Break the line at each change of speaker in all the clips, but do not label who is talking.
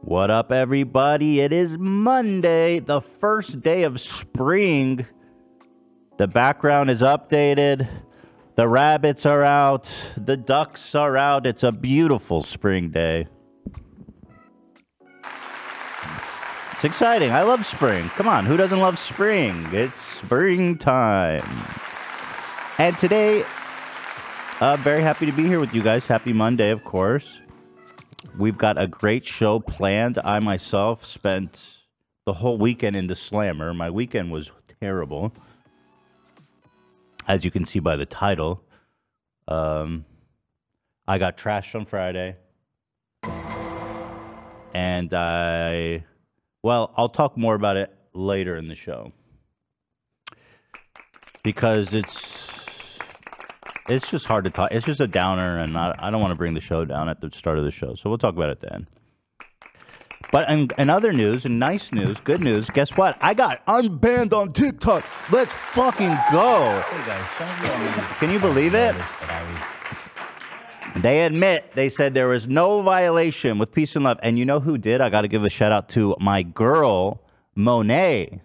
What up, everybody? It is Monday, the first day of spring. The background is updated. The rabbits are out. The ducks are out. It's a beautiful spring day. It's exciting. I love spring. Come on, who doesn't love spring? It's springtime. And today, uh, very happy to be here with you guys. Happy Monday, of course. We've got a great show planned. I myself spent the whole weekend in the slammer. My weekend was terrible, as you can see by the title. Um, I got trashed on Friday, and I, well, I'll talk more about it later in the show because it's it's just hard to talk. It's just a downer, and not, I don't want to bring the show down at the start of the show. So we'll talk about it then. But in, in other news, and nice news, good news, guess what? I got unbanned on TikTok. Let's fucking go.
Hey guys, some of you already
Can you believe it?
noticed that I was
They admit they said there was no violation with peace and love. And you know who did? I got to give a shout out to my girl, Monet.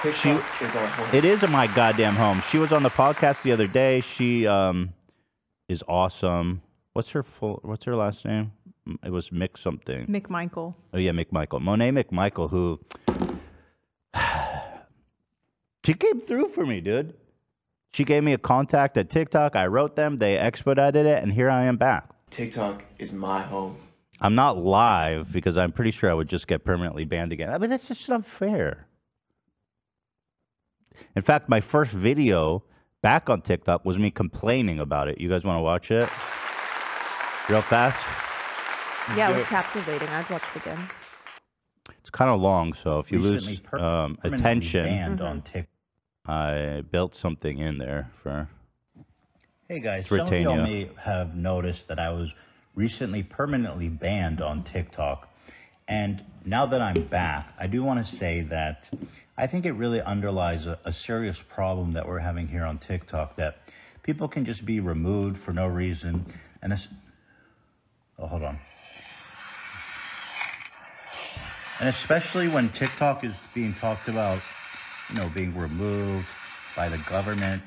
TikTok is our home.
It is my goddamn home. She was on the podcast the other day. She um is awesome. What's her full? What's her last name? M- It was Mick something.
McMichael.
Oh yeah, McMichael. Monet McMichael, who she came through for me, dude. She gave me a contact at TikTok. I wrote them. They expedited it, and here I am back.
TikTok is my home.
I'm not live because I'm pretty sure I would just get permanently banned again. I mean, that's just unfair. In fact, my first video back on TikTok was me complaining about it. You guys want to watch it? Real fast?
Yeah, it was captivating. I'd watch it again.
It's kind of long, so if you
recently
lose
per-
um,
permanently
attention,
banned on TikTok.
I built something in there for.
Hey guys,
To
some of you all
retain
may have noticed that I was recently permanently banned on TikTok. And now that I'm back, I do want to say that I think it really underlies a, a serious problem that we're having here on TikTok that people can just be removed for no reason. And it's, oh, hold on. And especially when TikTok is being talked about, you know, being removed by the government,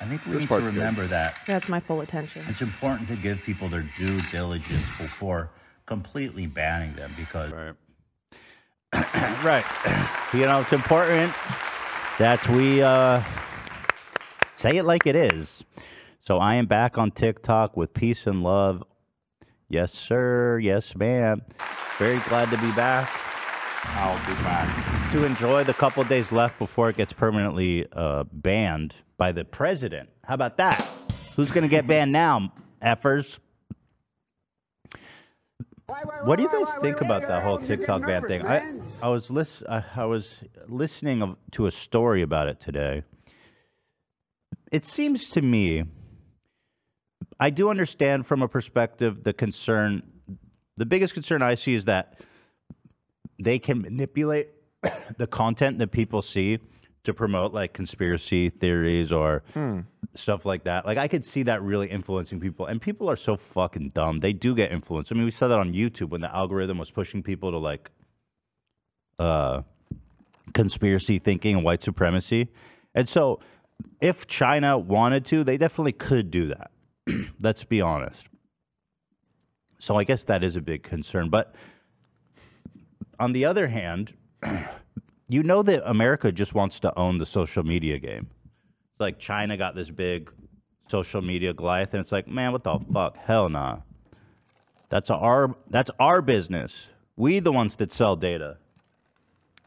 I think we need to remember that
That's my full attention.
it's important to give people their due diligence before completely banning them because
Right. right. you know, it's important that we uh, say it like it is. So I am back on TikTok with peace and love. Yes, sir. Yes, ma'am. Very glad to be back. I'll be back. To enjoy the couple days left before it gets permanently uh, banned by the president. How about that? Who's going to get banned now, effers? What do you guys think about that whole TikTok ban thing? I, I was lis- I, I was listening of, to a story about it today. It seems to me, I do understand from a perspective the concern. The biggest concern I see is that they can manipulate the content that people see to promote like conspiracy theories or stuff like that. Like I could see that really influencing people. And people are so fucking dumb. They do get influenced. I mean, we saw that on YouTube when the algorithm was pushing people to like uh conspiracy thinking and white supremacy. And so if China wanted to, they definitely could do that. Let's be honest. So I guess that is a big concern, but on the other hand, you know that America just wants to own the social media game. It's like China got this big social media Goliath, and it's like, man, what the fuck? Hell nah. That's our that's our business. We the ones that sell data.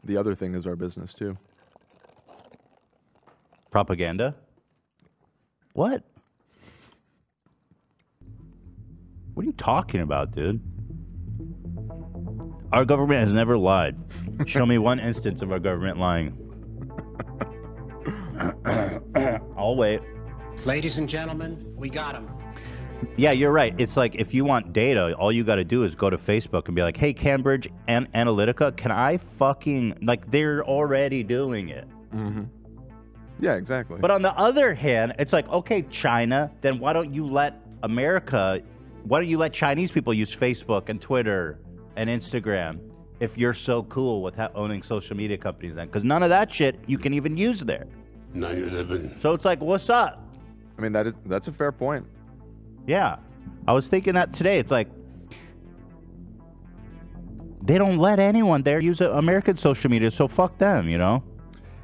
The other thing is our business too.
Propaganda? What? What are you talking about, dude? Our government has never lied. Show me one instance of our government lying. I'll wait.
Ladies and gentlemen, we got him.
Yeah, you're right. It's like if you want data, all you got to do is go to Facebook and be like, "Hey, Cambridge An- Analytica, can I fucking like?" They're already doing it.
Mm-hmm. Yeah, exactly.
But on the other hand, it's like, okay, China, then why don't you let America Why don't you let Chinese people use Facebook and Twitter and Instagram if you're so cool with ha- owning social media companies then? Because none of that shit you can even use there. So it's like, what's up?
I mean, that is that's a fair point.
Yeah. I was thinking that today. It's like they don't let anyone there use uh, American social media, so fuck them, you know?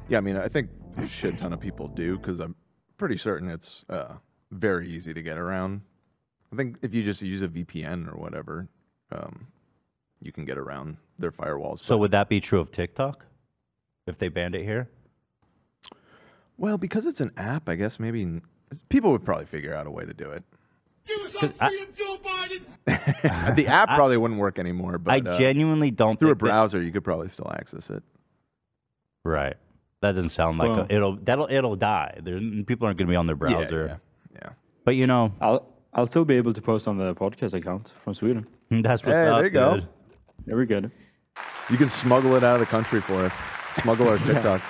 Yeah, I mean, I think a shit ton of people do because I'm pretty certain it's uh, very easy to get around. I think if you just use a VPN or whatever, um, you can get around their firewalls.
So
but-
would that be true of TikTok if they banned it here?
well, because it's an app, I guess maybe n- people would probably figure out a way to do it.
'Cause I,
the app probably wouldn't work anymore, but
I
uh,
genuinely don't
through a
think that-
browser you could probably still access it.
right. That doesn't sound like
Well-
a, it'll that'll it'll die. There's, people aren't going to be on their
Yeah,
browser.
Yeah, yeah.
But you know,
I'll I'll still be able to post on the podcast account from Sweden.
that's what's
Hey,
up.
there you go.
dude.
Very good.
You can smuggle it out of the country for us. Smuggle our TikToks.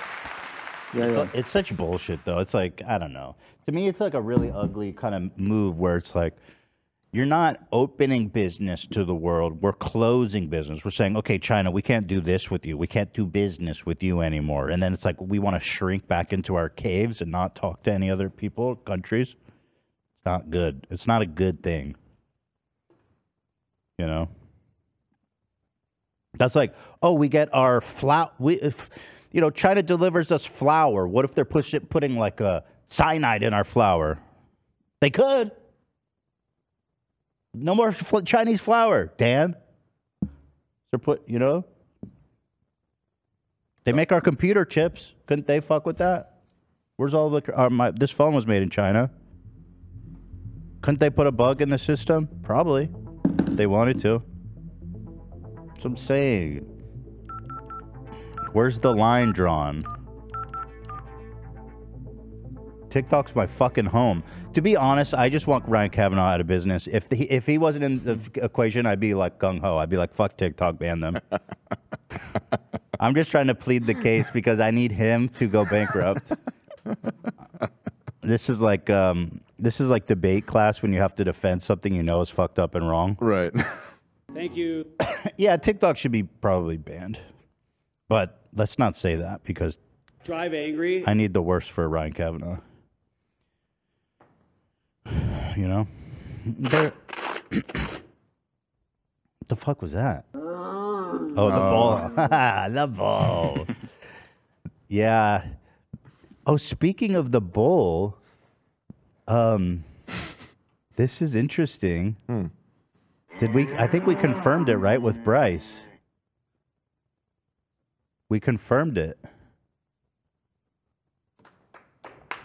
Yeah,
It's,
yeah.
like- it's such bullshit, though. It's like I don't know. To me, it's like a really ugly kind of move where it's like you're not opening business to the world. We're closing business. We're saying, okay, China, we can't do this with you. We can't do business with you anymore. And then it's like we want to shrink back into our caves and not talk to any other people, countries. It's not good. It's not a good thing. You know. That's like, oh, we get our flour. We, if you know, China delivers us flour. What if they're push- putting like a cyanide in our flour? They could. No more fl- Chinese flour, Dan. They're put, you know. They make our computer chips. Couldn't they fuck with that? Where's all the? Uh, my, this phone was made in China. Couldn't they put a bug in the system? Probably. They wanted to. That's what I'm saying. Where's the line drawn? TikTok's my fucking home. To be honest, I just want Ryan Kavanaugh out of business. If he, if he wasn't in the f- equation, I'd be like gung ho. I'd be like, fuck TikTok, ban them. I'm just trying to plead the case because I need him to go bankrupt. this is like um, this is like debate class when you have to defend something you know is fucked up and wrong.
Right.
Yeah, TikTok should be probably banned. But let's not say that because
Drive angry.
I need the worst for Ryan Kavanaugh. You know? There- what the fuck was that? Oh, the ball. the ball. yeah. Oh, speaking of the bowl, um, this is interesting. Did we? I think we confirmed it, right, with Bryce. We confirmed it.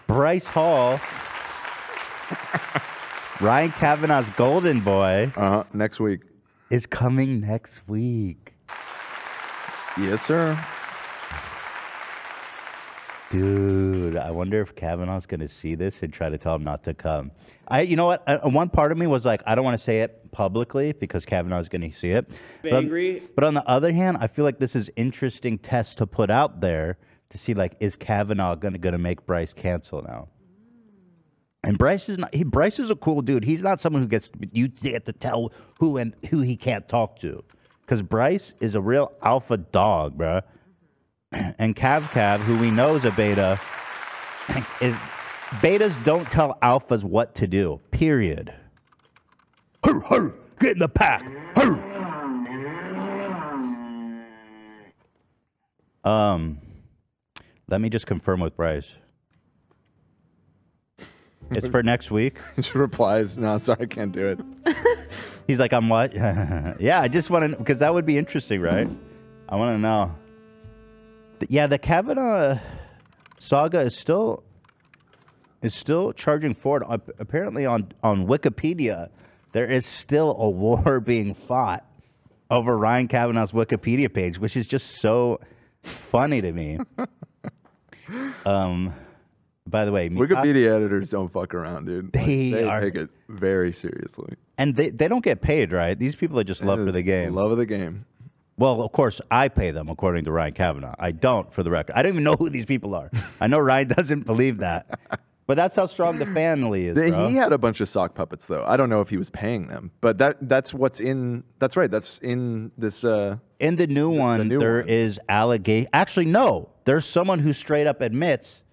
Bryce Hall, Ryan Kavanaugh's golden boy,
Uh, next week.
is coming next week,
Yes, sir.
dude. I wonder if Kavanaugh's gonna see this and try to tell him not to come. I, you know what? Uh, one part of me was like, I don't want to say it publicly because Kavanaugh's gonna see it. But on-
Angry.
But on the other hand, I feel like this is interesting test to put out there to see like is Kavanaugh gonna gonna make Bryce cancel now? And Bryce is not. He, Bryce is a cool dude. He's not someone who gets you get to tell who and who he can't talk to, because Bryce is a real alpha dog, bruh. And Cav Cav, who we know is a beta, is betas don't tell alphas what to do. Period. Hur, hur, get in the pack. Hur. Um, let me just confirm with Bryce. It's for next week.
She replies, "No, sorry, I can't do it."
He's like, I'm what? yeah, I just want to, because that would be interesting, right? I want to know. Th- Yeah, the Kavanaugh saga is still is still charging forward. Ap- Apparently, on on Wikipedia, there is still a war being fought over Ryan Kavanaugh's Wikipedia page, which is just so funny to me. um, by the way, Mika-
Wikipedia editors don't fuck around, dude. Like,
They
they
are-
take it very seriously.
and they they don't get paid, right? These people are just love
It
for
is
the game.
Love of the game.
Well, of course, I pay them according to Ryan Kavanaugh. I don't, for the record. I don't even know who these people are. I know Ryan doesn't believe that. But that's how strong the family is.
Th-
bro.
He had a bunch of sock puppets though. I don't know if he was paying them, but that that's what's in. That's right. That's in this. Uh,
In the new one, there
new
is
one.
allegation. Actually, no. There's someone who straight up admits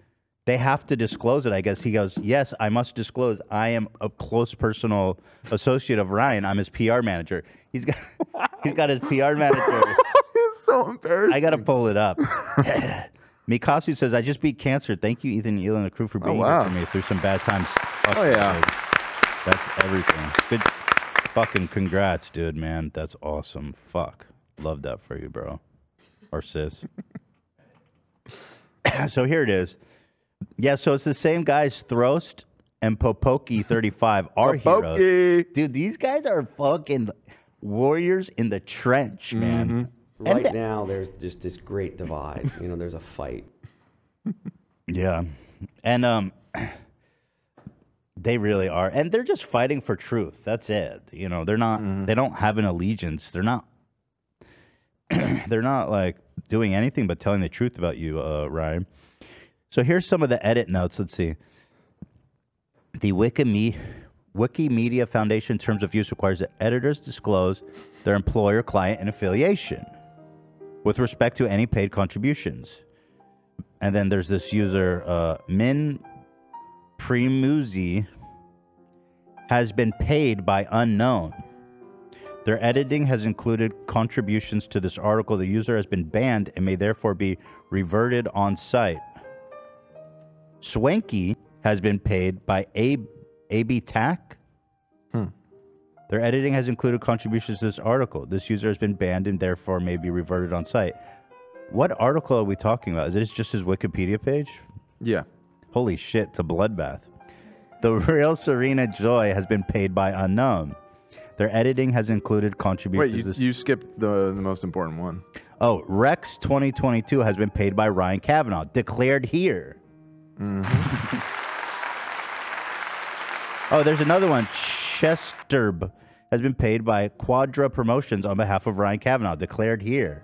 they have to disclose it. I guess he goes, "Yes, I must disclose. I am a close personal associate of Ryan. I'm his PR manager. He's got he's got his PR manager.
it's so embarrassing.
I gotta pull it up." Mikasu says, "I just beat cancer. Thank you, Ethan, Eel, and the crew for being
Oh, wow.
here for me through some bad times." Fuck
Oh, yeah.
dude. that's everything. Good fucking congrats, dude, man. That's awesome. Fuck, love that for you, bro, or sis. so here it is. Yeah, so it's the same guys, Throst and Popoki thirty five. Our heroes,
Bokeh.
dude. These guys are fucking warriors in the trench, man.
Mm-hmm.
Mm-hmm. And
Right
the-
now, there's just this great divide. you know, there's a fight.
Yeah. And um they really are. And they're just fighting for truth. That's it. You know, they're not they don't have an allegiance. They're not they're not like doing anything but telling the truth about you, uh, Ryan. So here's some of the edit notes. Let's see. The Wikime- Wikimedia Foundation Terms of Use requires that editors disclose their employer, client, and affiliation with respect to any paid contributions. And then there's this user, uh, Min Primuzi, has been paid by unknown. Their editing has included contributions to this article. The user has been banned and may therefore be reverted on site. Swanky has been paid by A- AB Tack.
Hmm.
Their editing has included contributions to this article. This user has been banned and therefore may be reverted on site. What article are we talking about? Is this just his Wikipedia page?
Yeah.
Holy shit, to Bloodbath. The real Serena Joy has been paid by Unknown. Their editing has included
Wait,
contributions.
you,
to-
you skipped the the most important one.
oh, Rex 2022 has been paid by Ryan Kavanaugh. Declared here. Mm-hmm. oh, there's another one. Chesterb has been paid by Quadra Promotions on behalf of Ryan Kavanaugh. Declared here.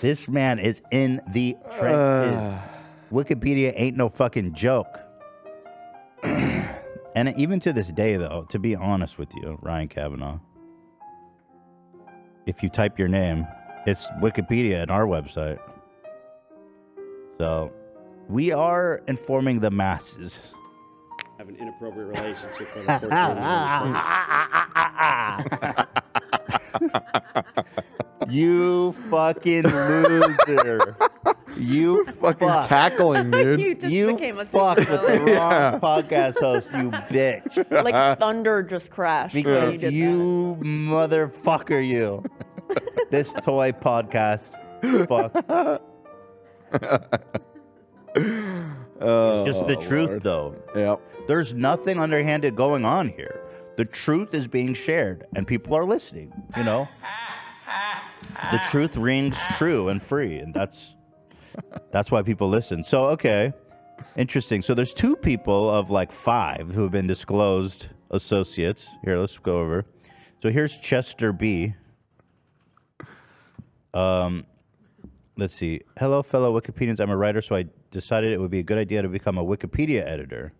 this man is in the trenches. Wikipedia ain't no fucking joke. and even to this day, though, to be honest with you, Ryan Kavanaugh, if you type your name, it's Wikipedia and our website. So we are informing the masses.
Have an inappropriate relationship for the 14
you fucking loser. You
Fucking
fuck.
cackling, dude.
you just
you
became a
fuck with the
supervillain.
wrong podcast host, you bitch.
like thunder just crashed when you
Because
did
you motherfucker, you. this toy podcast. Fuck.
Oh,
Just the truth,
Lord.
though.
Yep.
There's nothing underhanded going on here. The truth is being shared, and people are listening. You know, the truth rings true and free, and that's that's why people listen. So, okay, interesting. So there's two people of like five who have been disclosed associates. Here, let's go over. So here's Chester B. Um, let's see. Hello, fellow Wikipedians. I'm a writer, so I decided it would be a good idea to become a Wikipedia editor.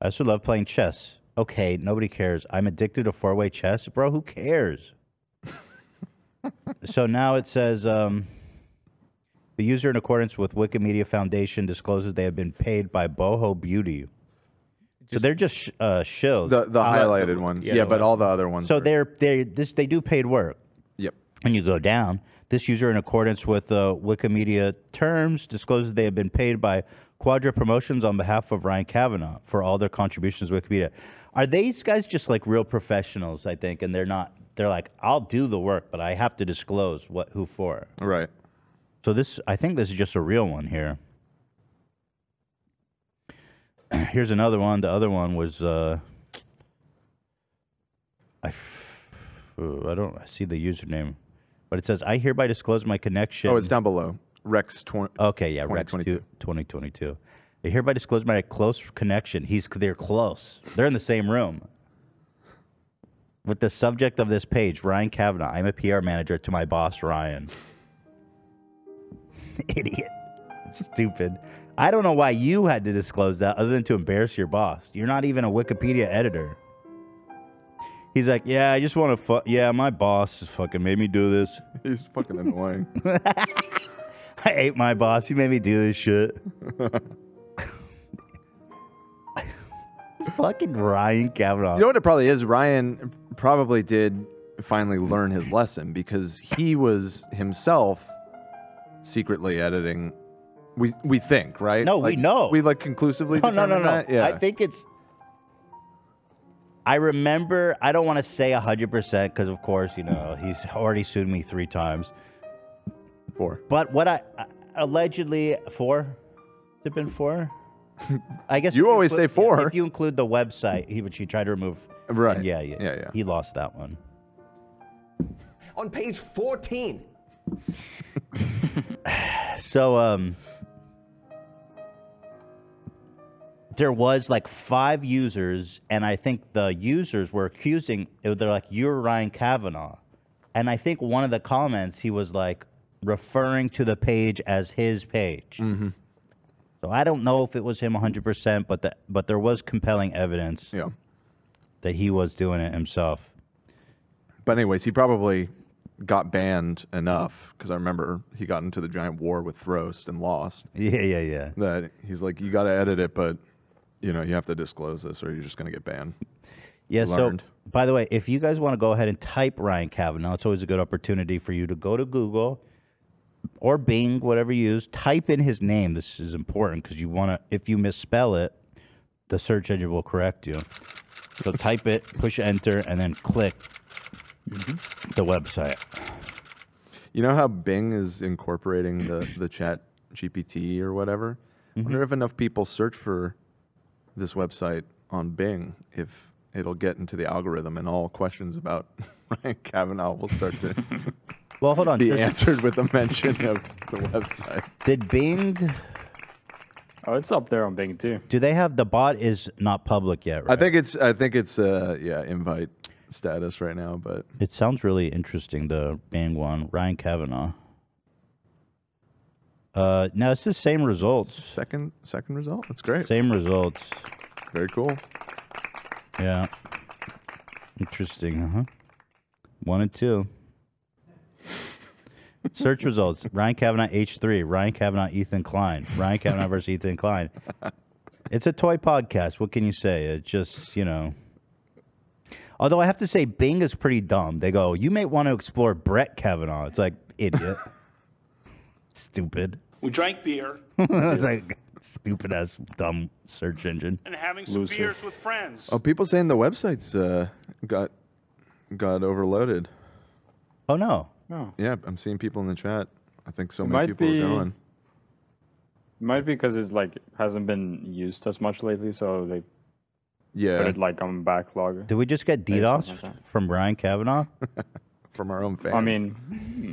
I also love playing chess. Okay, nobody cares. I'm addicted to four way chess. Bro, who cares? so now it says um, the user, in accordance with Wikimedia Foundation, discloses they have been paid by Boho Beauty. so they're just sh- uh, shills.
The the highlighted one.
yeah,
Yeah,
the
but all the other ones.
so
are-
they're they this they do paid work
Yep.
when you go down, this user, in accordance with uh, Wikimedia terms, discloses they have been paid by Quadra Promotions on behalf of Ryan Kavanaugh for all their contributions to Wikipedia. Are these guys just like real professionals? I think, and they're not. They're like, I'll do the work, but I have to disclose what who for.
Right.
So this, I think, this is just a real one here. Here's another one. The other one was, uh, I, f- ooh, I don't see the username, but it says I hereby disclose my connection.
Oh, it's down below. Rex twenty.
Okay, yeah, Rex 2,
2022.
2022. I hereby disclose my close connection. He's they're close. They're in the same room. With the subject of this page, Ryan Kavanaugh. I'm a PR manager to my boss, Ryan. Idiot. Stupid. I don't know why you had to disclose that other than to embarrass your boss. You're not even a Wikipedia editor. He's like, yeah, I just want to fuck. Yeah, my boss fucking made me do this.
He's fucking annoying.
I hate my boss. He made me do this shit. fucking Ryan Kavanaugh.
You know what it probably is? Ryan probably did finally learn his lesson because he was himself secretly editing. We we think, right?
No, we
Like,
know.
We like conclusively.
no, no, no,
determined
no.
that? Yeah.
I think it's. I remember. I don't want to say hundred percent because, of course, you know he's already sued me three times.
four.
But what I I- allegedly four? Has it been four? I guess
You
if
always
include-
say four.
If you include the website, he which he tried to remove. and
Right.
Yeah, yeah,
Yeah, yeah.
He lost that one.
On page 14.
So um there was like five users and I think the users were accusing they're like you're Ryan Kavanaugh. And I think one of the comments he was like referring to the page as his page. So I don't know if it was him 100%, but the, but there was compelling evidence
Yeah.
that he was doing it himself.
But anyways, he probably got banned enough because I remember he got into the giant war with Throst and lost.
Yeah, yeah, yeah.
That he's like, you got to edit it, but you know you have to disclose this or you're just gonna get banned.
Yeah,
learned.
so by the way, if you guys want to go ahead and type Ryan Kavanaugh, it's always a good opportunity for you to go to Google or Bing, whatever you use, type in his name. This is important because you want to, if you misspell it, the search engine will correct you. So type it, push enter, and then click the website.
Mm-hmm. You know how Bing is incorporating the, the chat GPT or whatever? I
Mm-hmm.
wonder if enough people search for this website on Bing, if it'll get into the algorithm and all questions about Ryan Kavanaugh will start to
Well, hold on.
be
just-
answered with a mention of the website.
did Bing,
Oh, it's up there on Bing too.
do they have the bot is not public yet,
I
right?
think it's I think it's uh yeah, invite status right now, but
It sounds really interesting, the Bing one. Ryan Kavanaugh. Uh, no, it's the same results.
second second result. That's great.
Same results.
Very cool.
Yeah. Interesting, huh? One and two. Search results: Ryan Kavanaugh H three, Ryan Kavanaugh Ethan Klein, Ryan Kavanaugh versus Ethan Klein. It's a toy podcast. What can you say? It just you know. Although I have to say, Bing is pretty dumb. They go, "You may want to explore Brett Kavanaugh." It's like idiot, stupid.
We drank beer
it's like stupid ass dumb search engine.
and having some
Loser.
beers with friends.
Oh, people saying the website's uh got got overloaded.
Oh no,
Oh.
Yeah, I'm seeing people in the chat. I think so
It
many
might
people
be-
are going.
Might be because it's like hasn't been used as much lately, so they put
Yeah,
it like on backlog.
did we just get
Maybe something like
DDoS
that.
from Ryan Kavanaugh?
from our own fans.
I mean,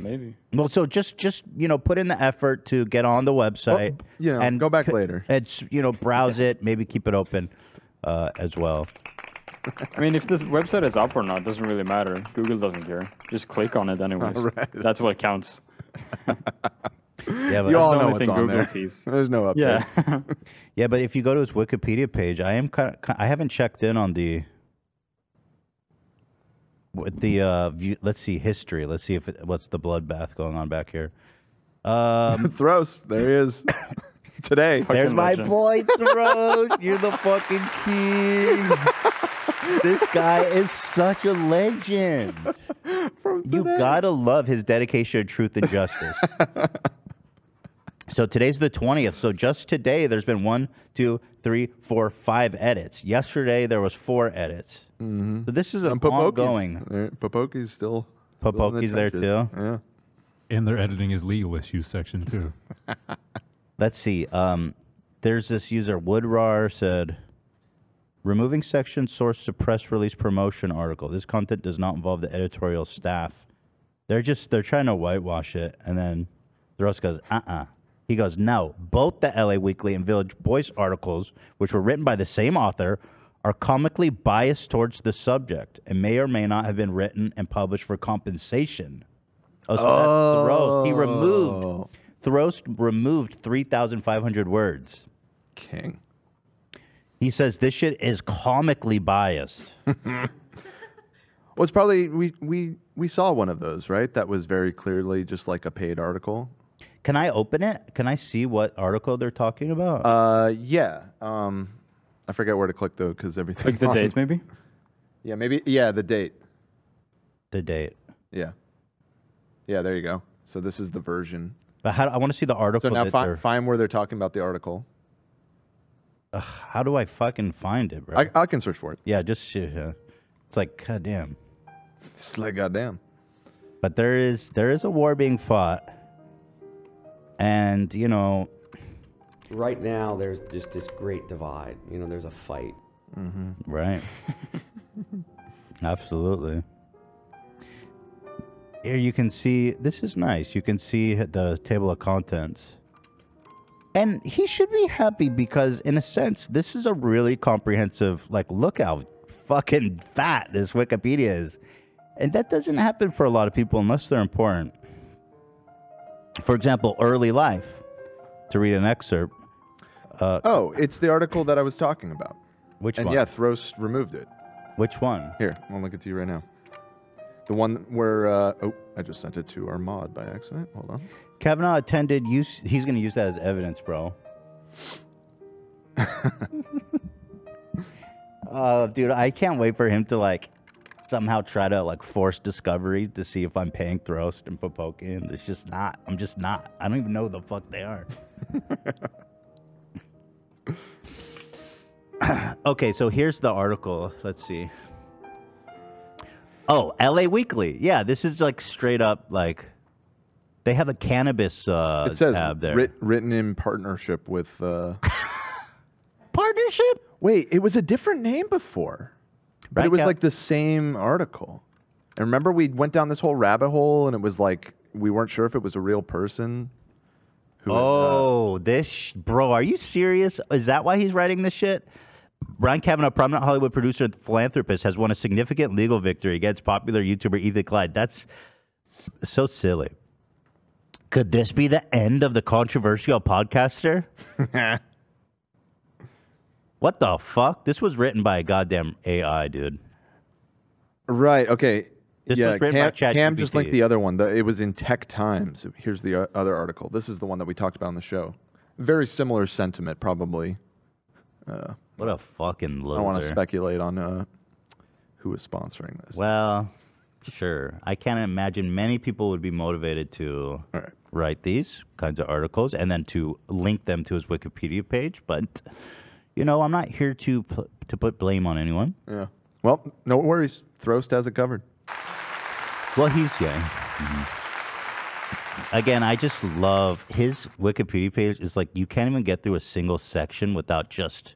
maybe.
Well, so just just you know, put in the effort to get on the website.
you know, go back later.
It's you know, browse it, maybe keep it open uh, as well.
I mean, if this website is up or not doesn't really matter. Google doesn't care. Just click on it anyways.
Alright.
That's what counts.
Yeah, but
you all
the
know
only
what's
thing
on
Google
there.
sees.
There's no updates.
Yeah.
yeah, but if you go to his Wikipedia page, I am kind of I haven't checked in on the with the uh, view, let's see history. Let's see if it, what's the bloodbath going on back here. Um,
Throst, there he is. Today,
there's
Fucking
my
legend.
boy Throws. You're the fucking king. this guy is such a legend. You gotta love his dedication to truth and justice. so today's the 20th. So just today, there's been one, two, three, four, five edits. Yesterday, there was four edits. So this is
Mm-hmm.
an
And Popoki's-
ongoing.
there- Popoki's still. still in the
Popoki's there
trenches.
too.
Yeah.
And their editing is legal issues section too.
Let's see. Um, there's this user Woodrar said, removing section source to press release promotion article. This content does not involve the editorial staff. They're just they're trying to whitewash it, and then the rest goes, uh uh He goes, no. Both the LA Weekly and Village Voice articles, which were written by the same author, are comically biased towards the subject and may or may not have been written and published for compensation. Oh, so that's Thoreau's. He removed
Oh.
Throst removed 3,500 words.
King.
He says this shit is comically biased.
Well, it's probably we we we saw one of those, right? That was very clearly just like a paid article.
Can I open it? Can I see what article they're talking about?
Uh, yeah. Um, I forget where to click though, because everything.
Click the
on-
dates, maybe?
Yeah, maybe. Yeah, the date.
The date.
Yeah. Yeah, there you go. So this is the version.
But how, I want to see the
So
article.
now
that
fi-
they're-
find where they're talking about the article.
Ugh, how do I fucking find it, bro?
I, I can search for it.
yeah, just uh, it's like goddamn.
It's like goddamn.
But there is there is a war being fought, and you know
Right now, there's just this great divide. You know, there's a fight.
Mm-hmm. Right. Absolutely. Here you can see this is nice. You can see the table of contents. And he should be happy because in a sense this is a really comprehensive like look how fucking fat this Wikipedia is. And that doesn't happen for a lot of people unless they're important. For example, early life. To read an excerpt. Uh,
Oh, it's the article that I was talking about.
Which
and
one?
yeah, Throst removed it.
Which one?
Here, I'll link it to you right now. The one where uh, oh, I just sent it to our mod by accident. Hold on.
Kavanaugh attended use. He's going to use that as evidence, bro. uh, dude, I can't wait for him to like somehow try to like force discovery to see if I'm paying Throst and Popoki, and it's just not. I'm just not. I don't even know who the fuck they are. okay, so here's the article. Let's see. Oh, LA Weekly. Yeah, this is like straight up like they have a cannabis uh
it says
tab there.
writ- written in partnership with. Uh...
partnership?
Wait, it was a different name before, but
Right,
it was
Cal?
like the same article. And remember, we went down this whole rabbit hole, and it was like we weren't sure if it was a real person. had, uh,
oh, this sh- bro, are you serious? Is that why he's writing this shit? Brian Kavanaugh, prominent Hollywood producer and philanthropist, has won a significant legal victory against popular YouTuber Ethan Clyde. That's so silly. Could this be the end of the controversial podcaster? what the fuck? This was written by a goddamn AI, dude.
Right. Okay.
This
yeah,
was written by
Cam,
ChatGPT.
Cam just linked the other one. The, it was in Tech Times. Here's the uh, other article. This is the one that we talked about on the show. Very similar sentiment, probably. Uh,
What a fucking
I
loser.
don't want to speculate on uh, who is sponsoring this.
Well, sure. I can't imagine many people would be motivated to write these kinds of articles and then to link them to his Wikipedia page. But you know, I'm not here to pl- to put blame on anyone.
Yeah. Well, no worries. Throst has it covered.
Well, he's gay. Mhm. Again, I just love his Wikipedia page. Is like you can't even get through a single section without just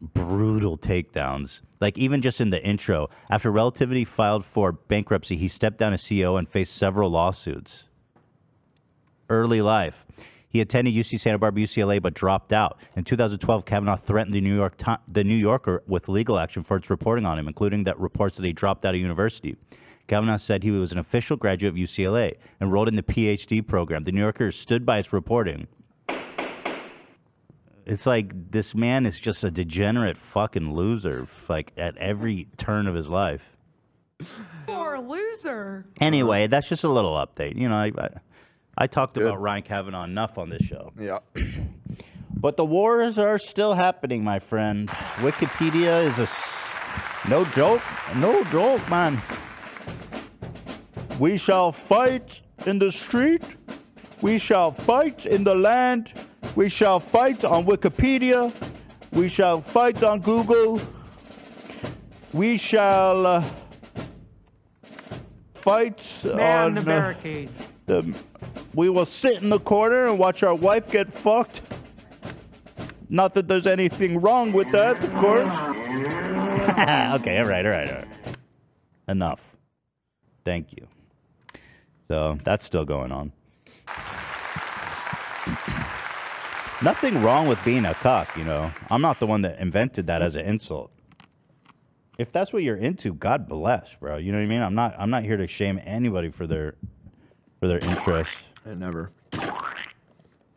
brutal takedowns. Like even just in the intro, after Relativity filed for bankruptcy, he stepped down as CEO and faced several lawsuits. Early life. He attended UC Santa Barbara, UCLA, but dropped out. In 2012, Kavanaugh threatened the New York Ti- the New Yorker with legal action for its reporting on him, including that reports that he dropped out of university. Kavanaugh said he was an official graduate of UCLA, enrolled in the PhD program. The New Yorker stood by its reporting. It's like this man is just a degenerate fucking loser, like at every turn of his life.
Poor loser.
Anyway, that's just a little update. You know, I, I, I talked about Ryan Kavanaugh enough on this show.
Yeah.
but the wars are still happening, my friend. Wikipedia is a s- no joke, no joke, man. We shall fight in the street. We shall fight in the land. We shall fight on Wikipedia. We shall fight on Google. We shall uh, fight on
Man, the
uh,
barricades.
the, we will sit in the corner and watch our wife get fucked. Not that there's anything wrong with that, of course. okay, all right, all right, all right. Enough. Thank you. So that's still going on. Nothing wrong with being a cock, you know. I'm not the one that invented that as an insult. If that's what you're into, God bless, bro. You know what I mean? I'm not I'm not here to shame anybody for their for their interests.
And never.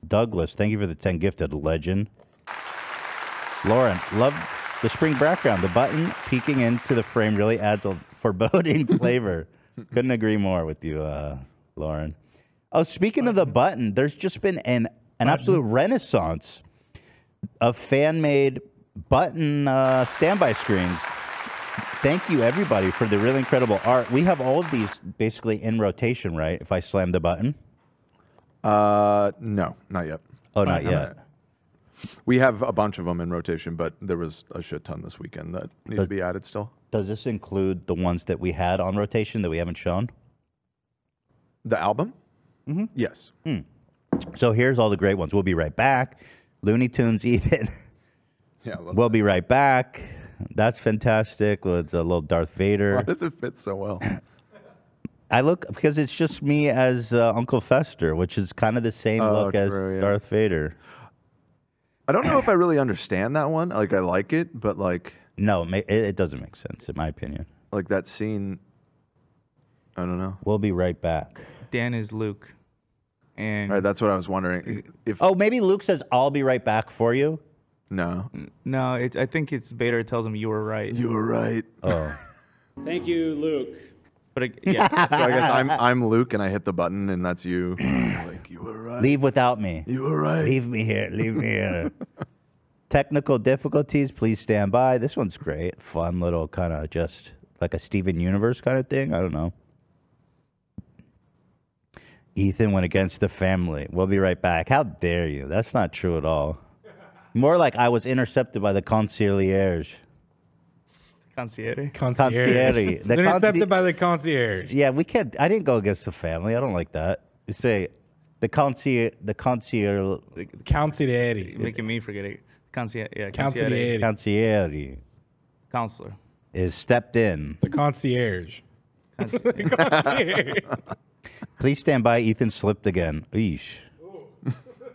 Douglas, thank you for the 10 gifted legend. Lauren, love the spring background. The button peeking into the frame really adds a foreboding flavor. Couldn't agree more with you, uh, Lauren. Oh, speaking of the button, there's just been an, an absolute renaissance of fan made button uh, standby screens. Thank you, everybody, for the really incredible art. We have all of these basically in rotation, right? If I slam the button?
Uh, no, not yet.
Oh, not yet.
We have a bunch of them in rotation, but there was a shit ton this weekend that needs to be added still.
Does this include the ones that we had on rotation that we haven't shown?
The album?
Mm-hmm.
Yes.
So here's all the great ones. We'll be right back. Looney Tunes, Ethan.
Yeah, I love
We'll be right back. That's fantastic. Well, it's a little Darth Vader.
Why does it fit so well?
I look because it's just me as uh, Uncle Fester, which is kind of the same
Oh,
look as
true, yeah.
Darth Vader.
I don't know if I really understand that one. Like I like it, but like
no, it, it doesn't make sense in my opinion.
Like that scene. I don't know.
We'll be right back.
Dan is Luke. And Uh,
All right, that's what I was wondering. If
oh, maybe Luke says, "I'll be right back for you."
No,
no, it, I think it's Vader tells him you were right.
You were right.
Oh,
Thank you, Luke.
but it, yeah.
so I guess I'm I'm Luke and I hit the button and that's you. like you were right.
Leave without me.
You were right.
Leave me here. Leave me here. Technical difficulties, please stand by. This one's great. Fun little kind of just like a Steven Universe kind of thing. I don't know. Ethan went against the family. We'll be right back. How dare you? That's not true at all. More like I was intercepted by the concierge.
Concierge.
Concierge. The
They're
conci-
accepted by the concierge.
Yeah, we can't. I didn't go against the family. I don't like that. You say the concierge, the concierge,
Concierge.
Making me forget it. Concierge. Yeah, concierge.
Concierge.
concierge
Counselor.
is stepped in.
The concierge.
Please stand by. Ethan slipped again. Eesh.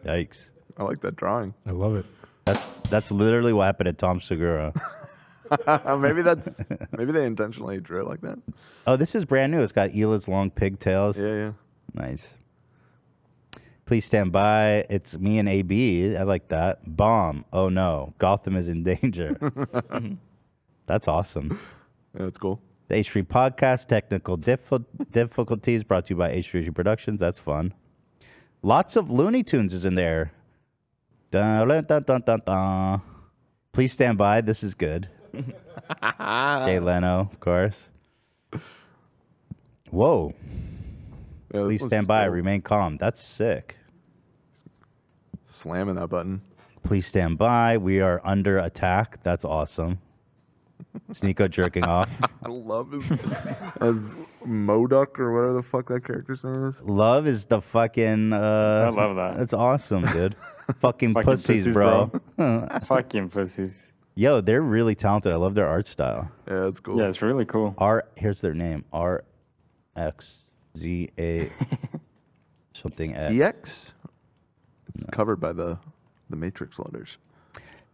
Yikes.
I like that drawing.
I love it.
That's that's literally what happened to Tom Segura.
maybe that's maybe they intentionally drew it like that.
Oh, this is brand new. It's got Ela's long pigtails.
Yeah, yeah.
Nice. Please stand by. It's me and AB. I like that. Bomb. Oh no. Gotham is in danger.
Mm-hmm.
That's awesome.
that's cool.
The H3 podcast, technical diffi- difficulties brought to you by H3 Productions. That's fun. Lots of Looney Tunes is in there. Dun, dun, dun, dun, dun, dun. Please stand by. This is good.
Uh,
Jay Leno, of course. Whoa.
Yeah, this
Please
one's
stand by. Remain calm. That's sick.
Slamming that button.
Please stand by. We are under attack. That's awesome. Sneeko jerking off.
I love his as Modoc or whatever the fuck that character's name is.
Love is the fucking. Uh,
I love that.
That's awesome, dude.
Fucking
fucking, pussies,
pussies,
bro.
Fucking pussies.
Yo, they're really talented. I love their art style.
Yeah, that's cool.
Yeah, it's really cool.
R. Here's their name. R. X. Z. A. something X.
DX. It's covered by the the Matrix letters.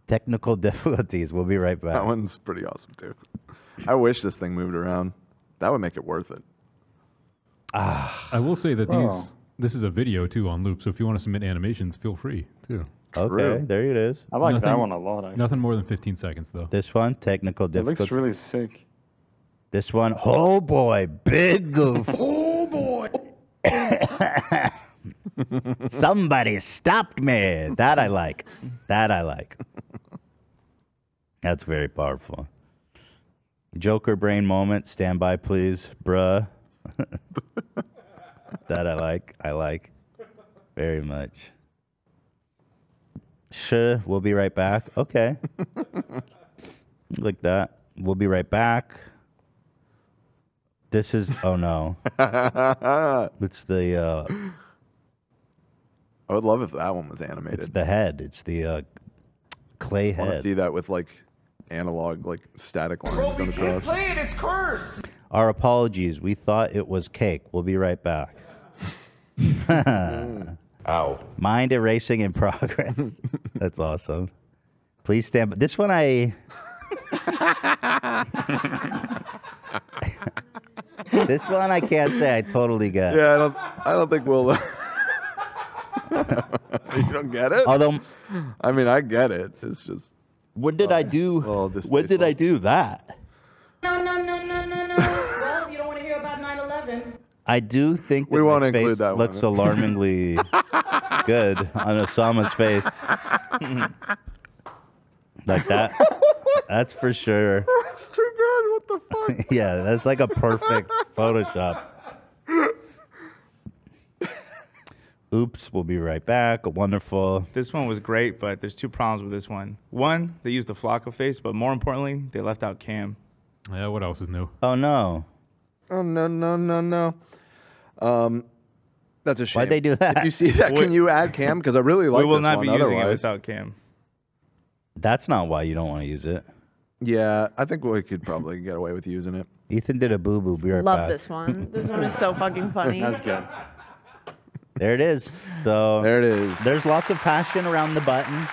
Technical difficulties. We'll be right back.
That one's pretty awesome too. I wish this thing moved around. That would make it worth it.
I will say that
Wow.
these this is a video too on loop. So if you want to submit animations, feel free too.
Okay,
True.
there it is.
I like that one a lot. Actually.
Nothing more than 15 seconds though.
This one, technical
It
difficulties.
looks really sick.
This one, oh boy, big goof.
Oh boy.
Somebody stopped me. That I like. That I like. That's very powerful. Joker brain moment. Stand by, please, bruh. that I like. I like very much. Sure, we'll be right back. Okay. like that. We'll be right back. This is oh no. it's the uh
I would love if that one was animated.
It's the head. It's the uh, clay
I want to
head.
see that with like analog, like static lines going across.
it. It's cursed.
Our apologies. We thought it was cake. We'll be right back. Ow. Mind erasing in progress. That's awesome. Please stand. by. This one I. this one I can't say I totally get.
Yeah, I don't. I don't think we'll. you don't get it?
Although,
I mean, I get it. It's just.
When did I do? when did I do that?
No, no, no, no, no, no. well, you don't want to hear about 9 11.
I do think that we want to include that looks alarmingly good on Osama's face. like that. That's for sure.
That's too good. What the fuck?
yeah, that's like a perfect Photoshop. Oops, we'll be right back. Wonderful.
This one was great, but there's two problems with this one. One, they used the Flacco face, but more importantly, they left out Cam.
Yeah, what else is new?
Oh no.
Oh no no no no. Um, that's a shame.
Why'd they do that?
If you see that, can you add Cam? Because I really like.
we will
this
not
one,
be using it
otherwise.
without Cam.
That's not why you don't want to use it.
Yeah, I think we could probably get away with using it.
Ethan did a boo boo. Be right
Love
back.
this one. This one is so fucking funny.
good. There it is. So there
it is.
There's lots of passion around the button.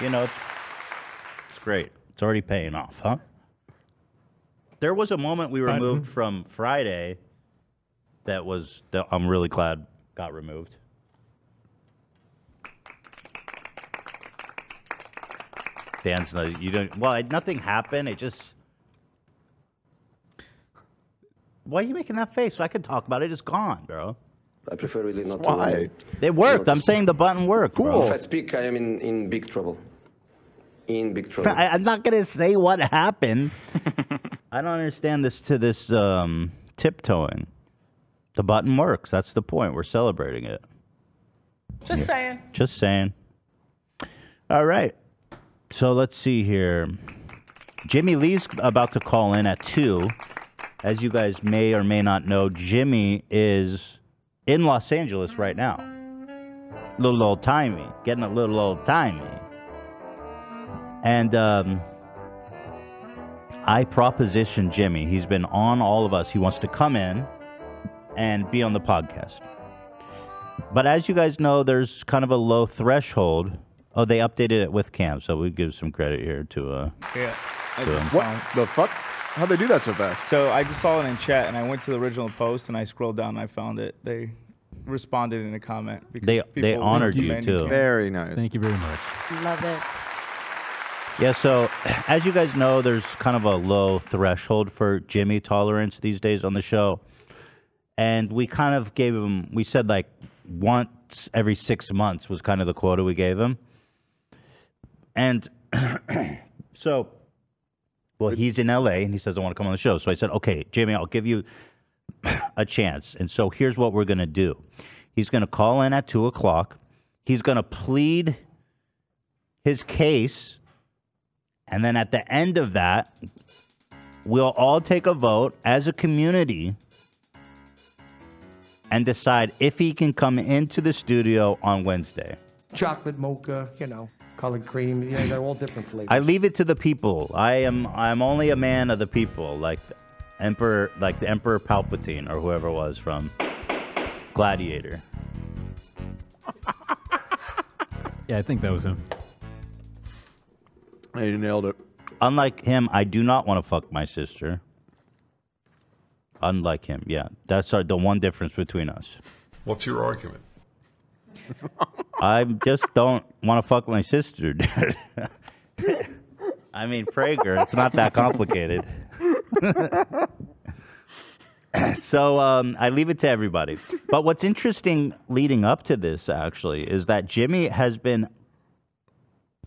You know, it's- it's great. It's already paying off, huh? There was a moment we
Button.
removed from Friday that was that I'm really glad got removed. Dan's not, you don't. Well, nothing happened. It just. Why are you making that face? I could talk about it. It's gone, bro.
I prefer really not to.
It worked. I'm saying the button worked.
If I
Bro.
speak, I am in, in big trouble. In big trouble.
I, I'm not gonna say what happened. I don't understand this to this um, tiptoeing. The button works. That's the point. We're celebrating it.
Just saying.
Just saying. All right. So let's see here. Jimmy Lee's about to call in at two. As you guys may or may not know, Jimmy is in Los Angeles right now. Little old timey, getting a little old timey. And um, I proposition Jimmy. He's been on all of us. He wants to come in and be on the podcast. But as you guys know, there's kind of a low threshold. Oh, they updated it with Cam, so we give some credit here to. Uh,
Yeah. I
to
just
him.
found-
The fuck? How'd they do that so fast?
So I just saw it in chat, and I went to the original post, and I scrolled down, and I found it. They responded in a comment. because
They-
people
they
were
honored you,
demanding
too.
Cam.
Very nice.
Thank you very much.
Love it.
Yeah, so as you guys know, there's kind of a low threshold for Jimmy tolerance these days on the show. And we kind of gave him, we said like once every six months was kind of the quota we gave him. And so, well, he's in LA and he says, I want to come on the show. So I said, okay, Jimmy, I'll give you a chance. And so here's what we're going to do he's going to call in at two o'clock, he's going to plead his case. And then at the end of that, we'll all take a vote as a community and decide if he can come into the studio on Wednesday.
Chocolate mocha, you know, colored cream. Yeah, they're all different flavors.
I leave it to the people. I am I'm only a man of the people, like Emperor like the Emperor Palpatine or whoever it was from Gladiator.
Yeah, I think that was him.
You nailed it.
Unlike him, I do not want to fuck my sister. Unlike him, yeah. That's our, the one difference between us.
What's your argument?
I just don't want to fuck my sister, dude. I mean, Prager. It's not that complicated. so um, I leave it to everybody. But what's interesting leading up to this, actually, is that Jimmy has been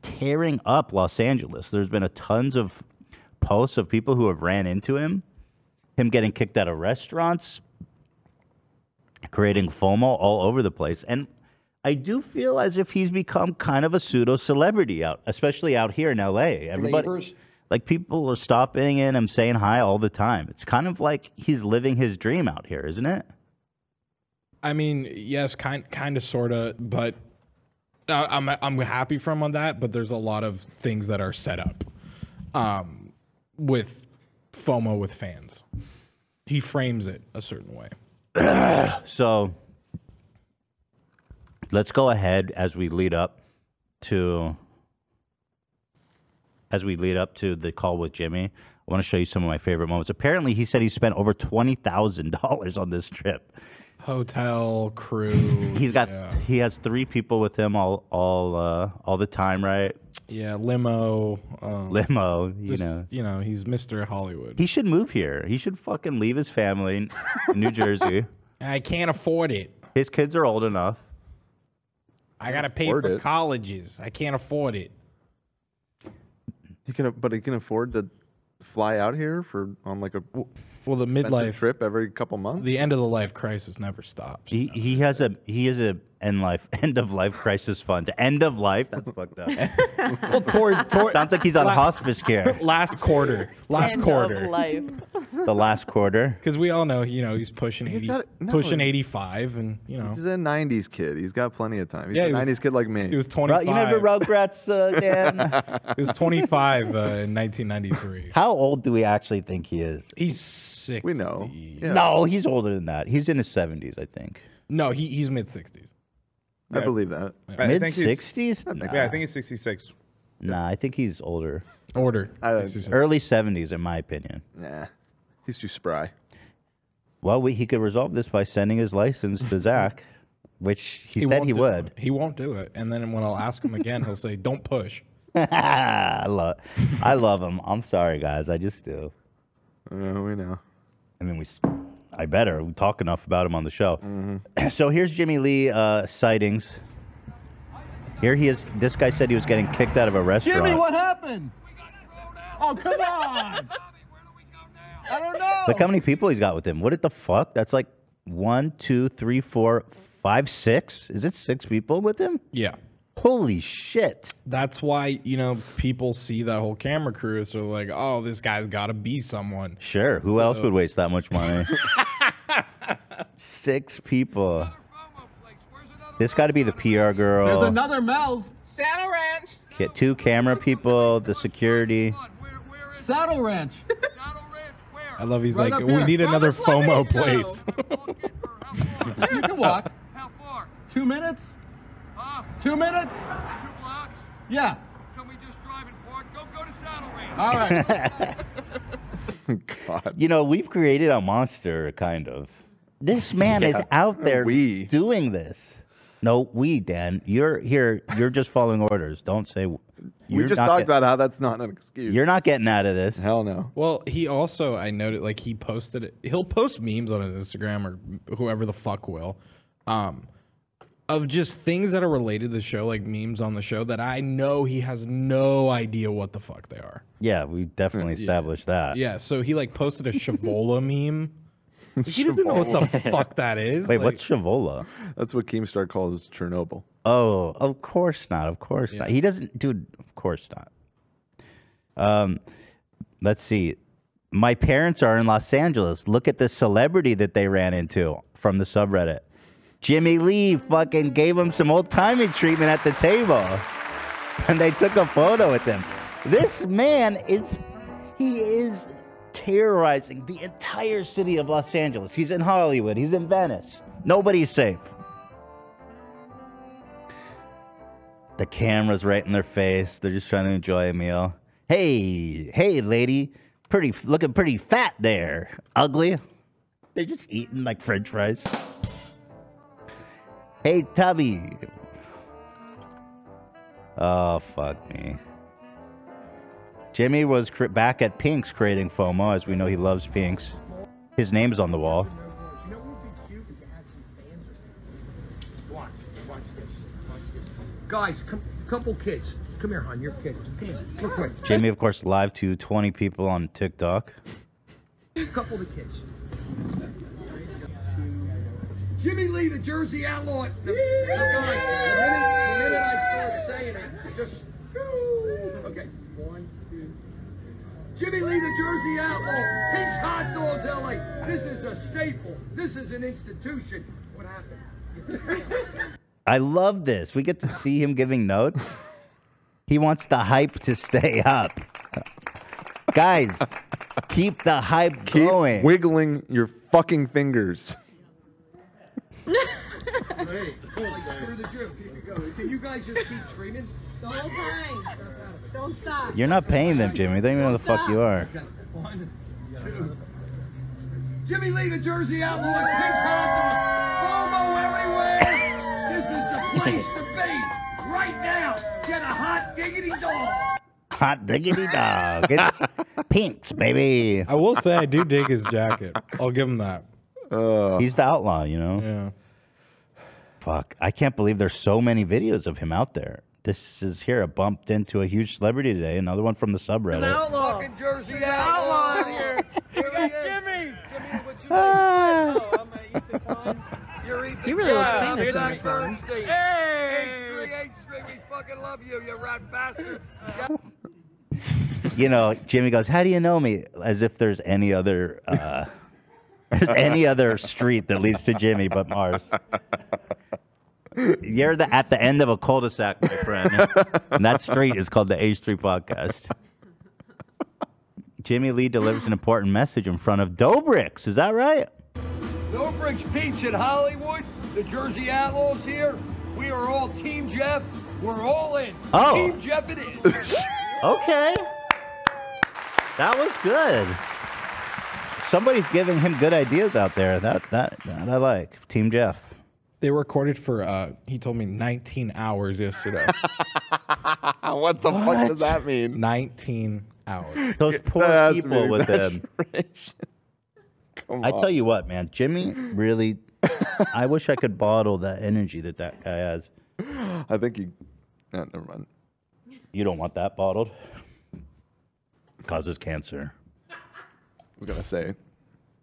tearing up Los Angeles. There's been a tons of posts of people who have ran into him, him getting kicked out of restaurants, creating FOMO all over the place. And I do feel as if he's become kind of a pseudo celebrity out, especially out here in LA. Everybody,
Flavors.
like people are stopping in him, saying hi all the time. It's kind of like he's living his dream out here, isn't it?
I mean, yes, kind kind of sorta, but I, I'm I'm happy for him on that, but there's a lot of things that are set up um with FOMO with fans. He frames it a certain way.
So let's go ahead as we lead up to as we lead up to the call with Jimmy. I want to show you some of my favorite moments. Apparently, he said he spent over twenty thousand dollars on this trip.
Hotel crew.
He's got he has three people with him all all uh, all the time, right?
Yeah, limo.
uh,
Um,
Limo, you
just,
know.
You know, he's Mr. Hollywood.
He should move here. He should fucking leave his family in New Jersey.
I can't afford it.
His kids are old enough.
I gotta pay
Afford
for
it.
colleges. I can't afford it.
He can, but he can afford to fly out here for on like a
well, the
midlife-
trip every couple months.
The end of the life crisis never stops.
He he has a he has a end life end of life crisis fund. End of life. That's fucked up.
well, toward, toward,
Sounds like he's on hospice care.
last quarter. Last
End
quarter.
Of life.
The last quarter.
Because we all know, you know, he's pushing eighty,
not- no,
pushing
he's-
eighty-five, and you know,
He's a '90s kid. He's got plenty of time. He's
Yeah,
a
he was-
'90s kid like me.
he was twenty-five.
Rugrats, uh,
he was twenty-five uh, in nineteen ninety-three.
How old do we actually think he is?
He's six. We know.
No, he's older than that. He's in his seventies, I think.
No, he, he's mid sixties.
I believe that.
I think he's-
Mid-sixties?
Yeah, I
Nah.
think he's 66.
Nah, I think he's older.
Older.
Early seventies, in my opinion.
Nah, he's too spry.
Well, we, he could resolve this by sending his license to Zach, which he, said
won't
he
do
would.
it. He won't do it. And then when I'll ask him again, he'll say, "Don't push."
I love, I love him. I'm sorry, guys. I just do.
we know.
I mean, we. s- I better. We talk enough about him on the show.
Mm-hmm.
So here's Jimmy Lee uh, sightings. Here he is. This guy said he was getting kicked out of a restaurant.
Jimmy, what happened? Oh, come on. I don't know.
Oh.
Look how many people he's got with him. What the fuck? That's like one, two, three, four, five, six. Is it six people with him?
Yeah.
Holy shit.
That's why you know people see that whole camera crew. So like, oh, this guy's got to be someone.
Sure. Who else
So-
would waste that much money? Six people. This got to be the PR
There's
girl,
another Mel's. Saddle Ranch.
ca- two camera people, the security.
Saddle Ranch.
I love. He's
Right
like,
up
we
here.
need
Where
another
the celebrities
FOMO
go?"
place.
you can walk. How far? Two minutes. Two minutes. Two blocks. Yeah. Uh, Can we just drive and park? Go, go to Saddle Ranch. All right.
You know, we've created a monster, kind of. This man is
Yeah.
out there doing this. No, we, Dan. You're here. You're just following orders. Don't say.
We
you're
just
not
talked
get-
about how uh, that's not an excuse.
You're not getting out of this.
Hell no.
Well, he also I noted like he posted it. He'll post memes on his Instagram or whoever the fuck will, um, of just things that are related to the show, like memes on the show that I know he has no idea what the fuck they are.
Yeah, we definitely established
Uh,
that.
Yeah, so he like posted a Shavola meme. He doesn't know what the fuck that is.
Wait,
like,
what's Shavola?
That's what Keemstar calls Chernobyl.
Oh, of course not. Of course not. He doesn't, dude. Of course not. Um, let's see. My parents are in Los Angeles. Look at the celebrity that they ran into from the subreddit. Jimmy Lee fucking gave him some old timey treatment at the table, and they took a photo with him. This man is, he is terrorizing the entire city of Los Angeles. He's in Hollywood. He's in Venice. Nobody's safe. The camera's right in their face. They're just trying to enjoy a meal. Hey, hey, lady, pretty, looking pretty fat there. Ugly. They're just eating like French fries. Hey, tubby. Oh fuck me. Jimmy was cr- back at Pink's creating FOMO, as we know he loves Pink's. His name's on the wall.
Watch, watch this. Watch this. Guys, com- couple kids. Come here, hon. Your kid. Come here, real quick.
Jimmy, of course, live to 20 people on TikTok.
Couple of the kids. Jimmy Lee, the Jersey Outlaw. The, the, guys, the minute, the minute I start saying it, just okay. One, two. Jimmy Lee, the Jersey Outlaw. Pink's Hot Dogs, LA. This is a staple. This is an institution. What happened?
I love this. We get to see him giving notes. He wants the hype to stay up. Guys, keep the hype
Keep
going.
wiggling your fucking fingers.
Hey, screw the drip. Keep it going. Can you guys just keep screaming? The whole time. Don't stop.
You're not paying them, Jimmy. They don't even know the fuck you are.
One, two. Jimmy Lee, the Jersey Outlaw, Pig's Hot Dog, FOMO everywhere. This is the place to be right now. Get a hot diggity dog.
Hot diggity dog. It's pinks, baby.
I will say I do dig his jacket. I'll give him that.
He's the outlaw, you know?
Yeah.
Fuck. I can't believe there's so many videos of him out there. This is here. I bumped into a huge celebrity today. Another one from the subreddit.
outlaw. Fucking Jersey
An
outlaw.
outlaw here.
Jimmy.
Jimmy,
what you
Ah.
like? I'm an Ethan Klein. You're Ethan
He really looks
Klein.
famous
I'm
in this one.
Bernstein.
Hey.
H3, H3, we fucking love you, you rat bastards. Yeah.
You know, Jimmy goes, How do you know me? As if there's any other. Uh, there's any other street that leads to Jimmy but Mars. You're the, at the end of a cul-de-sac, my friend. and that street is called the H3 Podcast. Jimmy Lee delivers an important message in front of Dobricks. Is that right?
Dobrik's Peach in Hollywood. The Jersey Outlaws here. We are all Team Jeff. We're all in.
Oh.
Team Jeff it is.
Okay. That was good. Somebody's giving him good ideas out there. That that, that I like. Team Jeff.
They recorded for uh he told me 19 hours yesterday.
what the fuck does that mean?
19 hours.
Those poor
has to be
people with them.
Come
I tell
on.
you what, man, Jimmy really. I wish I could bottle that energy that that guy has.
I think you. No, never mind.
You don't want that bottled. Causes cancer.
I was gonna say,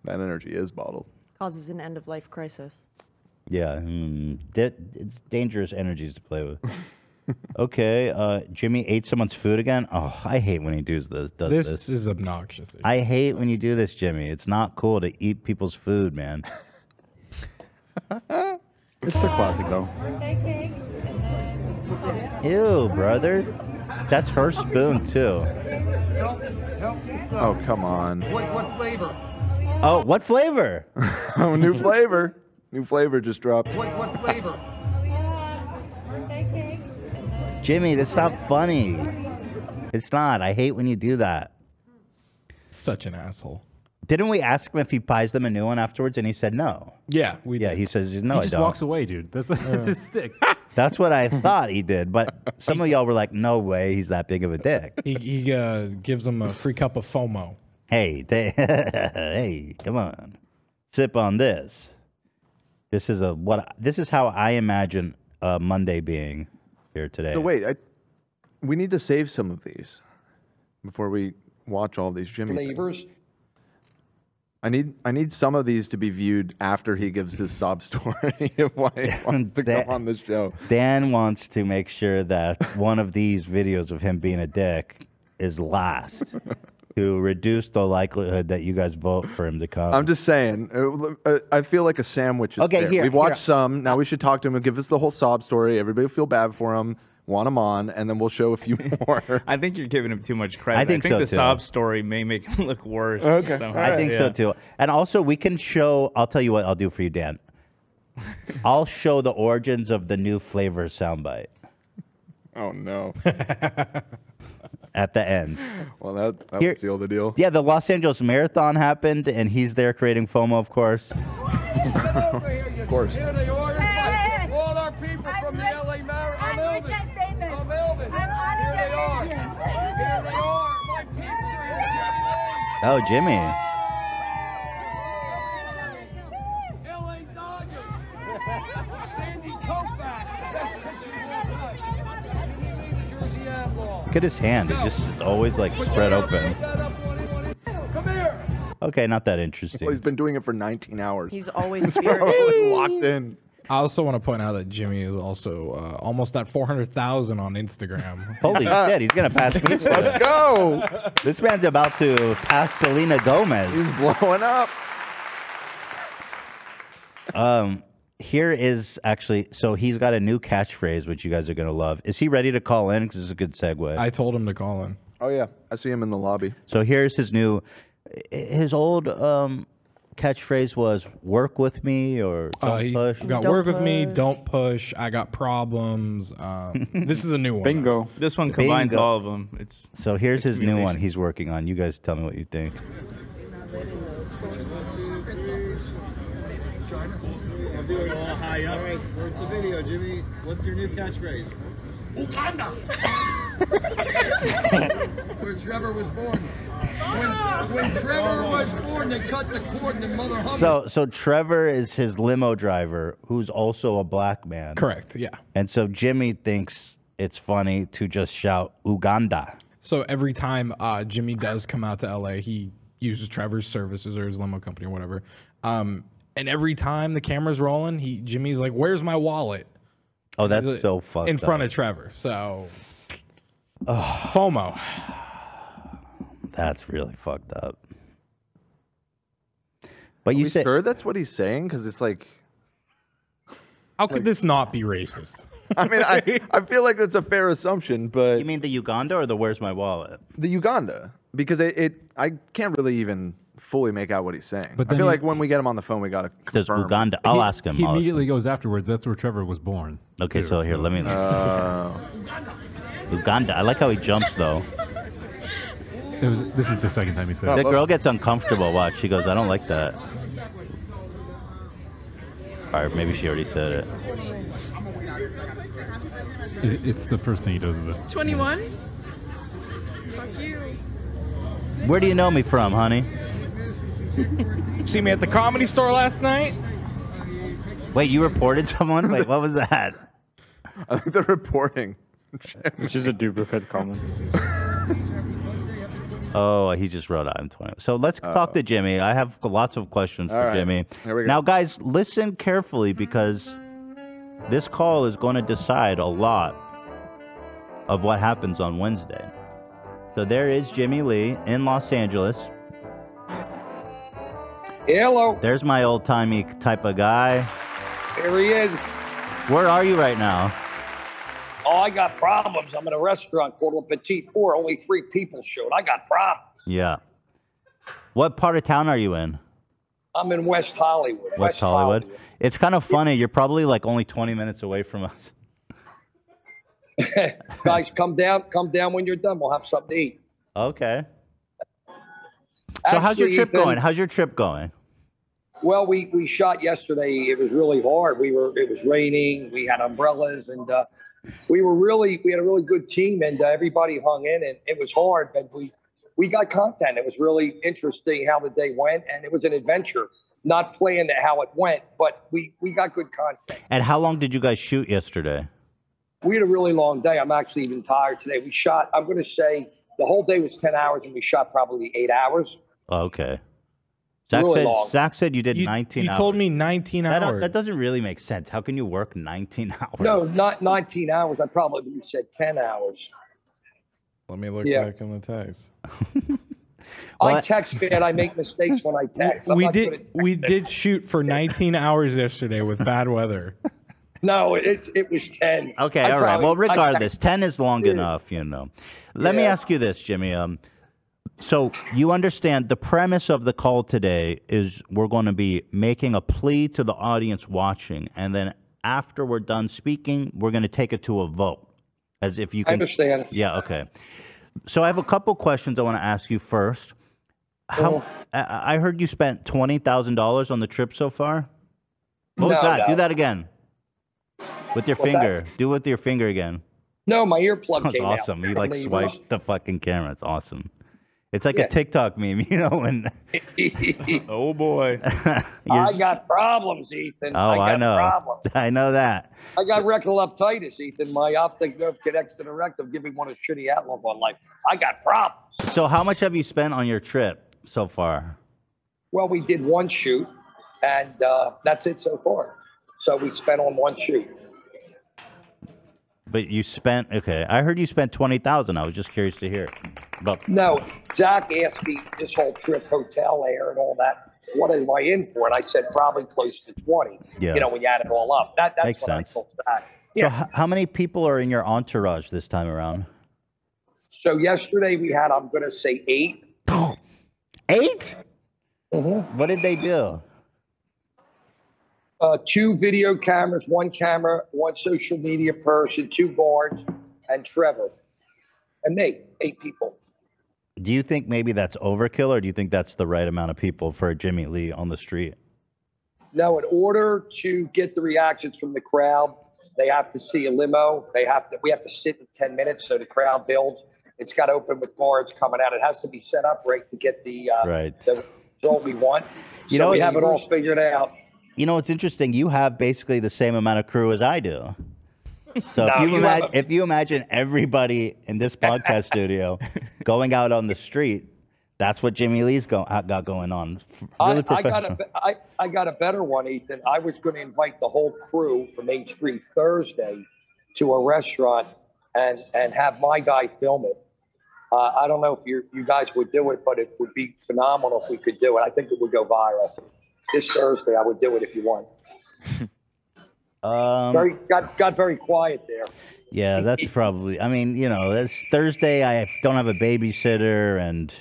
that energy is bottled.
Causes an end of life crisis.
Yeah, mm, da- it's dangerous energies to play with. okay, uh, Jimmy ate someone's food again. Oh, I hate when he does this. Does
This,
this?
is obnoxious.
I hate when you do this, Jimmy. It's not cool to eat people's food, man. it's a classic though.
Birthday cake and then.
Ew, brother. That's her spoon too.
help, help
Oh come on.
What, what flavor?
Oh, what flavor?
oh, new flavor. New flavor just dropped.
What, what flavor?
Uh, Birthday cake and then.
Jimmy, that's not funny. It's not. I hate when you do that.
Such an asshole.
Didn't we ask him if he buys them a new one afterwards, and he said no?
Yeah, we.
Yeah, he says no.
he
I
just
don't.
walks away, dude. That's, that's his stick.
That's what I thought he did, but some of y'all were like, "No way, he's that big of a dick."
He, he uh, gives them a free cup of FOMO.
Hey, they, hey, come on, sip on this. This is a what? This is how I imagine uh, Monday being here today.
So wait, I, we need to save some of these before we watch all these Jimmy things.
Flavors.
I need I need some of these to be viewed after he gives his sob story of why he wants to
That-
come on the show.
Dan wants to make sure that one of these videos of him being a dick is last to reduce the likelihood that you guys vote for him to come.
I'm just saying. uh, uh, I feel like a sandwich is
Okay,
there.
here,
We've watched
here.
some. Now we should talk to him and give us the whole sob story. Everybody will feel bad for him. Want him on, and then we'll show a few more.
I think you're giving him too much credit.
think so,
the
too.
sob story may make him look worse.
Okay.
somehow.
I think so
Yeah.
too. And also, we can show. I'll tell you what I'll do for you, Dan. I'll show the origins of the new flavor soundbite
oh no!
at the end.
Well, that that
Here-
would seal the deal.
Yeah, the Los Angeles Marathon happened, and he's there creating FOMO, of course.
of course.
Here they are.
Hey.
All our people
I'm
from the
rich.
LA Marathon.
I'm rich and famous.
I'm Elvis.
I'm honored
Here they
and
are.
famous.
Here they are. My peeps are here.
Oh, Jimmy.
LA Dodgers. Sandy Koufax. Best pitcher of all time. Jimmy Lee, the Jersey Outlaw.
Look at his hand. It just it's always like spread open.
Come here.
Okay, not that
Well, he's
interesting.
been doing it for 19 hours.
He's always
Probably
spirited.
locked in.
I also want to point out that Jimmy is also uh, almost at 400,000 on Instagram.
Holy shit, he's gonna pass me.
Let's go.
This man's about to pass Selena Gomez.
He's blowing up.
Um, here is actually so he's got a new catchphrase which you guys are gonna love. Is he ready to call in? Because this is a good segue.
I told him to call in.
Oh yeah, I see him in the lobby.
So here's his new, his old um, catchphrase was "Work with me" or
Uh,
"Don't
he's
push."
got work with me. Don't push. I got problems. Um, this is a new one.
Bingo. This one combines
Bingo.
all of them. It's
So here's his new one he's working on. You guys tell me what you think.
I'm doing all high up. What's the video, Jimmy? What's your new catchphrase?
Uganda. Where Trevor was born.
Oh.
When, when Trevor was born, they cut the cord and Mother Hubbard.
So so Trevor is his limo driver, who's also a black man.
Correct, yeah.
And so Jimmy thinks it's funny to just shout Uganda.
So every time uh, Jimmy does come out to LA, he uses Trevor's services or his limo company or whatever. Um, and every time the camera's rolling, he Jimmy's like, "Where's my wallet?"
Oh, that's
He's like-
so fucked
in front
up.
of Trevor. So FOMO.
That's really fucked up. But
Are you we sure that's what he's saying? Because it's like,
how could this not be racist?
I mean, I, I feel like that's a fair assumption, but you
mean the Uganda or the Where's My Wallet?
The Uganda, because it, it I can't really even fully make out what he's saying.
But
I feel
then he-
like when we get him on the phone, we gotta
Says
confirm.
Uganda. I'll ask him.
He
I'll ask
immediately goes afterwards. That's where Trevor was born.
Okay,
too,
so here, let me.
Oh.
Uganda. I like how he jumps though.
It was, this is the second time he said
The
it.
girl gets uncomfortable. Watch. She goes, I don't like that. Or maybe she already said it.
It- It's the first thing he does. With it.
21? Fuck you.
Where do you know me from, honey?
See me at the comedy store last night?
Wait, you reported someone? Wait, what was that?
I think they're reporting.
Which is a duplicate comment.
Oh, he just wrote I'm 20. So let's
Oh.
talk to Jimmy. I have lots of questions
All
for
right.
Jimmy.
Here we go.
Now, guys, listen carefully because this call is going to decide a lot of what happens on Wednesday. So there is Jimmy Lee in Los Angeles.
Hello.
There's my old timey type of guy.
Here he is.
Where are you right now?
Oh, I got problems. I'm at a restaurant called Le Petit Four. Only three people showed. I got problems.
Yeah. What part of town are you in?
I'm in West Hollywood.
West Hollywood. It's kind of funny. You're probably like only 20 minutes away from us.
Guys, come down. Come down when you're done. We'll have something to eat.
Okay. So how's your
Actually,
trip
Ethan-
going? How's your trip going?
Well, we, we shot yesterday. It was really hard. We were it was raining. We had umbrellas, and uh, we were really we had a really good team, and uh, everybody hung in. And it was hard, but we we got content. It was really interesting how the day went, and it was an adventure. Not planned how it went, but we we got good content.
And how long did you guys shoot yesterday?
We had a really long day. I'm actually even tired today. We shot. I'm going to say the whole day was ten hours, and we shot probably eight hours.
Oh, okay. Zach
Really
said
long.
Zach said you did
You-
19
you
hours.
told
me 19
that, don't-
hours.
That doesn't really make sense. How can you work 19 hours?
No, not 19 hours. I probably would've said 10 hours.
Let me look
Yeah.
back in the text.
I text bad. I make mistakes when I text. I'm
we
not good
did
at
we
texting.
did shoot for 19 hours yesterday with bad weather.
No, it's it was ten.
Okay,
I
all right.
probably-
Well,
I
regardless,
text-
10 is long enough, you know. Let me
Yeah.
ask you this, Jimmy. Um, so you understand the premise of the call today is we're going to be making a plea to the audience watching, and then after we're done speaking, we're going to take it to a vote, as if you
I
can.
understand.
Yeah. Okay. So I have a couple questions I want to ask you first. How
Oh.
I, I heard you spent twenty thousand dollars on the trip so far. What was
No,
that?
no.
Do that again. With your
What's that?
finger. Do it with your finger again.
No, my earplug
That's
came out.
awesome. You like
Believe it.
swiped the fucking camera. It's awesome. It's like
Yeah.
a TikTok meme, you know, and
oh boy,
You're
I
s-
got problems, Ethan.
Oh,
I, got
I know.
Problems.
I know that.
I got rectal uptitis, Ethan. My optic nerve connects to the rectum, giving one a shitty outlook on life. I got problems.
So how much have you spent on your trip so far?
Well, we did one shoot, and uh, that's it so far. So we spent on one shoot.
But you spent okay. I heard you spent twenty thousand. I was just curious to hear. But
No, Zach asked me this whole trip, hotel air and all that. What am I in for? And I said probably close to twenty.
Yeah.
You know, when you add it all up, that that's
Makes
what
sense.
I told Zach.
So h- how many people are in your entourage this time around?
So yesterday we had, I'm going to say eight.
Eight?
Mm-hmm.
What did they do?
uh, two video cameras, one camera, one social media person, two guards, and Trevor, and me, eight people.
Do you think maybe that's overkill, or do you think that's the right amount of people for Jimmy Lee on the street?
Now, in order to get the reactions from the crowd, they have to see a limo. They have to. We have to sit in ten minutes so the crowd builds. It's got to open with guards coming out. It has to be set up right to get the uh,
Right.
the result we want.
You
so
know,
we
it's-
have it all figured out.
You know, it's interesting. You have basically the same amount of crew as I do. So
No,
if you,
you
imagine,
have
if you imagine everybody in this podcast studio going out on the street, that's what Jimmy Lee's go- uh, got going on. F- Really
I, I
professional.
got a, be- I, I got a better one, Ethan. I was going to invite the whole crew from Main Street Thursday to a restaurant and, and have my guy film it. Uh, I don't know if you you guys would do it, but it would be phenomenal if we could do it. I think it would go viral. This Thursday, I would do it if you want.
Um,
very got got very quiet there.
Yeah, that's probably. I mean, you know, that's Thursday. I don't have a babysitter, and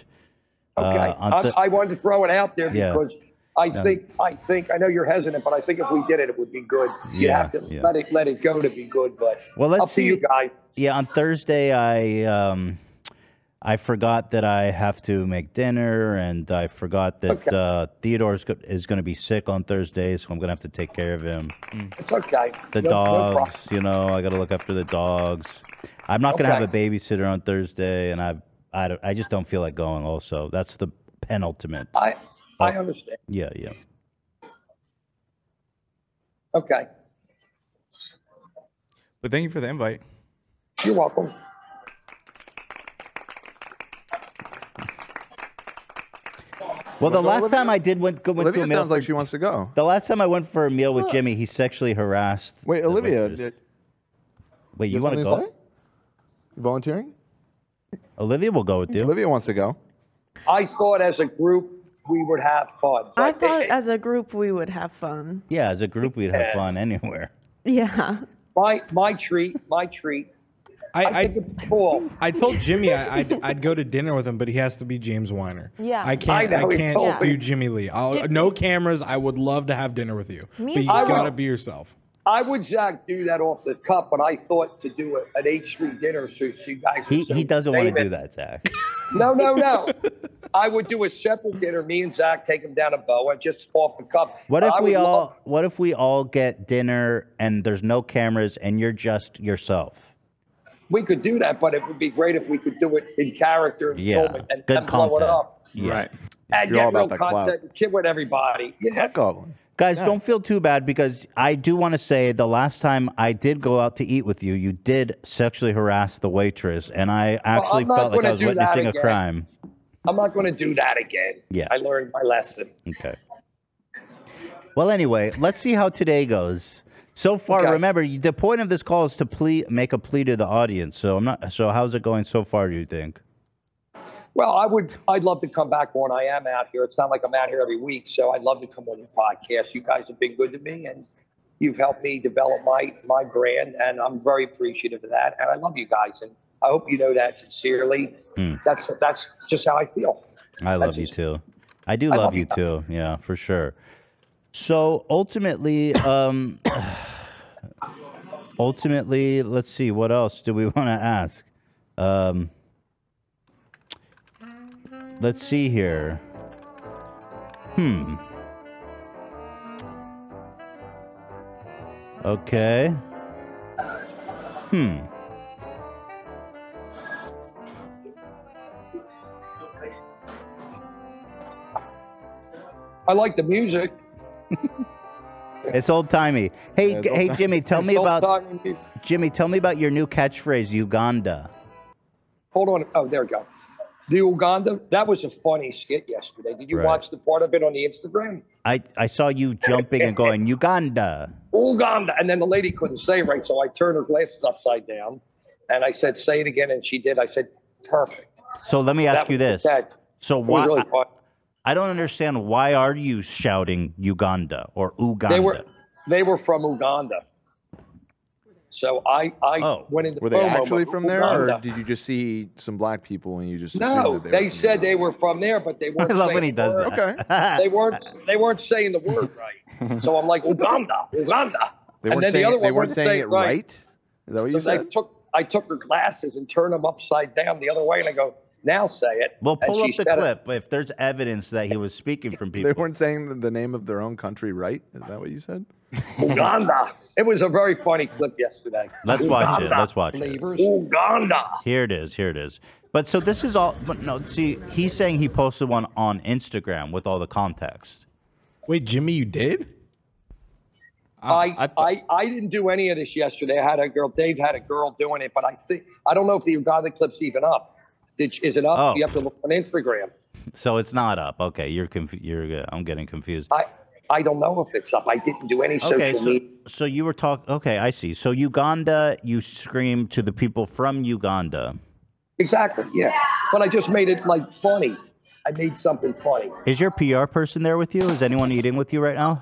uh,
Okay,
on Thu-
I, I wanted to throw it out there
Yeah.
because I
No.
think I think I know you're hesitant, but I think if we did it, it would be good. You
Yeah,
have to
yeah.
let it let it go to be good, but
Well, let's
up to you
see.
guys.
yeah, on Thursday I um, I forgot that I have to make dinner, and I forgot that uh, Theodore is, go- is going to be sick on Thursday, so I'm going to have to take care of him.
It's okay.
Mm. The
No- no problem.
dogs, you know, I got to look after the dogs. I'm not going to have a babysitter on Thursday, and I I don't, I just don't feel like going. Also, that's the penultimate.
I
Oh.
I understand.
yeah yeah.
Okay.
But thank you for the invite.
You're welcome.
Well, the
Olivia-
last time I did went, went to
Olivia
a meal.
sounds like
for-
she wants to go.
The last time I went for a meal with Jimmy, he sexually harassed.
Wait,
the
Olivia,
waitress.
did-
Wait, you
have
want to
something
go?
You volunteering?
Olivia will go with you.
Olivia wants to go.
I thought as a group we would have fun.
I
but
thought as a group we would have fun.
Yeah, as a group, we'd have fun anywhere.
Yeah.
My my treat, my treat.
I,
I think it's cool.
I told Jimmy I, I'd, I'd go to dinner with him, but he has to be James Weiner.
Yeah.
I can't.
I
I,
know, he
can't
told
do
me.
Jimmy Lee. I'll,
Did-
no cameras. I would love to have dinner with you, but
Me
you
as well.
gotta be yourself.
I would Zach do that off the cuff, but I thought to do a, an H three dinner so you guys.
He, he doesn't want to do
David.
that, Zach.
No, no, no. I would do a separate dinner. Me and Zach take him down to Boa just off the cuff.
What
But
if
I
we
would
all?
love-
what if we all get dinner and there's no cameras and you're just yourself?
we could do that, but it would be great if we could do it in character and
Yeah,
film it and,
good
and blow it
content.
up.
Yeah.
Right. And
You're all
get real
about that clout.
content and kid with everybody. Yeah.
Guys,
Yeah.
don't feel too bad because I do want to say the last time I did go out to eat with you, you did sexually harass the waitress, and I actually
I'm not
felt like I
gonna
was
do that
witnessing a
again.
crime.
I'm not going to do that again.
Yeah.
I learned my lesson.
Okay. Well, anyway, let's see how today goes. So far, remember you- the point of this call is to plea, make a plea to the audience. So I'm not. So how's it going so far? Do you think?
Well, I would. I'd love to come back when I am out here. It's not like I'm out here every week, so I'd love to come on your podcast. You guys have been good to me, and you've helped me develop my my brand, and I'm very appreciative of that. And I love you guys, and I hope you know that sincerely.
Hmm.
That's that's just how I feel.
I love you too. I do love, you too. Yeah, for sure. So ultimately, um, ultimately, let's see what else do we want to ask. Um, let's see here. Hmm. Okay. Hmm.
I like the music.
It's old timey. Hey,
Yeah, it's
g- hey,
old-timey.
Jimmy, tell
It's
me about
old-timey music.
Jimmy. Tell me about your new catchphrase, Uganda.
Hold on. Oh, there we go. The Uganda. That was a funny skit yesterday. Did you
Right.
watch the part of it on the Instagram?
I I saw you jumping and going Uganda.
Uganda. And then the lady couldn't say it right. So I turned her glasses upside down and I said, say it again. And she did. I said, perfect.
So let me ask
That
you
was the
this.
catch.
So
It was
why?
really
I, I don't understand. Why are you shouting Uganda or Uganda?
They were they were from Uganda. So I, I went into
Oh, Were they
promo
actually
mode.
from there, or
Oh, Uganda.
did you just see some black people and you just
No,
assumed that
they said they were from there, but they weren't.
love
saying
when he
the
does
word.
that.
they weren't. They weren't saying the word right. So I'm like Uganda, Uganda.
They
and
weren't
then the
saying-
other
they
one
weren't
wouldn't
saying
say
it right? Is that what
so
you
I
said?
took I took her glasses and turned them upside down the other way, and I go, now say it.
Well,
And she
pull up the
said it.
clip if there's evidence that he was speaking from
They
people.
weren't saying the- the name of their own country right. Is that what you said?
Uganda. It was a very funny clip yesterday.
Let's watch it.
Uganda.
Let's watch it.
Uganda.
Here it is. Here it is. But so this is all. But no, see, he's saying he posted one on Instagram with all the context.
Wait, Jimmy, you did?
I, I, I, didn't do any of this yesterday. I had a girl, Dave had a girl doing it, but I think I don't know if the Uganda clip's even up. Did, is it up?
Oh.
You have to look on Instagram.
So it's not up. Okay, you're conf- you're. uh, I'm getting confused.
I I don't know if it's up. I didn't do any social
Okay, so,
media.
so you were talking. Okay, I see. So Uganda, you screamed to the people from Uganda.
Exactly. Yeah. But I just made it like funny. I made something funny.
Is your PR person there with you? Is anyone eating with you right now?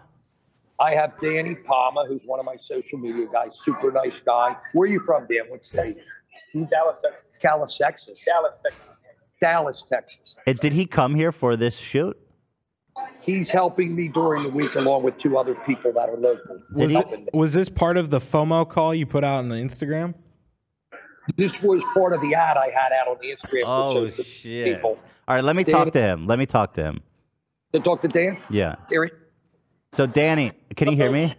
I have Danny Palmer, who's one of my social media guys, super nice guy. Where are you from, Dan? What state? Dallas, Texas. Dallas, Texas. Dallas, Texas. Dallas, Texas.
Uh, did he come here for this shoot?
He's helping me during the week along with two other people that are local.
Was, it- was this part of the FOMO call you put out on the Instagram?
This was part of the ad I had out on the Instagram for social people.
All right, let me talk to him. Let me talk to him.
To talk to Dan?
Yeah.
Eric,
So Danny, can you hear me?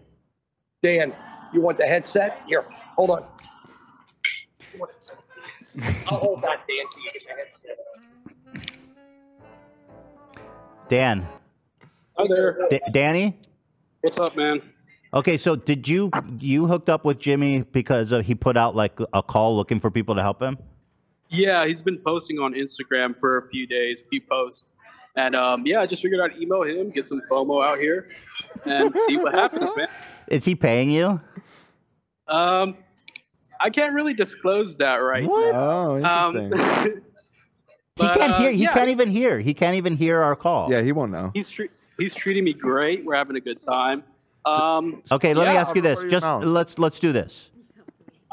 Dan, you want the headset? Here, hold on. I'll hold that, Dan. so you get the headset.
Dan.
Hi there.
D- Danny?
What's up, man?
Okay, so did you you hooked up with Jimmy because of, he put out like a call looking for people to help him?
Yeah, he's been posting on Instagram for a few days, a few posts. And um, yeah, I just figured I'd email him, get some FOMO out here, and see what happens, man.
Is he paying you?
Um, I can't really disclose that right
What?
now.
Oh,
interesting.
he can't hear. He
uh, yeah,
can't even hear. He can't even hear our call.
Yeah, he won't know.
he's, tre- he's treating me great. We're having a good time. Um,
Okay, let me
yeah.
ask you this.
Oh.
Just let's let's do this.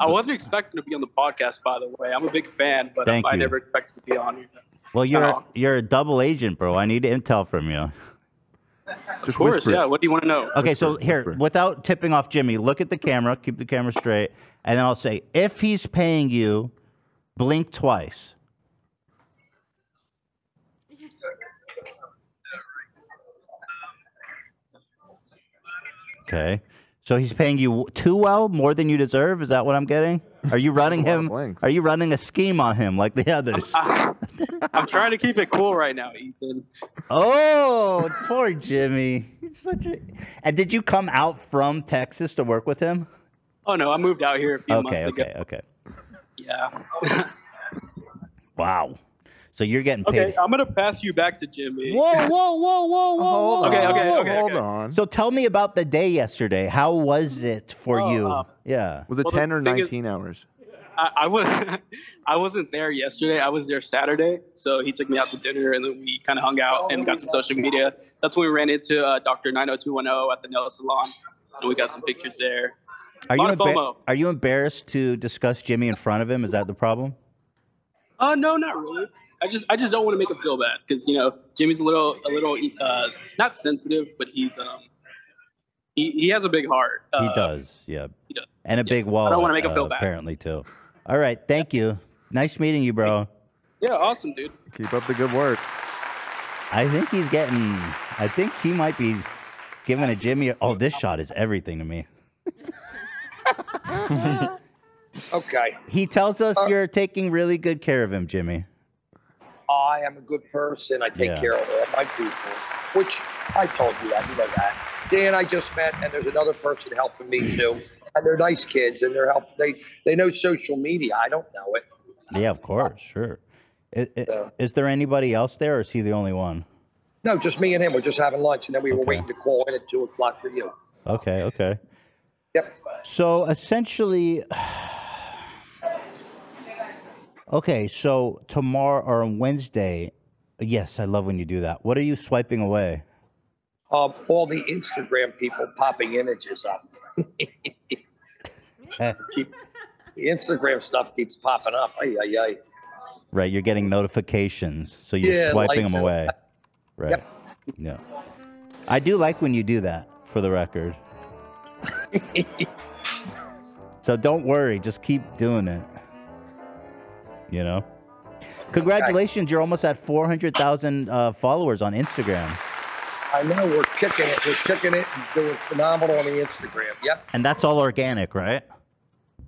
I wasn't expecting to be on the podcast, by the way. I'm a big fan, but um,
Thank
I
you.
never expected to be on here.
Well, you're you're a double agent, bro. I need intel from you.
Of course, yeah. What do you want to know?
Okay, so here, without tipping off Jimmy, look at the camera, keep the camera straight, and then I'll say, if he's paying you, blink twice. Okay. So he's paying you too well, more than you deserve. Is that what I'm getting? Are you running him? Are you running a scheme on him like the others?
I'm trying to keep it cool right now, Ethan.
Oh, poor Jimmy. He's such a. And did you come out from Texas to work with him?
Oh no, I moved out here a few
Okay,
months ago.
okay, okay.
Yeah.
Wow. So you're getting paid.
okay, I'm gonna pass you back to Jimmy.
Whoa, whoa, whoa, whoa, whoa, whoa.
Okay, okay,
whoa,
okay. okay.
on. So tell me about the day yesterday. How was it for
Oh,
you?
um,
yeah.
Was it Well, the 10 or thing is- 19
hours?
I, I was I wasn't there yesterday. I was there Saturday, so he took me out to dinner, and then we kind of hung out and got some social media. That's when we ran into uh, Doctor 90210 at the nail salon, and we got some pictures there.
Are you
lot of
embar-
FOMO.
are you embarrassed to discuss Jimmy in front of him? Is that the problem?
Uh, no, not really. I just I just don't want to make him feel bad because you know Jimmy's a little a little uh, not sensitive, but he's um he, he has a big heart. Uh,
he does. Yeah.
he does.
And a big wall.
I don't wanna make him feel bad.
Apparently too. All right. Thank you. Nice meeting you, bro.
Yeah, awesome, dude.
Keep up the good work.
I think he's getting. I think he might be giving a Jimmy. Oh, this shot is everything to me.
Okay.
He tells us you're taking really good care of him, Jimmy.
I am a good person. I take
Yeah.
care of all my people, which I told you that. You know that. Dan, I just met, and there's another person helping me too. And they're nice kids, and they're help. They they know social media. I don't know it.
Yeah, of course, sure. I- I- Is, there anybody else there, or is he the only one?
No, just me and him. We're just having lunch, and then we were waiting to call in at two o'clock for you.
Okay, okay.
Yep.
So essentially, okay. So tomorrow or on Wednesday, yes, I love when you do that. What are you swiping away?
Um, all the Instagram people popping images up. keep, the Instagram stuff keeps popping up. Ay, ay, ay.
Right, you're getting notifications, so you're
Yeah,
swiping
lights
them
and-
away. Right. Yeah. I do like when you do that, for the record. so don't worry, just keep doing it. You know? Congratulations, you're almost at 400,000 uh, followers on Instagram.
I know we're kicking it. We're kicking it and doing phenomenal on the Instagram. Yep.
And that's all organic, right?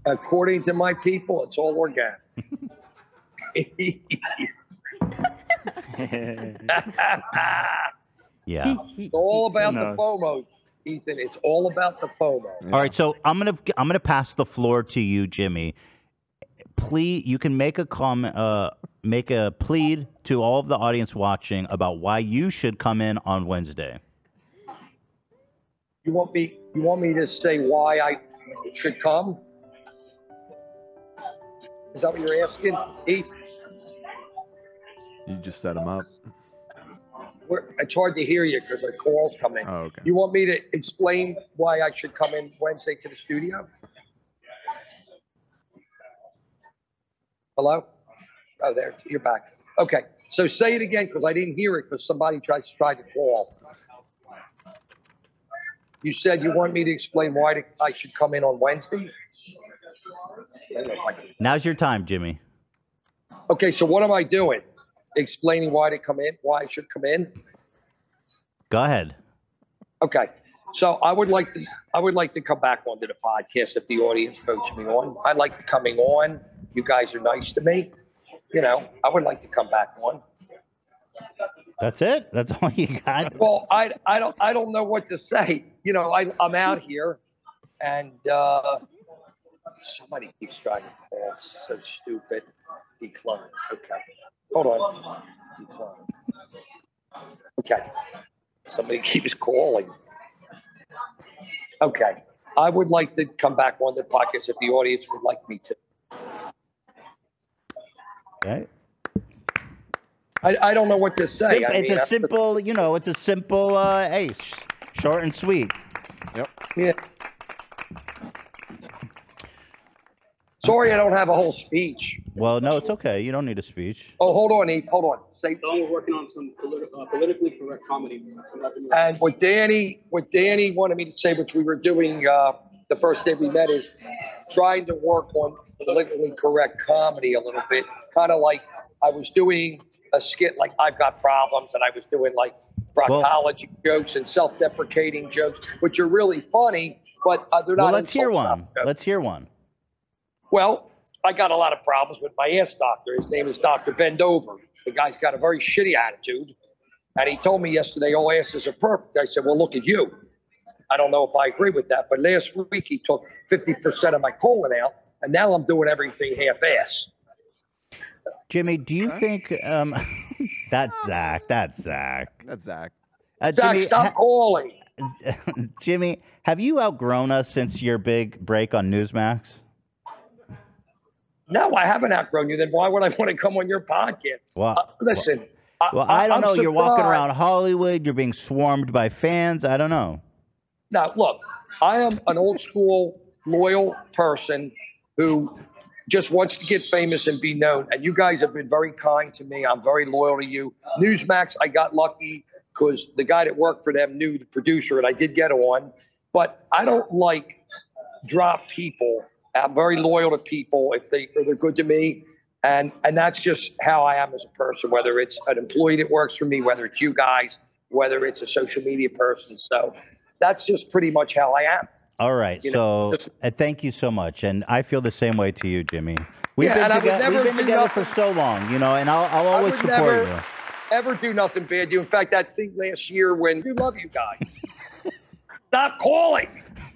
According to my people, it's all organic.
Yeah.
It's all about
No.
the FOMO, Ethan. It's all about the FOMO.
All right, so I'm gonna I'm gonna pass the floor to you, Jimmy. Please, you can make a comment, uh, make a plead to all of the audience watching about why you should come in on Wednesday.
You want me? You want me to say why I should come? Is that what you're asking, Heath?
You just set him up.
We're, it's hard to hear you because the calls come in.
Oh, okay.
You want me to explain why I should come in Wednesday to the studio? Hello? Oh, there, you're back. Okay, so say it again because I didn't hear it because somebody tried, tried to call. You said you want me to explain why to- I should come in on Wednesday? I don't know if I can-
Now's your time, Jimmy.
Okay, so what am I doing? Explaining why to come in, why I should come in?
Go ahead.
Okay. So I would like to I would like to come back onto the podcast if the audience votes me on. I like coming on. You guys are nice to me. You know, I would like to come back on.
That's it. That's all you got.
Well, I I don't I don't know what to say. You know, I I'm out here and uh somebody keeps trying to call. So stupid. Decline. Okay. Hold on. Decline. Okay. Somebody keeps calling. Okay. I would like to come back on the podcast if the audience would like me to.
Right?
I, I don't know what to say.
Simp-
I
it's
mean,
a
I-
simple, you know, it's a simple uh, hey, sh short and sweet.
Yep.
Yeah. Sorry, I don't have a whole speech.
Well, no, it's okay. You don't need a speech.
Oh, hold on, Eve. Hold on. Say,
we're working on some politi- uh, politically correct comedy.
And what Danny, what Danny wanted me to say, which we were doing uh, the first day we met, is trying to work on politically correct comedy a little bit. Kind of like I was doing a skit like I've got problems, and I was doing like proctology jokes and self-deprecating jokes, which are really funny, but uh, they're not.
Well, let's hear
insults.
one. Let's hear one.
Well, I got a lot of problems with my ass doctor. His name is Dr. Bendover. The guy's got a very shitty attitude. And he told me yesterday, all asses are perfect. I said, well, look at you. I don't know if I agree with that, but last week he took 50% of my colon out, and now I'm doing everything half ass.
Jimmy, do you think um, that's Zach? That's Zach.
That's Zach.
Uh,
Ah. Zach,
Jimmy,
stop calling.
Jimmy, have you outgrown us since your big break on Newsmax?
No, I haven't outgrown you. Then why would I want to come on your podcast?
Well,
Uh, listen.
well, I don't
I'm
know. You're walking
surprised.
around Hollywood. You're being swarmed by fans. I don't know.
Now, look, I am an old school, loyal person who just wants to get famous and be known. And you guys have been very kind to me. I'm very loyal to you. Newsmax, I got lucky because the guy that worked for them knew the producer, and I did get on. But I don't like drop people. I'm very loyal to people if they if they're good to me, and and that's just how I am as a person. Whether it's an employee that works for me, whether it's you guys, whether it's a social media person. So that's just pretty much how I am.
All right.
You
so
know,
uh, thank you so much, and I feel the same way to you, Jimmy. We've
Yeah,
been,
and I would
together,
never
we've been
do
together
nothing-
for so long, you know, and I'll, I'll always
would
support
never-
you.
Ever do nothing bad to you? In fact, that thing last year when we love you guys. Stop calling.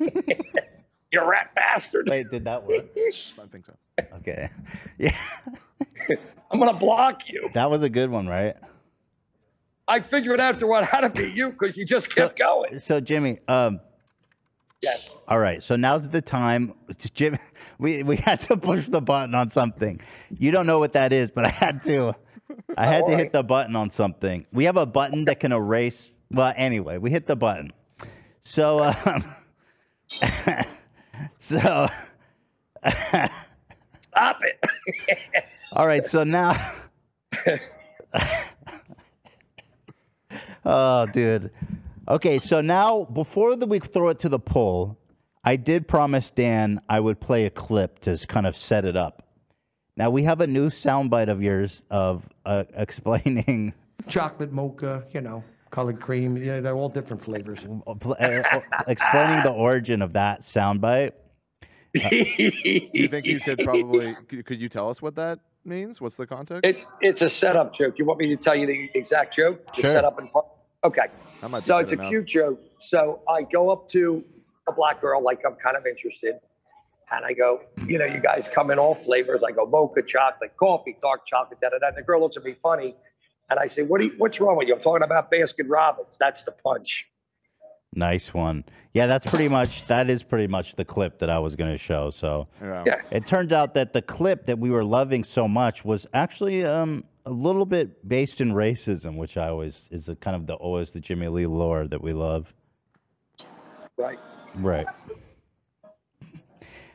you rat bastard.
Wait, did that work?
I think so.
Okay. Yeah,
I'm gonna block you.
that was a good one, right?
I figured after what how to beat you because you just kept going.
So, Jimmy, um,
Yes.
All right, so now's the time, Jim. We we had to push the button on something. You don't know what that is, but I had to. I had to hit the button on something. We have a button that can erase. Well, anyway, we hit the button. So, um, so
Stop it.
All right, so now. oh, dude. Okay, so now before the, we throw it to the poll, I did promise Dan I would play a clip to s- kind of set it up. Now we have a new soundbite of yours of uh, explaining.
Chocolate mocha, you know, colored cream. Yeah, they're all different flavors. And
pl- uh, uh, explaining the origin of that soundbite. Uh,
you think you could probably c- could you tell us what that means? What's the context?
It, it's a setup joke. You want me to tell you the exact joke? The
Sure.
setup and part? Okay.
That might be
So
good
it's a
enough.
cute joke. So I go up to a black girl, like I'm kind of interested. And I go, you know, you guys come in all flavors. I go mocha, chocolate, coffee, dark chocolate, da da da. And the girl looks at me funny. And I say, what do you, what's wrong with you? I'm talking about Baskin Robbins. That's the punch.
Nice one. Yeah, that's pretty much that is pretty much the clip that I was going to show. So
Yeah.
it turns out that the clip that we were loving so much was actually um, a little bit based in racism, which I always is the kind of the always the Jimmy Lee lore that we love.
Right.
Right.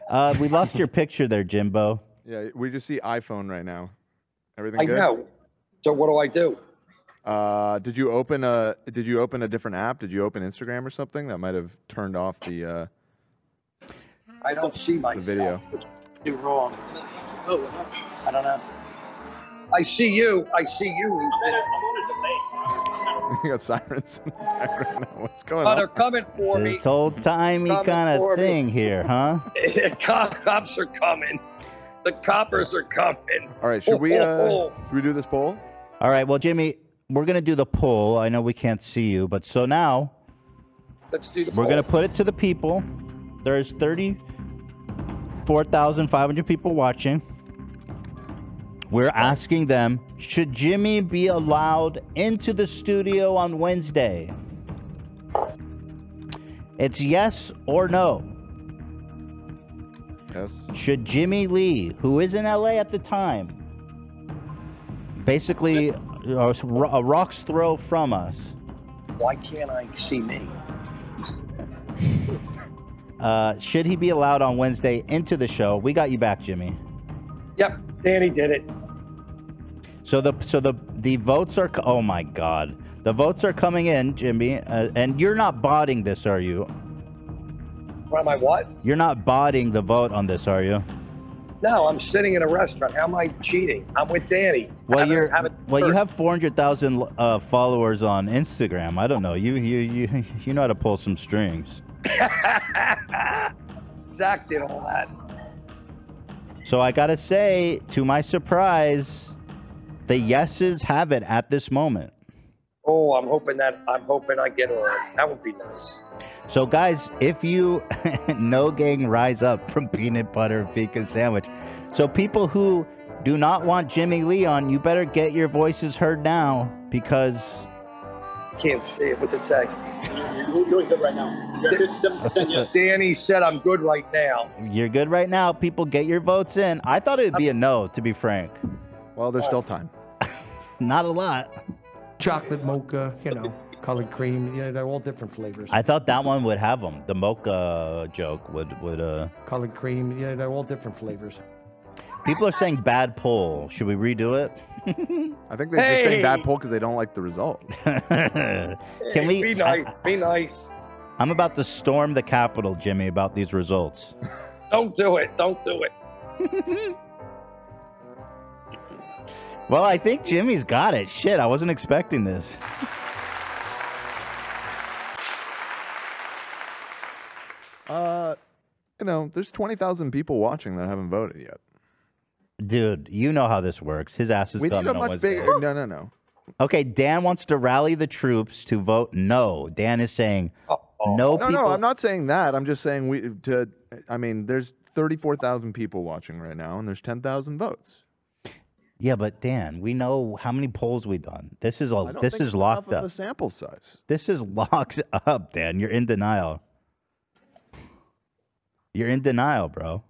Uh, we lost your picture there, Jimbo.
Yeah, we just see iPhone right now. Everything
I
good?
know. So what do I do?
Uh, did you open a Did you open a different app? Did you open Instagram or something that might have turned off the uh,
I don't see
the
myself.
video?
You're wrong. I don't know. I see you. I see you. Ethan.
you got sirens in the background. Now. What's going
Oh,
on?
they're coming for me.
This old timey
Coming
kind
for
of
me.
thing here, huh?
Cop- Cops are coming. The coppers are coming. Oh,
All right, should we uh, should we do this poll?
All right. Well, Jimmy, we're gonna do the poll. I know we can't see you, but so now
Let's do the
We're gonna put it to the people. There's thirty-four thousand five hundred people watching. We're asking them: Should Jimmy be allowed into the studio on Wednesday? It's yes or no.
Yes.
Should Jimmy Lee, who is in LA at the time, basically a s- a rock's throw from us,
Why can't I see me?
Uh, should he be allowed on Wednesday into the show? We got you back, Jimmy.
Yep, Danny did it.
So the so the the votes are co- oh my god, the votes are coming in, Jimmy, uh, and you're not botting this, are you?
What am I? What?
You're not botting the vote on this, are you?
No, I'm sitting in a restaurant. How am I cheating? I'm with Danny.
Well,
Having-
you're
having-
well, you have four hundred thousand uh, followers on Instagram. I don't know. You you you you know how to pull some strings.
Zach did all that.
So I gotta say, to my surprise, the yeses have it at this moment.
Oh, I'm hoping that I'm hoping I get on. That would be nice.
So, guys, if you no gang rise up from peanut butter pecan sandwich, so people who do not want Jimmy Lee on, you better get your voices heard now because
Can't see it. What did it say?
You're doing good right now. You're at 57% yes.
Danny said I'm good right now.
you're good right now. People, get your votes in. I thought it would be a no, to be frank.
Well, there's still time.
Not a lot.
Chocolate mocha, you know, colored cream. Yeah, they're all different flavors.
I thought that one would have them. The mocha joke would would uh.
Colored cream. Yeah, they're all different flavors.
People are saying bad poll. Should we redo it?
I think they're just saying bad
Hey!
poll because they don't like the result.
Can we?
Be nice. be nice.
I'm about to storm the Capitol, Jimmy, about these results.
Don't do it. Don't do it.
Well, I think Jimmy's got it. Shit, I wasn't expecting this.
Uh, you know, there's twenty thousand people watching that haven't voted yet.
Dude, you know how this works. His ass is
We need
coming
a
on
much
Wednesday.
bigger. No, no, no.
Okay, Dan wants to rally the troops to vote no. Dan is saying no
no,
people.
no. I'm not saying that. I'm just saying we. To, I mean, there's thirty-four thousand people watching right now, and there's ten thousand votes.
Yeah, but Dan, we know how many polls we've done. This is
I
all.
don't
This
think
is
it's enough
locked
of
up.
a sample size.
This is locked up, Dan. You're in denial. You're in denial, bro.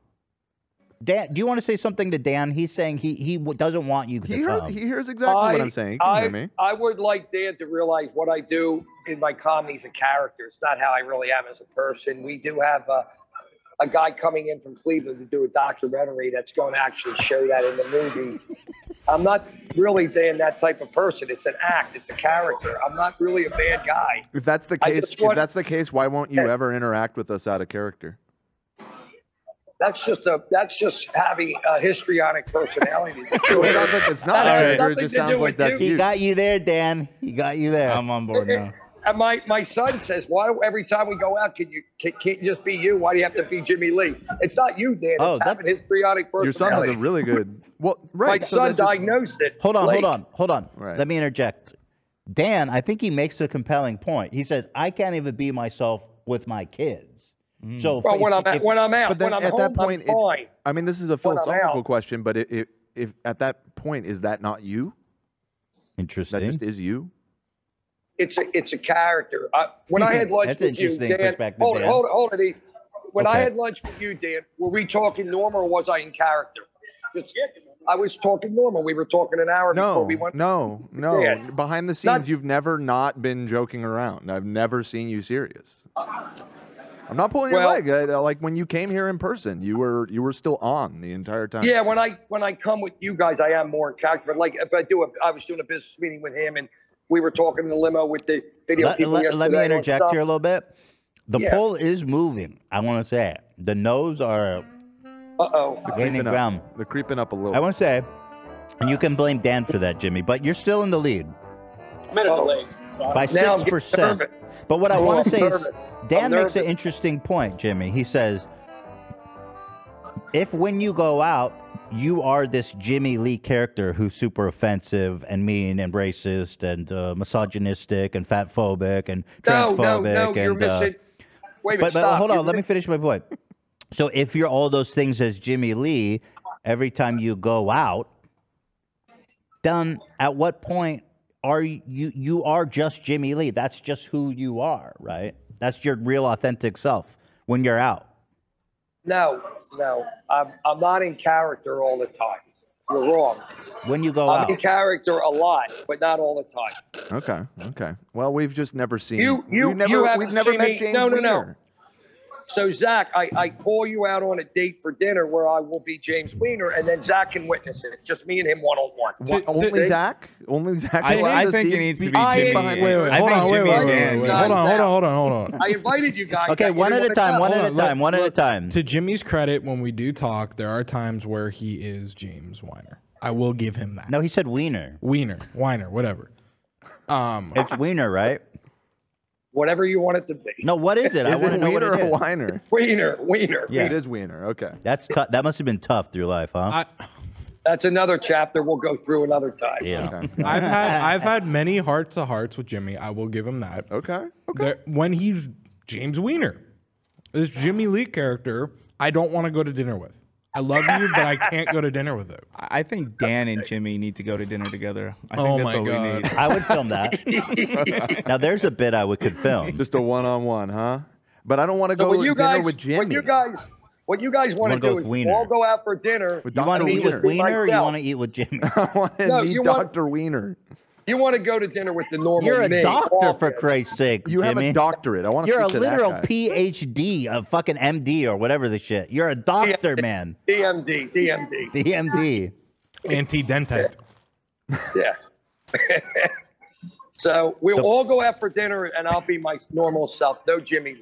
Dan, do you want to say something to Dan? He's saying he he w- doesn't want you to
He heard-
come.
he hears exactly what I'm saying. He can
Um, I,
hear me.
I would like Dan to realize what I do in my comedy is a character. It's not how I really am as a person. We do have a, a guy coming in from Cleveland to do a documentary that's going to actually show that in the movie. I'm not really Dan that type of person. It's an act. It's a character. I'm not really a bad guy.
If that's the
I
case,
just want-
if that's the case, why won't you ever interact with us out of character?
That's just a. That's just having a histrionic personality.
it sounds like it's not
That has
a character. It
nothing
just
to do
sounds
with
like that's
you.
you.
you there, Dan. He got you there.
I'm on board now.
And my, my son says, why do- every time we go out, can you can, can't you just be you? Why do you have to be Jimmy Lee? It's not you, Dan.
Oh,
It's having histrionic personality.
Your son has a really good. Well, right.
my
so
son
that just-
diagnosed it.
Hold on,
late.
hold on, hold on. Let me interject. Dan, I think he makes a compelling point. He says, I can't even be myself with my kids. So if-
Well, when I'm
if-
at, when I'm out,
But then
when I'm
at
home,
that point,
I'm
it-
fine.
I mean, this is a
When I'm
philosophical
out.
question, but if, if at that point is that not you?
Interesting.
That just is you.
It's a it's a character. I, when I had lunch
That's
with you,
interesting
Dan,
perspective,
hold it,
Dan.
hold it, hold it. Eve. When I
Okay.
had lunch with you, Dan, were we talking normal or was I in character? Just- I was talking normal. We were talking an hour before
No,
we went.
no, no.
Yeah.
Behind the scenes, you've never not been joking around. I've never seen you serious. I'm not pulling
Well-
your leg. I, I- like when you came here in person, you were you were still on the entire time.
Yeah, when I when I come with you guys, I am more in character. But like if I do, a, I was doing a business meeting with him, and we were talking in the limo with the video
let,
people.
let- let me
yesterday and
interject
stuff.
here a little bit. The
Yeah.
poll is moving. I want to say it. the no's are
Uh oh.
They're
gaining
creeping up.
ground.
They're creeping up a little.
I want to say, and you can blame Dan for that, Jimmy, but you're still in the lead
I'm minutes late. so-
by
Now I'm
six
getting
percent.
nervous.
But what I
Oh,
want to
I'm
say is,
nervous.
Dan
I'm
makes an
nervous.
interesting point, Jimmy. He says, if when you go out, you are this Jimmy Lee character who's super offensive and mean and racist and uh, misogynistic and fat phobic and
No, no,
transphobic
no.
and
You're
uh,
missing. Wait a minute.
but, but
stop.
hold
You're
on, let me finish my point. So if you're all those things as Jimmy Lee, every time you go out, then at what point are you you are just Jimmy Lee? That's just who you are, right? That's your real authentic self when you're out.
No, no, I'm, I'm not in character all the time. You're wrong.
When you go
I'm
out.
in character a lot, but not all the time.
Okay, okay. Well, we've just never seen
You, you,
we've never,
you haven't
we've never
seen
met
me.
James
no, no, no.
Weiner.
So Zach, I, I call you out on a date for dinner where I will be James Weiner, and then Zach can witness it. Just me and him one on
Wha-
one.
only Zach. Only Zach.
I,
allowed
I
to
think
see
it needs to be
behind-
Jimmy.
behind-
Wait, wait,
I
hold
think
on, wait,
Jimmy
wait, wait,
Dan
wait, wait.
would-
Hold on, hold on, hold on, hold on.
I invited you guys.
Okay,
Zach, you
one
didn't
at
wanna
a time,
come.
one at a
Hold on,
time, one at a time.
To Jimmy's credit, when we do talk, there are times where he is James Weiner. I will give him that.
No, he said Wiener.
Weiner, Weiner, whatever. Um,
It's Wiener, right?
Whatever you want it to be.
No, what is it?
Is
I want to
it
know what
Wiener
it
or
is.
Weiner?
Weiner, Weiner.
Yeah.
It is Wiener. Okay.
That's tou- that must have been tough through life, huh?
I,
That's another chapter we'll go through another time.
yeah.
I've had I've had many heart to hearts with Jimmy. I will give him that.
Okay.
There- when he's James Weiner, this Jimmy Lee character, I don't want to go to dinner with. I love you, but I can't go to dinner with it.
I I think Dan and Jimmy need to go to dinner together. I think
Oh
that's
my
what we
God.
need.
I would film that. now there's a bit I would could film.
Just a one-on-one, huh? But I don't want to
So
go
what
to
you
dinner
guys,
with Jimmy.
what you guys, what you guys want to
wanna go
do
with
is
Wiener.
all go out for dinner.
With
You want to
Dr.
eat with
Wiener.
Wiener or you
Myself.
want to eat with Jimmy?
I want to
No,
meet
you want-
Dr. Wiener.
You want to go to dinner with the normal
You're
me,
a doctor,
Paul.
for Christ's sake,
You have
Jimmy.
a doctorate. I want to
You're a
speak to that
literal
guy.
PhD, a fucking MD or whatever the shit. You're a doctor, man.
DMD, DMD.
E DMD.
Anti dentate.
Yeah. so we'll all go out for dinner, and I'll be my normal self. No Jimmy Lee.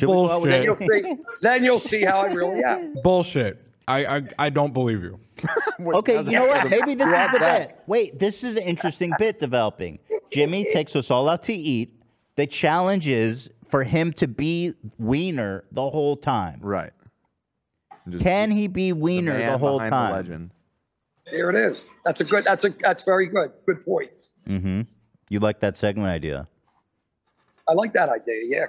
Then you'll
Bullshit.
see. then you'll see how I really am.
Bullshit. I, I I don't believe you.
Wait,
Okay,
now
you know
that-
what? Maybe this is
Drop
the
that.
bit. Wait, this is an interesting bit developing. Jimmy takes us all out to eat. The challenge is for him to be Wiener the whole time.
Right. Just
Can he be
the
Wiener the,
man
whole
behind The
time?
legend.
There it is. That's a good. That's a. That's very good. Good point.
mm-hmm. You like that segment idea?
I like that idea. Yeah.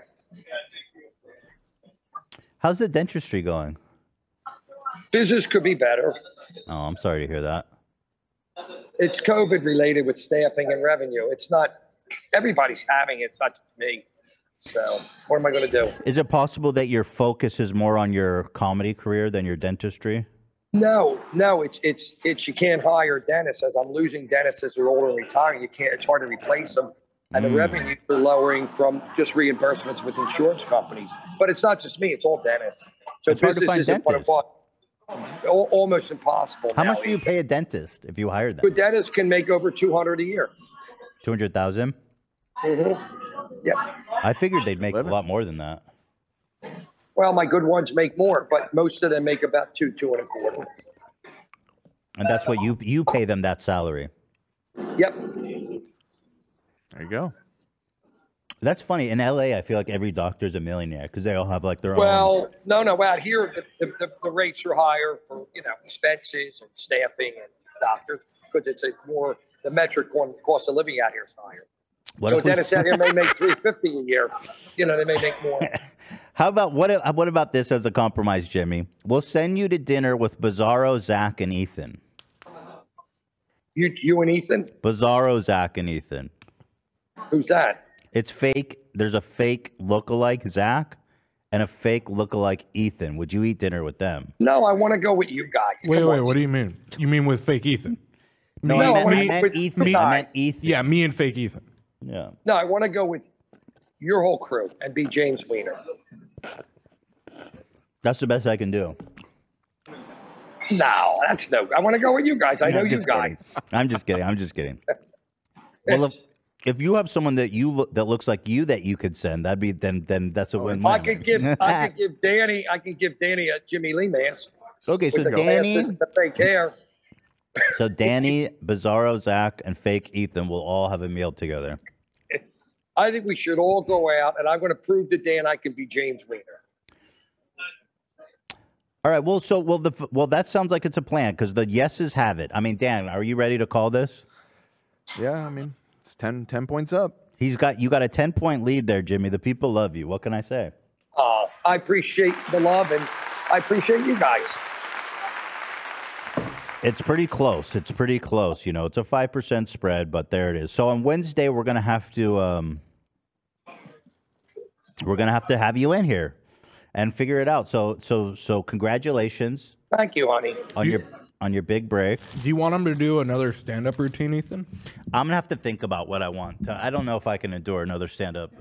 How's the dentistry going?
Business could be better.
Oh, I'm sorry to hear that.
It's COVID related with staffing and revenue. It's not. Everybody's having it. It's not just me. So what am I going to do?
Is it possible that your focus is more on your comedy career than your dentistry?
No, no, it's it's it's you can't hire dentists as I'm losing dentists as they're older and retiring. You can't. It's hard to replace them, and the revenues are lowering from just reimbursements with insurance companies. But it's not just me; it's all dentists. So
It's hard to
business
find
isn't what it
dentists.
was. Al- Almost impossible.
How
now.
much do you pay a dentist if you hired them?
Good dentists can make over two hundred a year.
Two hundred thousand.
Yeah.
I figured they'd make a lot more than that.
Well, my good ones make more, but most of them make about two, two and a quarter.
And that's what you you pay them that salary.
Yep.
There you go. That's funny. In LA, I feel like every doctor's a millionaire because they all have like their own.
Well, no, no. Out here, the, the, the, the rates are higher for you know expenses and staffing and doctors because it's a more the metric one cost of living out here is higher.
What
so
if we-
dentists out here may make three fifty a year. You know, they may make more.
How about what? a- What about this as a compromise, Jimmy? We'll send you to dinner with Bizarro, Zach, and Ethan.
You, you and Ethan.
Bizarro, Zach, and Ethan.
Who's that?
It's fake. There's a fake look-alike Zach and a fake look-alike Ethan. Would you eat dinner with them?
No, Oh, I want to go with you guys.
Wait,
Come
wait,
on.
what do you mean? You mean with fake Ethan?
No, I meant- I meant Ethan.
Me,
I meant
Ethan.
Yeah, me and fake Ethan.
Yeah.
No, I want to go with your whole crew and be James Weiner.
That's the best I can do.
No, that's no. I want to go with you guys. I know
I'm
you
just kidding.
guys.
I'm just kidding. I'm just kidding. Well, if, if you have someone that you look, that looks like you that you could send, that'd be then then that's a win-win.
Oh, I could give I could give Danny I could give Danny a Jimmy Lee mask.
Okay, so
with the
Danny-
glasses and the fake hair.
so Danny, Bizarro, Zach, and fake Ethan will all have a meal together.
I think we should all go out, and I'm going to prove to Dan I can be James Weiner.
All right. Well, so well the well that sounds like it's a plan because the yeses have it. I mean, Dan, are you ready to call this?
Yeah, I mean, it's 10, 10 points up.
He's got you got a ten point lead there, Jimmy. The people love you. What can I say?
Oh, I appreciate the love, and I appreciate you guys.
It's pretty close. It's pretty close. You know, it's a five percent spread, but there it is. So on Wednesday, we're gonna have to um, we're gonna have to have you in here and figure it out. So so so congratulations
Thank you, honey.
on your on your big break.
Do you want him to do another stand up routine, Ethan?
I'm gonna have to think about what I want. I don't know if I can endure another Uh, stand up.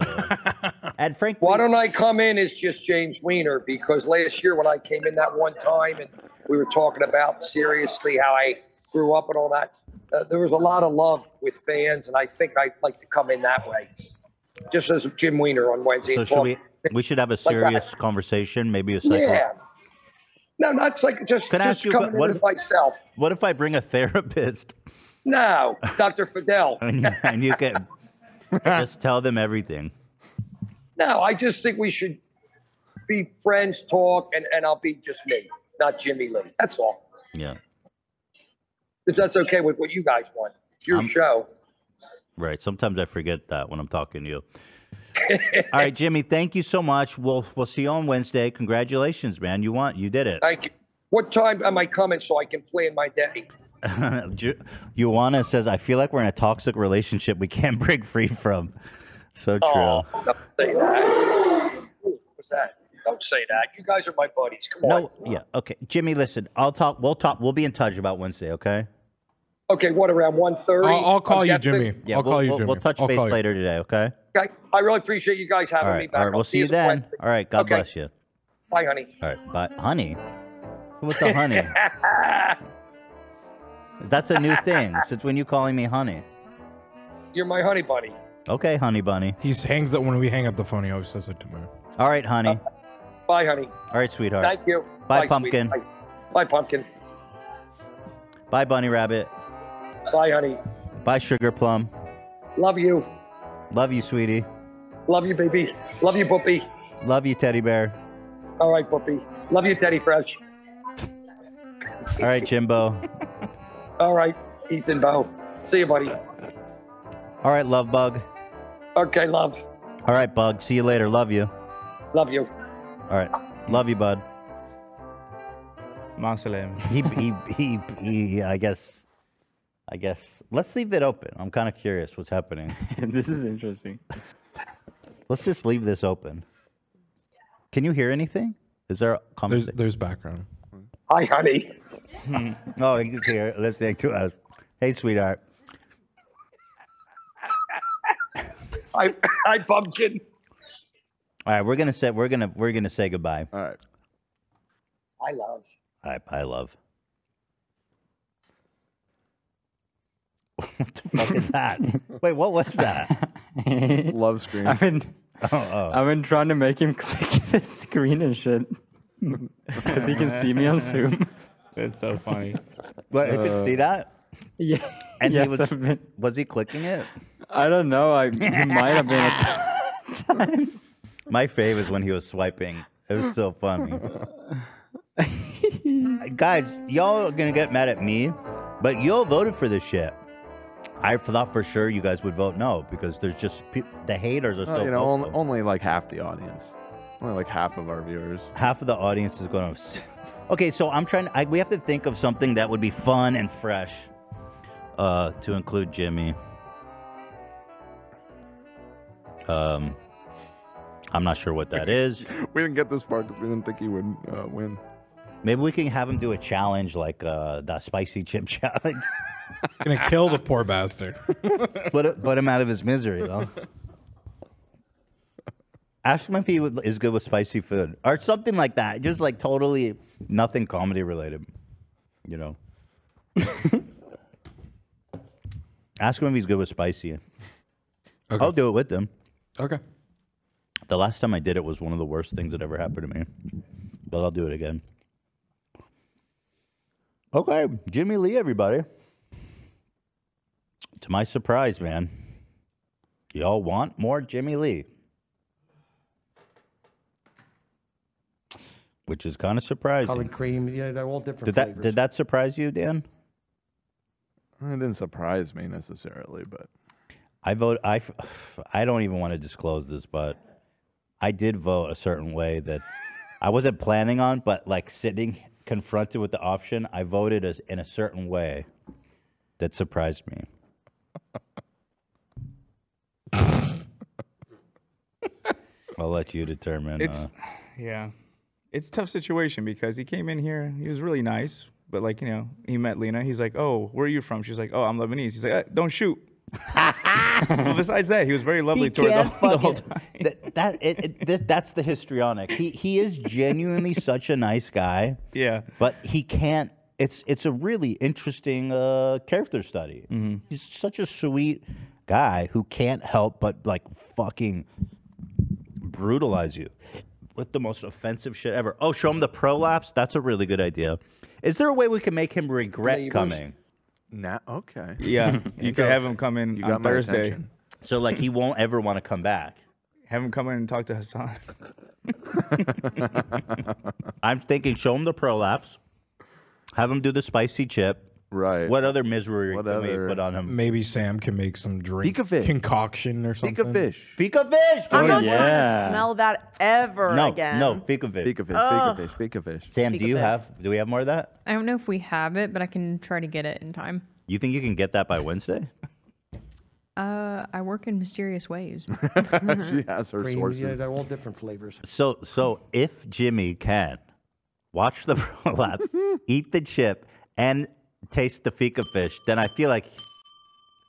and Frank,
why don't I come in as just James Weiner? Because last year when I came in that one time, and we were talking about seriously how I grew up and all that, uh, there was a lot of love with fans, and I think I'd like to come in that way, just as Jim Weiner on Wednesday.
so
and
should
talk-
we we should have a
that.
serious conversation, maybe a psycho.
yeah. No, not like just
Can I ask
just
you a que-
coming in
what
as
if-
myself.
What if I bring a therapist
No, Dr. Fidel.
and you, and you can just tell them everything?
No, I just think we should be friends, talk, and, and I'll be just me, not Jimmy Lee. That's all.
Yeah.
If that's okay with what you guys want. It's your
I'm-
show.
Right. Sometimes I forget that when I'm talking to you. All right, Jimmy. Thank you so much. We'll we'll see you on Wednesday. Congratulations, man. You want you did it.
Thank you. What time am I coming so I can plan my day?
Ju- Ioana says, "I feel like we're in a toxic relationship we can't break free from." So
Oh,
true.
Don't say that. Ooh, What's that? Don't say that. You guys are my buddies. Come on.
No. Yeah. Okay, Jimmy. Listen, I'll talk. We'll talk. We'll be in touch about Wednesday. Okay.
Okay, what around 1.30?
I'll, I'll call you, Jimmy.
Yeah,
I'll
we'll,
call you,
we'll,
Jimmy.
We'll touch
I'll
base
call you.
later today. Okay.
Okay. I really appreciate you guys having
All
me
right.
back.
All right.
I'll
We'll see you
at
then. All right. God
Okay.
bless you.
Bye, honey.
All right. Bye, honey. What's the honey? That's a new thing. Since when you calling me honey?
You're my honey buddy.
Okay, honey bunny.
He hangs up when we hang up the phone. He always says it to me.
All right, honey.
Uh, Bye, honey.
All right, sweetheart.
Thank you.
Bye,
sweet-
pumpkin.
Bye. Bye, pumpkin.
Bye, bunny rabbit.
Bye, honey.
Bye, sugar plum.
Love you.
Love you, sweetie.
Love you, baby. Love you, Puppy.
Love you, teddy bear.
All right, Puppy. Love you, Teddy Fresh.
All right, Jimbo.
All right, Ethan Bow. See you, buddy.
All right, love bug.
Okay, love.
All right, bug. See you later. Love you.
Love you.
All right. Love you, bud.
Masalem.
He, he, he, he, I guess, I guess, let's leave that open. I'm kind of curious what's happening.
this is interesting.
Let's just leave this open. Can you hear anything? Is there a
There's,
conversation?
there's background.
Hi, honey.
oh, he's here listening to us. Hey, sweetheart.
Hi, hi, pumpkin.
All right, we're gonna say we're gonna we're gonna say goodbye.
All right.
I love.
I, I love. what the fuck is that? Wait, what was that?
Love screen.
I've been, I've been trying to make him click the screen and shit, because he can see me on Zoom. Uh,
That's so funny.
But you could see that?
Yeah.
And
yes,
he was,
I've been-
was he clicking it?
I don't know. I he might have been. A
My fave is when he was swiping. It was so funny. Guys, y'all are gonna get mad at me, but y'all voted for this shit. I thought for sure you guys would vote no because there's just pe- the haters are
Well,
so.
you know, on-
vocal.
only, like half the audience. Only like half of our viewers.
half of the audience is going to. Okay, so I'm trying. I, we have to think of something that would be fun and fresh uh, to include Jimmy. Um, I'm not sure what that is.
We didn't get this far because we didn't think he would uh, win.
Maybe we can have him do a challenge like uh, the spicy chip challenge.
Gonna kill the poor bastard.
put put him out of his misery though. Ask him if he would, is good with spicy food or something like that. Just like totally nothing comedy related, you know. Ask him if he's good with spicy. I'll do it with him.
Okay.
The last time I did it was one of the worst things that ever happened to me, but I'll do it again. Okay, Jimmy Lee, everybody. To my surprise, man, y'all want more Jimmy Lee, which is kind of surprising.
Collard cream, yeah, they're all different
Did
flavors.
that did that surprise you, Dan?
It didn't surprise me necessarily, but
I vote. I I don't even want to disclose this, but I did vote a certain way that I wasn't planning on, but like sitting confronted with the option, I voted as in a certain way that surprised me. I'll let you determine. uh,
It's yeah, it's a tough situation because he came in here. He was really nice, but like you know, he met Lena. He's like, "Oh, where are you from?" She's like, "Oh, I'm Lebanese." He's like, "Eh, "Don't shoot." But besides that, he was very lovely
He
towards the,
can't
the whole
fucking-
time.
That, that it, it, th- that's the histrionic. He he is genuinely such a nice guy.
Yeah.
But he can't. It's it's a really interesting uh, character study.
Mm-hmm.
He's such a sweet guy who can't help but like fucking brutalize you with the most offensive shit ever. Oh, show him the prolapse. That's a really good idea. Is there a way we can make him regret
Flavors.
coming?
nah, okay.
Yeah,
Here
you
it
could have
goes.
him come in
You
on
got my
Thursday.
attention.
So like he won't ever want to come back.
Have him come in and talk to Hassan.
I'm thinking show him the prolapse. Have him do the spicy chip.
Right.
What other misery can
other-
we put on him?
Maybe Sam can make some drink
Fika fish.
concoction or something.
fish.
Fika fish.
I'm
baby.
not trying to smell that ever
Oh, no,
again.
no, fika fish.
Fika
fish, fika Ugh. fish,
fika fish.
Sam,
Fika
do you
fish.
have? Do we have more of that?
I don't know if we have it, but I can try to get it in time.
You think you can get that by Wednesday?
Uh, I work in mysterious ways.
she has her
Mm-hmm. Cream, yeah,
sources.
they're all different flavors.
So, so if Jimmy can watch the prolapse, eat the chip, and taste the fika fish, then I feel like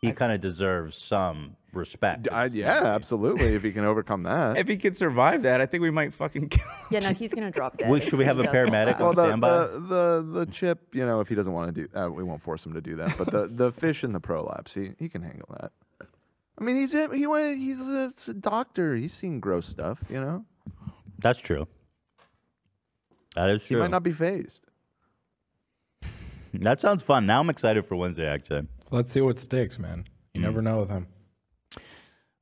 he kind of deserves some respect.
I, yeah, absolutely. If he can overcome that.
if he could survive that, I think we might fucking kill.
Yeah, no, he's gonna drop dead.
Well,
if
should we
he
have a
does all
paramedic
that.
on
Well, the,
standby?
the the the chip, you know, if he doesn't want to do, uh, we won't force him to do that. But the the fish and the prolapse, he he can handle that. I mean, he's a, he went, he's a doctor. He's seen gross stuff, you know.
That's true. That is
He
true.
might not be phased.
That sounds fun. Now I'm excited for Wednesday, actually.
Let's see what sticks, man. You never know with him.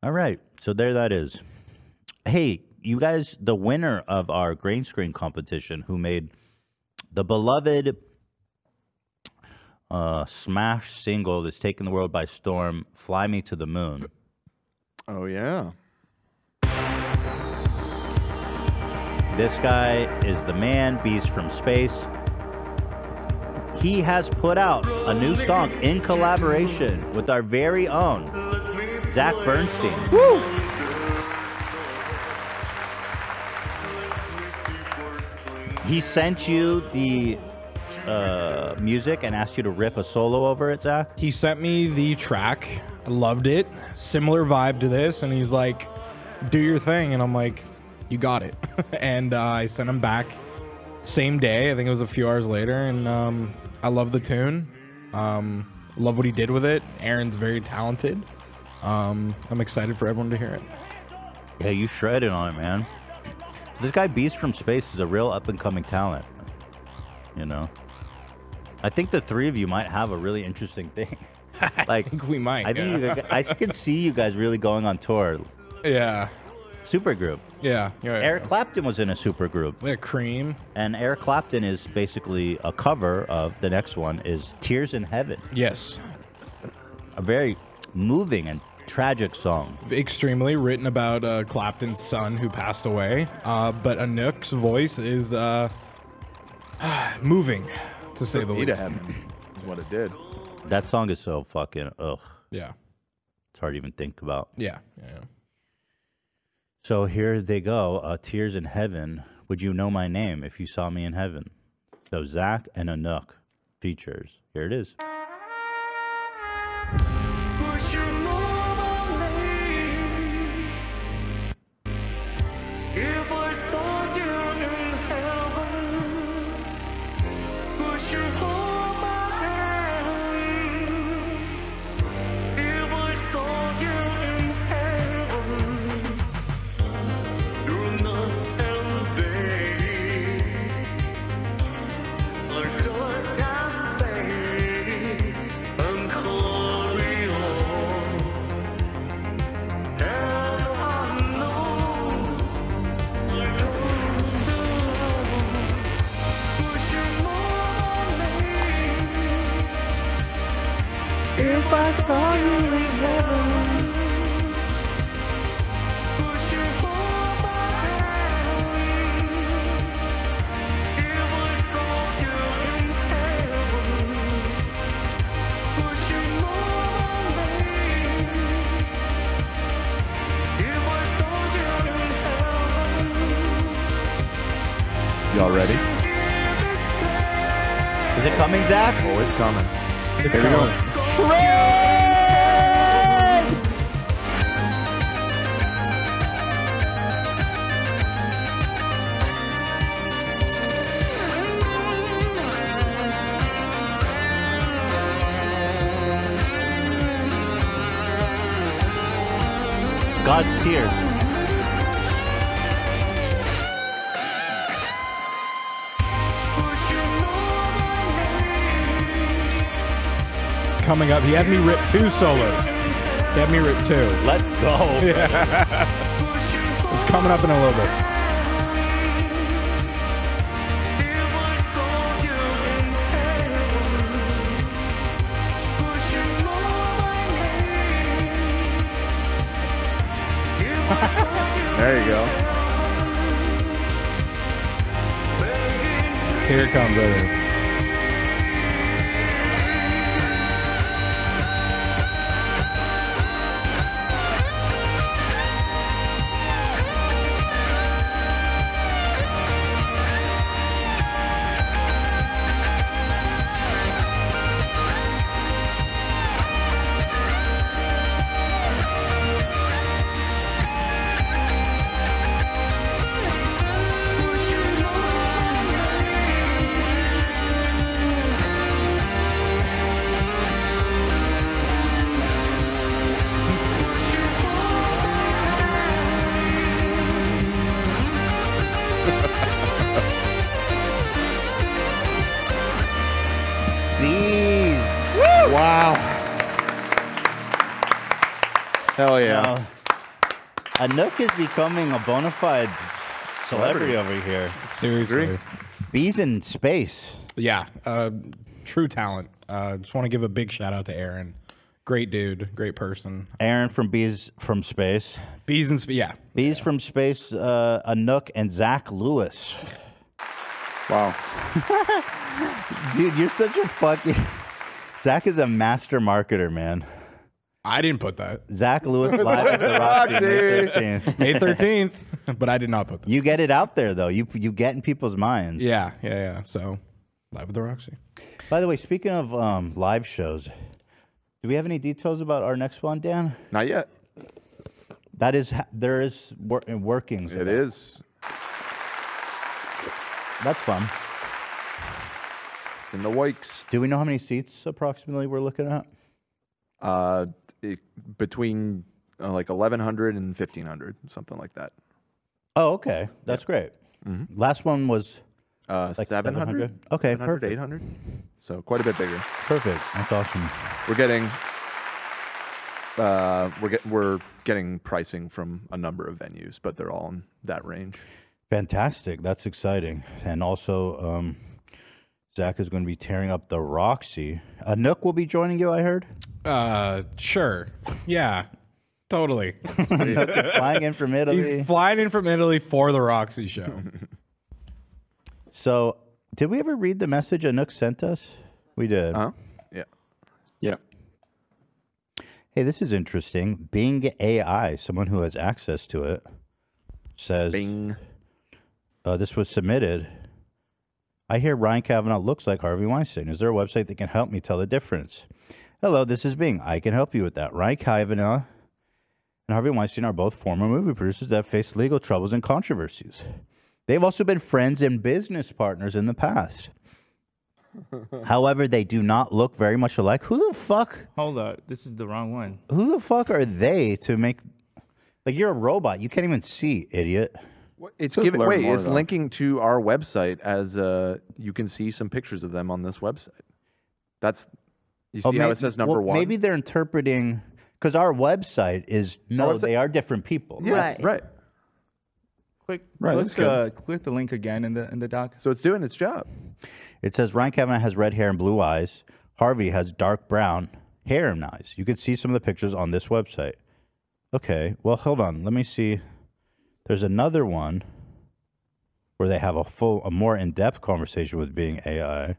All right. So there that is. Hey, you guys, the winner of our grain screen competition who made the beloved uh, smash single that's taken the world by storm, Fly Me to the Moon.
Oh yeah.
This guy is the man, Beast from Space. He has put out a new song in collaboration with our very own Zach Bernstein. Woo! He sent you the uh, music and asked you to rip a solo over it, Zach.
He sent me the track. I loved it. Similar vibe to this. And he's like, do your thing. And I'm like, you got it. and uh, I sent him back same day. I think it was a few hours later, and um, I love the tune. Um, love what he did with it. Aaron's very talented. Um, I'm excited for everyone to hear it.
Yeah, you shredded on it, man. This guy Beast from Space is a real up and coming talent. You know, I think the three of you might have a really interesting thing. like I think
we might.
I think
yeah.
you, I can see you guys really going on tour.
Yeah.
Supergroup.
Yeah. yeah, yeah,
Eric
yeah.
Clapton was in a supergroup.
Yeah, Cream.
And Eric Clapton is basically a cover of the next one is Tears in Heaven.
Yes.
A very moving and tragic song.
Extremely written about uh, Clapton's son who passed away. Uh, but Anouk's voice is uh, moving, to say the least.
Need to heaven is what it did.
That song is so fucking ugh.
Yeah.
It's hard to even think about.
Yeah. Yeah.
So here they go. Uh, Tears in Heaven. Would you know my name if you saw me in heaven? So Zach and Anouk features. Here it is.
If I saw you in heaven, would you hold my hand? If I saw you in heaven, through night and day, like dust and space and glory all. And I know if I saw you in heaven, would you hold my hand? If I saw you in heaven, would you know my name? If I saw you in heaven,
Y'all ready?
Is it coming, Zach?
Oh, it's coming.
It's
Here we go.
coming.
God's Tears.
Coming up, he had me rip two solos. He had me rip two.
Let's go.
Yeah. it's coming up in a little bit.
There you go.
Here it comes, right there.
These.
Wow. Hell yeah.
Now, Anouk is becoming a bona fide celebrity over here.
Seriously.
Bees in space.
Yeah, uh, true talent. Uh, just want to give a big shout out to Aaron. Great dude, great person.
Aaron from Bees from Space.
Bees in Space, yeah.
Bees from Space, uh, Anouk, and Zach Lewis.
Wow.
Dude, you're such a fucking. Zach is a master marketer, man.
I didn't put that.
Zach Lewis live at the Roxy May
Roxy.
13th.
May 13th, but I did not put that.
You get it out there though. You you get in people's minds.
Yeah, yeah, yeah. So, live at the Roxy.
By the way, speaking of um, live shows, do we have any details about our next one, Dan?
Not yet.
That is, ha- there is wor- in workings.
It is.
That's fun.
It's in the Wikes.
Do we know how many seats approximately we're looking at?
Uh, it, between uh, like 1100 and 1500, something like that.
Oh, okay. That's great.
Mm-hmm.
Last one was
uh,
like
700?
Okay,
700,
perfect.
800? So quite a bit bigger.
Perfect. That's awesome.
We're getting uh, we're get, we're getting pricing from a number of venues, but they're all in that range.
Fantastic. That's exciting. And also, um, Zach is going to be tearing up the Roxy. Uh, Nook will be joining you, I heard.
Uh, sure. Yeah, totally.
flying in from Italy.
He's flying in from Italy for the Roxy show.
So, did we ever read the message Anook sent us? We did.
Huh? Yeah.
Yeah.
Hey, this is interesting. Bing AI, someone who has access to it, says Bing. Uh, this was submitted. I hear Ryan Kavanaugh looks like Harvey Weinstein. Is there a website that can help me tell the difference? Hello, this is Bing. I can help you with that. Ryan Kavanaugh and Harvey Weinstein are both former movie producers that faced legal troubles and controversies. They've also been friends and business partners in the past. However, they do not look very much alike. Who the fuck?
Hold up, this is the wrong one.
Who the fuck are they to make? Like you're a robot. You can't even see, idiot.
It's
Just
giving
learn
wait,
more,
it's
though.
linking to our website as uh, you can see some pictures of them on this website. That's you see
Oh,
how
may-
it says number
well,
one.
Maybe they're interpreting because our website is no,
website-
they are different people.
Yeah, Right. right.
Click,
Right, that's
click,
good.
uh, click the link again in the in the doc.
So it's doing its job.
It says Ryan Kavanaugh has red hair and blue eyes. Harvey has dark brown hair and eyes. You can see some of the pictures on this website. Okay, well, hold on. Let me see. There's another one where they have a full, a more in-depth conversation with being AI.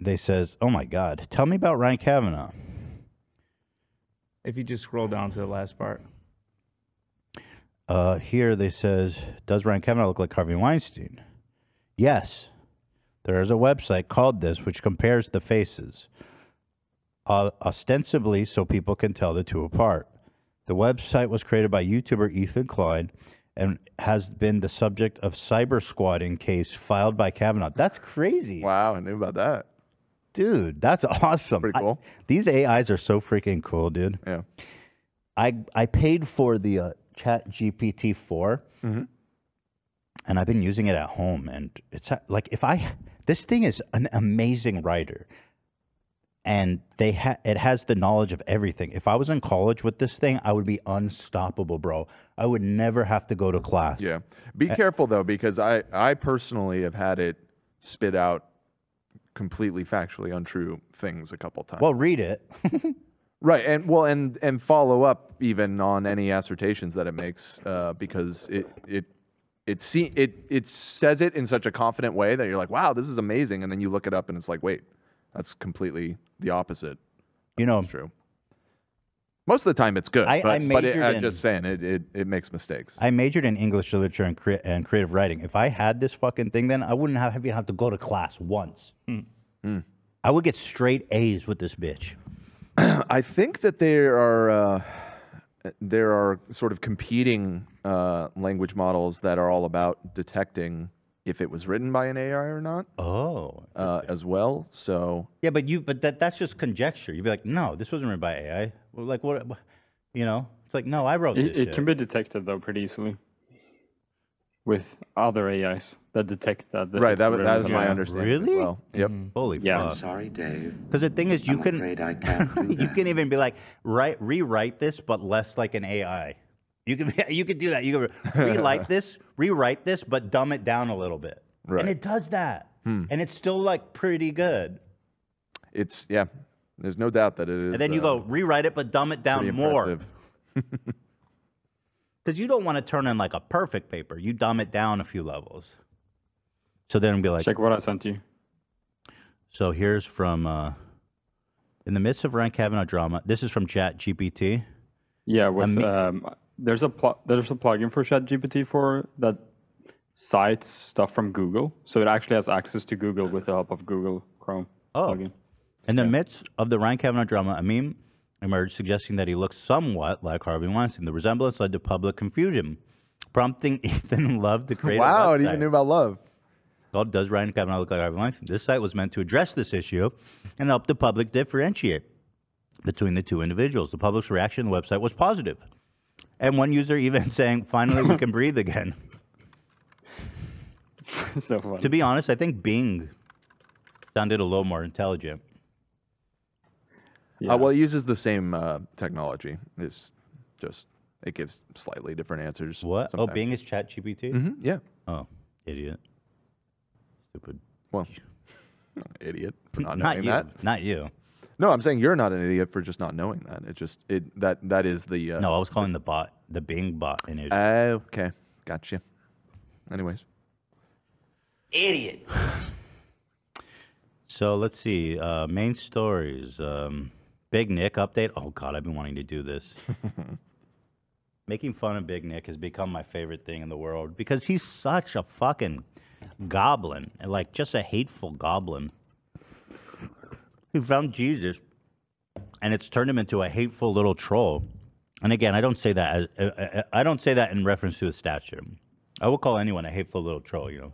They says, "Oh my God, tell me about Ryan Kavanaugh."
If you just scroll down to the last part.
Uh, here they says, does Ryan Kavanaugh look like Harvey Weinstein? Yes. There is a website called this which compares the faces, uh, ostensibly so people can tell the two apart. The website was created by YouTuber Ethan Klein and has been the subject of cyber squatting case filed by Kavanaugh. That's crazy.
Wow, I knew about that.
Dude, that's awesome.
Pretty
I-
cool.
these AIs are so freaking cool, dude.
Yeah.
I I paid for the uh, Chat GPT 4
Mm-hmm.
and I've been using it at home, and it's ha- like if I this thing is an amazing writer, and they ha- it has the knowledge of everything. If I was in college with this thing, I would be unstoppable, bro. I would never have to go to class.
Yeah. Be careful though, because I I personally have had it spit out completely factually untrue things a couple times.
Well, read it.
Right, and well, and and follow up even on any assertions that it makes, uh, because it it it se- it it says it in such a confident way that you're like, wow, this is amazing, and then you look it up and it's like, wait, that's completely the opposite.
You know,
it's true. Most of the time, it's good.
I- I
but, but it,
majored
I'm
in-
just saying, it, it it makes mistakes.
I majored in English literature and, crea- and creative writing. If I had this fucking thing, then I wouldn't have even have to go to class once.
Hmm.
I would get straight A's with this bitch.
I think that there are uh, there are sort of competing uh, language models that are all about detecting if it was written by an AI or not.
Oh,
uh, as well. So
Yeah, but you but that that's just conjecture. You'd be like, no, this wasn't written by AI. Well, like what, what- you know? It's like no, I wrote
It,
this.
it can be detected though pretty easily with other AIs that detect that.
Right,
it's
that was- that
written
was
by
my
AI.
understanding as Really? well. Yep.
Holy
yeah.
fuck.
sorry, Dave.
Because Mm. the thing is, you can you can even be like write rewrite this, but less like an AI. You can you could do that. You can rewrite this, rewrite this, but dumb it down a little bit.
Right.
And it does that,
Hmm.
and it's still like pretty good.
it's yeah. There's no doubt that it is.
And then you
uh,
go rewrite it, but dumb it down
pretty
more.
impressive.
Because you don't want to turn in like a perfect paper. You dumb it down a few levels. So then be like,
Check what I sent you.
So here's from uh, in the midst of Ryan Kavanaugh drama. This is from Chat GPT.
Yeah, with um, there's a pl- there's a plugin for ChatGPT for that cites stuff from Google, so it actually has access to Google with the help of Google Chrome
Oh.
plugin.
In the midst of the Ryan Kavanaugh drama, a meme emerged suggesting that he looks somewhat like Harvey Weinstein. The resemblance led to public confusion, prompting Ethan Love to create.
Wow,
a
it even
website.
knew about love.
God, does Ryan Kavanaugh look like Harvey Weinstein? This site was meant to address this issue and help the public differentiate between the two individuals. The public's reaction to the website was positive, and one user even saying, "Finally, we can breathe again."
so funny.
To be honest, I think Bing sounded a little more intelligent.
Uh, well, it uses the same uh, technology. It's just it gives slightly different answers.
What? Oh,
sometimes.
Bing is Chat GPT.
Mhm, yeah.
Oh, idiot. Stupid.
Well, I'm an idiot for not,
Not
knowing
you.
that.
Not you.
No, I'm saying you're not an idiot for just not knowing that. It just it that that is the. Uh,
No, I was calling the bot, the Bing bot, an idiot.
Oh, okay, gotcha. Anyways,
idiot. so let's see. Uh, main stories. Um, Big Nick update. Oh God, I've been wanting to do this. Making fun of Big Nick has become my favorite thing in the world because he's such a fucking goblin, and, like just a hateful goblin. He found Jesus, and it's turned him into a hateful little troll. And again, I don't say that as uh, uh, I don't say that in reference to his stature. I will call anyone a hateful little troll. You know.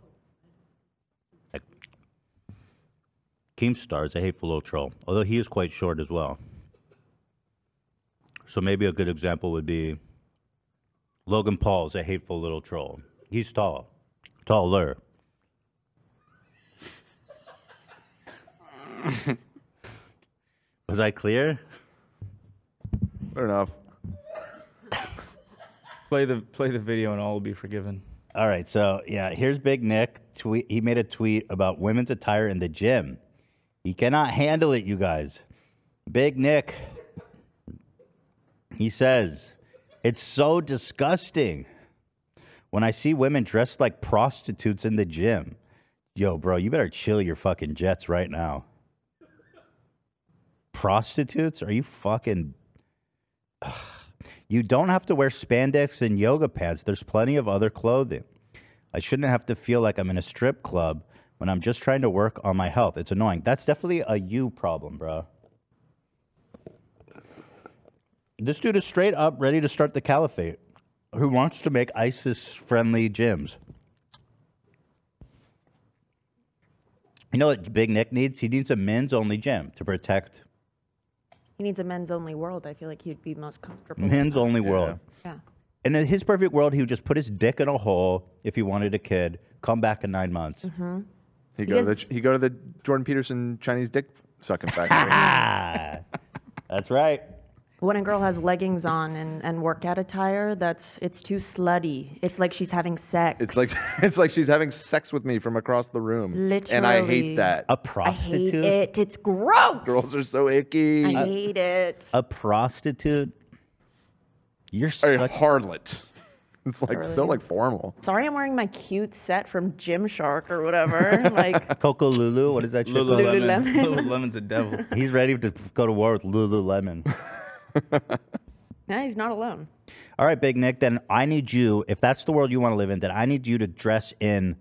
Keemstar is a hateful little troll, although he is quite short as well. So maybe a good example would be Logan Paul is a hateful little troll. He's tall, taller. Was I clear?
fair enough.
Play the play the video and all will be forgiven.
All right, so yeah, here's Big Nick. Tweet. He made a tweet about women's attire in the gym. He cannot handle it, you guys. Big Nick. He says, "It's so disgusting when I see women dressed like prostitutes in the gym." Yo, bro, you better chill your fucking jets right now. Prostitutes? Are you fucking you don't have to wear spandex and yoga pants. There's plenty of other clothing. I shouldn't have to feel like I'm in a strip club when I'm just trying to work on my health. It's annoying. That's definitely a you problem, bro. This dude is straight up ready to start the caliphate. Who wants to make ISIS friendly gyms? You know what Big Nick needs? He needs a men's only gym to protect
He needs a men's only world. I feel like he'd be most comfortable.
men's only world.
Yeah.
And in his perfect world, he would just put his dick in a hole if he wanted a kid, come back in nine months.
Mm-hmm.
He go to the
Yes.
he go to the Jordan Peterson Chinese dick sucking factory.
That's right.
When a girl has leggings on and, and workout attire, that's it's too slutty. It's like she's having sex.
It's like it's like she's having sex with me from across the room.
Literally.
And I hate that.
A
I hate it. It's gross.
Girls are so icky.
I hate it.
A prostitute? You're
a harlot. It's like so
Harlot.
like formal.
Sorry, I'm wearing my cute set from Gymshark or whatever. like
Coco Lulu, what is that shit? called?
Lululemon.
Lululemon.
Lululemon's a devil.
He's ready to go to war with Lululemon.
No, he's not alone.
All right, Big Nick, then I need you, if that's the world you want to live in, then I need you to dress in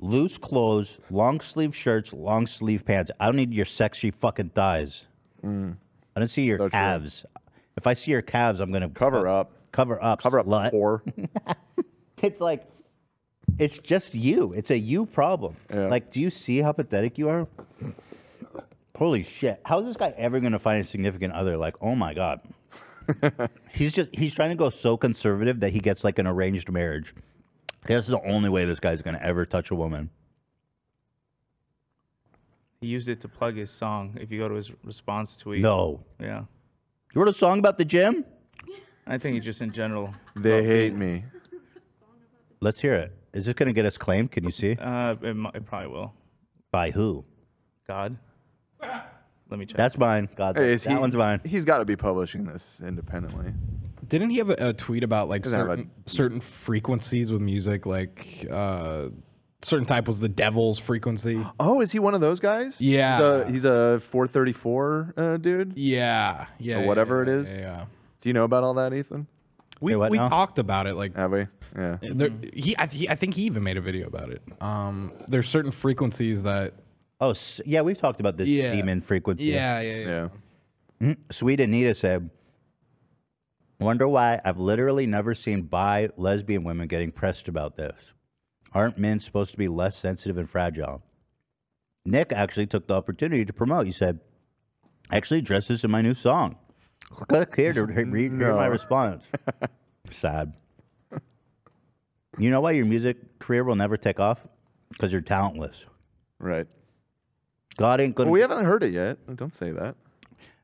loose clothes, long sleeve shirts, long sleeve pants. I don't need your sexy fucking thighs. I don't see your calves. If I see your calves, I'm going to cover
up.
Cover up. Cover up.
Whore.
it's like, it's just you. It's a you problem. Like, do you see how pathetic you are? Holy shit. How is this guy ever going to find a significant other? Like, oh my God. he's just, he's trying to go so conservative that he gets like an arranged marriage. This is the only way this guy's going to ever touch a woman.
He used it to plug his song. If you go to his response tweet.
No.
Yeah.
You wrote a song about the gym?
I think he just in general.
They hate me.
Let's hear it. Is this going to get us claimed? Can you see?
Uh, it, mi- it probably will.
By who?
God. Let me check.
That's mine. God,
Hey,
that,
is
that
he-
one's mine.
He's got to be publishing this independently.
Didn't he have a, a tweet about like
Doesn't have a-
certain, certain frequencies with music? Like uh, certain type was the devil's frequency.
Oh, is he one of those guys?
Yeah.
He's a, he's a 434 uh, dude.
Yeah. Ah, Yeah.
Or
yeah,
whatever
yeah,
it is.
yeah, yeah.
Do you know about all that, Ethan?
We
what
we
now?
talked about it like eh,
have we? Yeah.
There, he, I, he I think he even made a video about it. Um, there's certain frequencies that
Oh, s- yeah, we've talked about this
Yeah.
demon frequency.
Yeah, yeah, yeah. Yeah.
Mhm. Sweet Anita said, Wonder why I've literally never seen bi lesbian women getting pressed about this. Aren't men supposed to be less sensitive and fragile? Nick actually took the opportunity to promote. He said, I actually address this in my new song. Click here to re- read hear my
No.
response. Sad. You know why your music career will never take off? Because you're talentless.
Right.
God ain't gonna.
Well, we haven't heard it yet. Don't say that.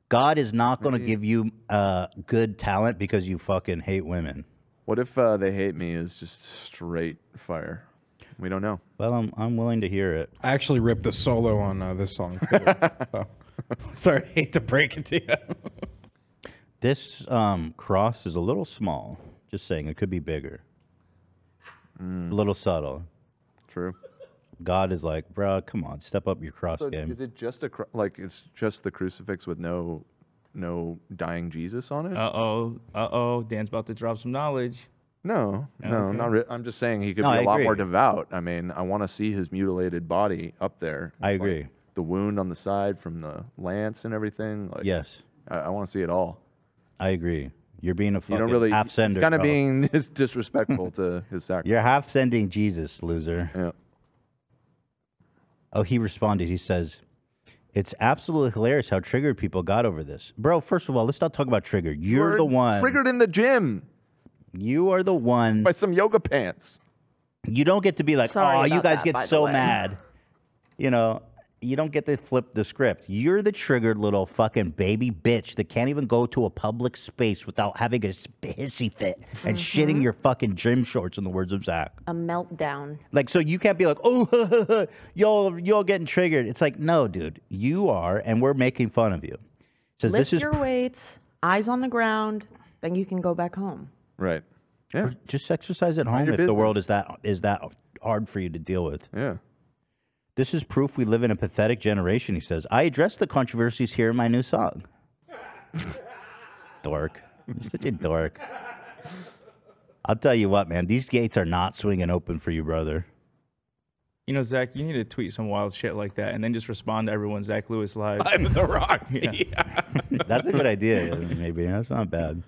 God is not going to
Right.
give you uh, good talent because you fucking hate women.
What if uh, they hate me is just straight fire? We don't know.
Well, I'm I'm willing to hear it.
I actually ripped a solo on uh, this song. too. so, sorry, I hate to break it to you.
This um, cross is a little small. Just saying, it could be bigger. A little subtle.
Hmm. True.
God is like, bruh, come on, step up your cross
So
game.
is it just a cru- like it's just the crucifix with no no dying Jesus on it?
Uh oh. Uh oh. Dan's about to drop some knowledge.
No, no,
Okay.
not re- I'm just saying he could
No,
be a
I
lot more
agree.
devout. I mean, I want to see his mutilated body up there.
I
like,
agree.
the wound on the side from the lance and everything. Like,
Yes.
I, I want to see it all.
I agree. You're being a
You
fucking
don't really.
half sender.
it's kind of
bro.
being dis- disrespectful to his sacrifice.
You're half sending Jesus, loser.
Yeah.
Oh, he responded. He says, "It's absolutely hilarious how triggered people got over this, bro. First of all, let's not talk about triggered. You're
Were
the one
triggered in the gym.
You are the one
by some yoga pants.
You don't get to be like,
Sorry
oh, you
about
guys
that, by
get
the
so
way."
mad. You know, you don't get to flip the script. You're the triggered little fucking baby bitch that can't even go to a public space without having a s- hissy fit
Mm-hmm.
and shitting your fucking gym shorts, in the words of Zach.
A meltdown.
Like, so you can't be like, oh, y'all, y'all getting triggered. It's like, no, dude, you are, and we're making fun of you. Says
Lift
this is
your weights, eyes on the ground, then you can go back home.
right. Yeah.
Just exercise at home if
your
the world is that is that hard for you to deal with.
Yeah.
This is proof we live in a pathetic generation, he says. I address the controversies here in my new song. dork. You're such a dork. I'll tell you what, man, these gates are not swinging open for you, brother.
You know, Zach, you need to tweet some wild shit like that and then just respond to everyone, Zach Lewis live.
Live at the Roxy.
That's a good idea, maybe. That's not bad.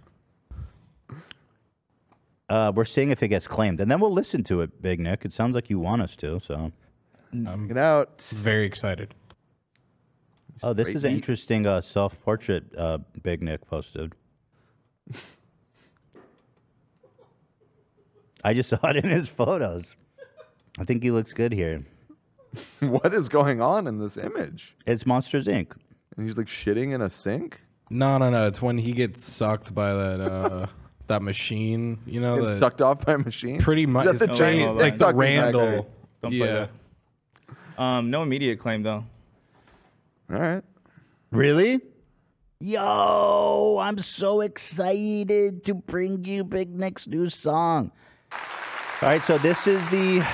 Uh, we're seeing if it gets claimed, and then we'll listen to it, Big Nick. It sounds like you want us to, so.
I'm
Get out.
very excited.
Oh, this
great
is an
meat.
interesting uh, self-portrait uh, Big Nick posted. I just saw it in his photos. I think he looks good here.
what is going on in this image?
It's Monsters Inc.
And he's like shitting in a sink.
No, no, no. It's when he gets sucked by that uh, that machine. You know,
Gets
the-
sucked off by a machine.
Pretty much.
Is that
it's
the
pretty-
Chinese
it's like
dick
the
sucking
Randall.
Don't
Yeah.
play that. Um, no immediate claim though.
All right.
Really? Yo, I'm so excited to bring you Big Nick's new song. All right, so this is the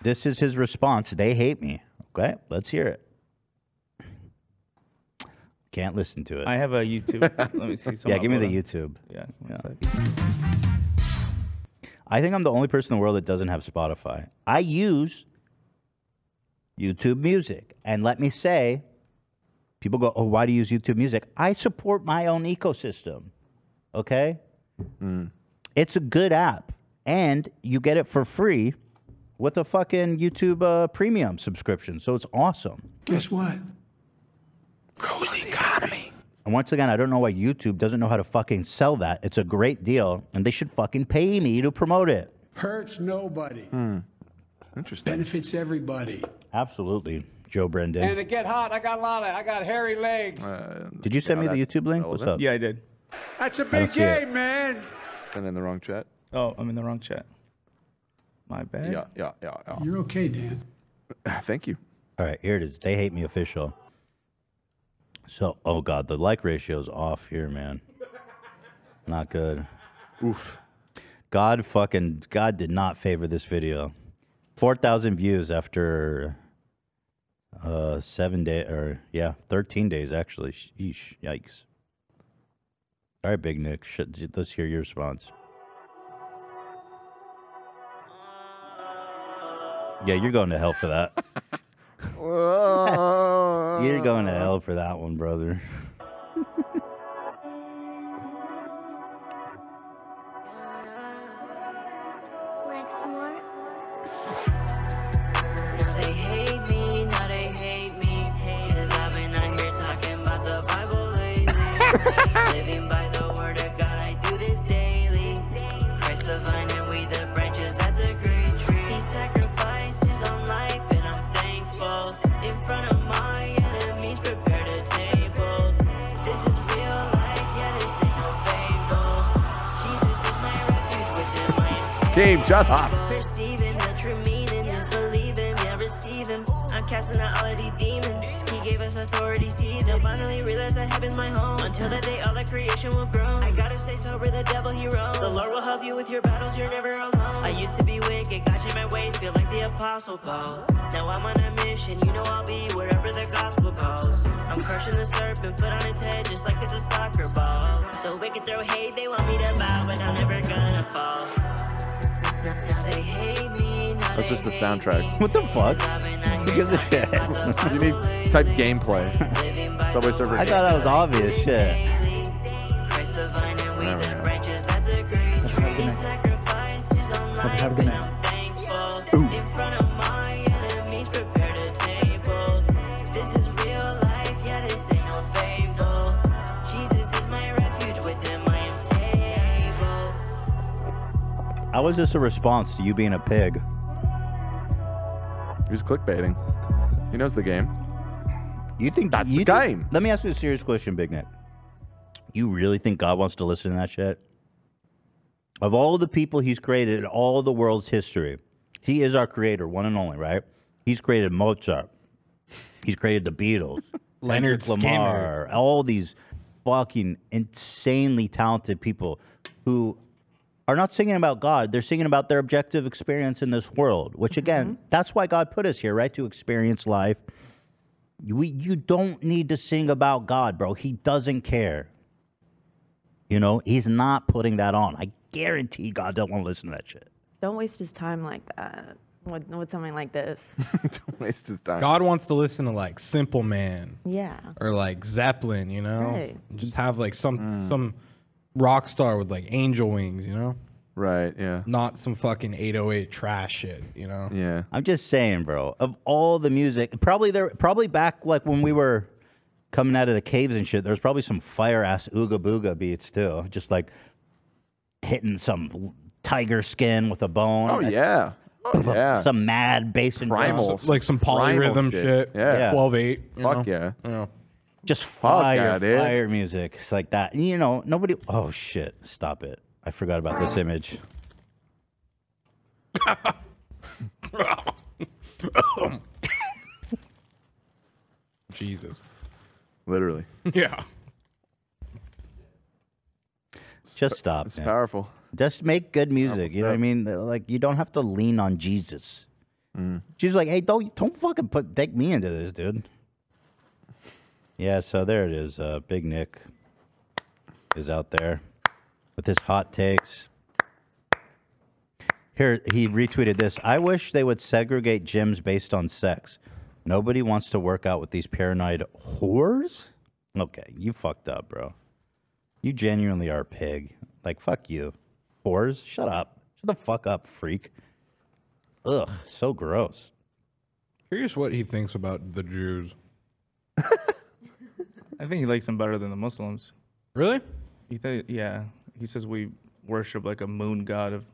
This is his response. They hate me. Okay, let's hear it. Can't listen to it.
I have a YouTube. Let me see.
yeah,
someone
give me the
upload it.
YouTube.
Yeah.
I think I'm the only person in the world that doesn't have Spotify. I use YouTube Music. And let me say, people go, oh, why do you use YouTube Music? I support my own ecosystem. Okay? It's a good app. And you get it for free with a fucking YouTube uh, premium subscription. So it's awesome.
Guess what?
And once again, I don't know why YouTube doesn't know how to fucking sell that. It's a great deal, and they should fucking pay me to promote it.
Hurts nobody.
Hmm. Interesting.
Benefits everybody.
Absolutely, Joe Brendan.
And to get hot, I got a lot of, I got hairy legs.
Did you send me
Yeah,
the
that's
YouTube link? What's
relevant.
up?
Yeah, I did.
That's a
I don't
big
see it.
game, man.
Send in the wrong chat.
Oh, I'm in the wrong chat. My bad.
Yeah, yeah, yeah, yeah.
You're okay, Dan.
Thank you.
All right, here it is. They hate me official. So, oh god, the like ratio's off here, man. Not good.
Oof.
God fucking God did not favor this video. Four thousand views after uh seven day or yeah, thirteen days actually. Yeesh, yikes. All right, Big Nick, shit, let's hear your response. Yeah, you're going to hell for that. You're
You're
Uh,
going to hell for that one, brother.
slut. Now they hate me, now they hate me. Cause I've been out here talking about the Bible lately. Living by the word of God, I do this daily. Christ the vine and we the branches, that's a great tree. He sacrificed his own life and I'm thankful. In front of my enemies, prepared a table. This is real life, yeah, this ain't no fable. Jesus is my refuge within my
Gabe, shut up.
Perceiving the true meaning and believe him, yeah, receive him. I'm casting out all of these demons. He gave us authority, see them. Finally realize that heaven's my home. Until that day, all of creation will groan. I gotta stay sober, the devil he roams. The Lord will help you with your battles, you're never alone. I used to be wicked, God changed my ways, feel like the apostle Paul. Now I'm on a mission, you know I'll be wherever the gospel goes. I'm crushing the serpent, foot on its head, just like it's a soccer ball. The wicked throw hate, they want me to bow, but I'm never gonna fall. Now they hate me, now
That's just the soundtrack.
What the fuck?
Who gives a shit? you need type gameplay. Subway Surfer.
I thought that was obvious shit.
Christ the vine and we
There we
the
go.
branches. That's a great tree. He sacrificed his own life.
have a good
and I'm thankful. In front of my enemies, prepared a table. This is real life, yeah, this ain't no fable. Jesus is my refuge, with him I am stable.
How was this a response to you being a pig?
He was clickbaiting. He knows the game.
You think that's you the game? Let me ask you a serious question, Big Nick. You really think God wants to listen to that shit? Of all the people He's created in all the world's history, He is our creator, one and only, right? He's created Mozart. He's created the Beatles.
Leonard
Kendrick Lamar, all these fucking insanely talented people who are not singing about God. They're singing about their objective experience in this world, which again, that's why God put us here, right? To experience life. You- We, you don't need to sing about God, bro. He doesn't care. You know, he's not putting that on. I guarantee God don't want to listen to that shit.
Don't waste his time like that with, with something like this.
Don't waste his time.
God wants to listen to like Simple Man
Yeah.
or like Zeppelin, you know?
Right.
Just have like some
Mm.
some rock star with like angel wings, you know?
Right, yeah.
Not some fucking 808 trash shit, you know?
Yeah.
I'm just saying, bro. Of all the music, probably there, probably back like when we were coming out of the caves and shit. There was probably some fire ass ooga booga beats too, just like hitting some tiger skin with a bone.
Oh, yeah. Oh, yeah.
Some mad bass and
Primal.
drums.
Some- like some Primal polyrhythm shit. shit, Yeah. 12-8, you Fuck know? yeah.
Just
Fuck yeah,
fire,
dude.
fire music. It's like that. And, you know, nobody. Oh shit! Stop it. I forgot about this image.
Jesus.
Literally.
Yeah.
Just stop.
It's
man.
powerful.
Just make good music. You know what I
stuff.
mean? They're Like you don't have to lean on Jesus.
Mm.
She's like, hey, don't don't fucking put take me into this, dude. Yeah, so there it is. Uh, Big Nick is out there with his hot takes. Here he retweeted this. I wish they would segregate gyms based on sex. Nobody wants to work out with these paranoid whores. Okay, you fucked up, bro. You genuinely are a pig. Like, fuck you. Whores, shut up. Shut the fuck up, freak. Ugh, so gross.
Curious what he thinks about the Jews.
I think he likes them better than the Muslims.
Really?
He th- yeah. He says we worship like a moon god of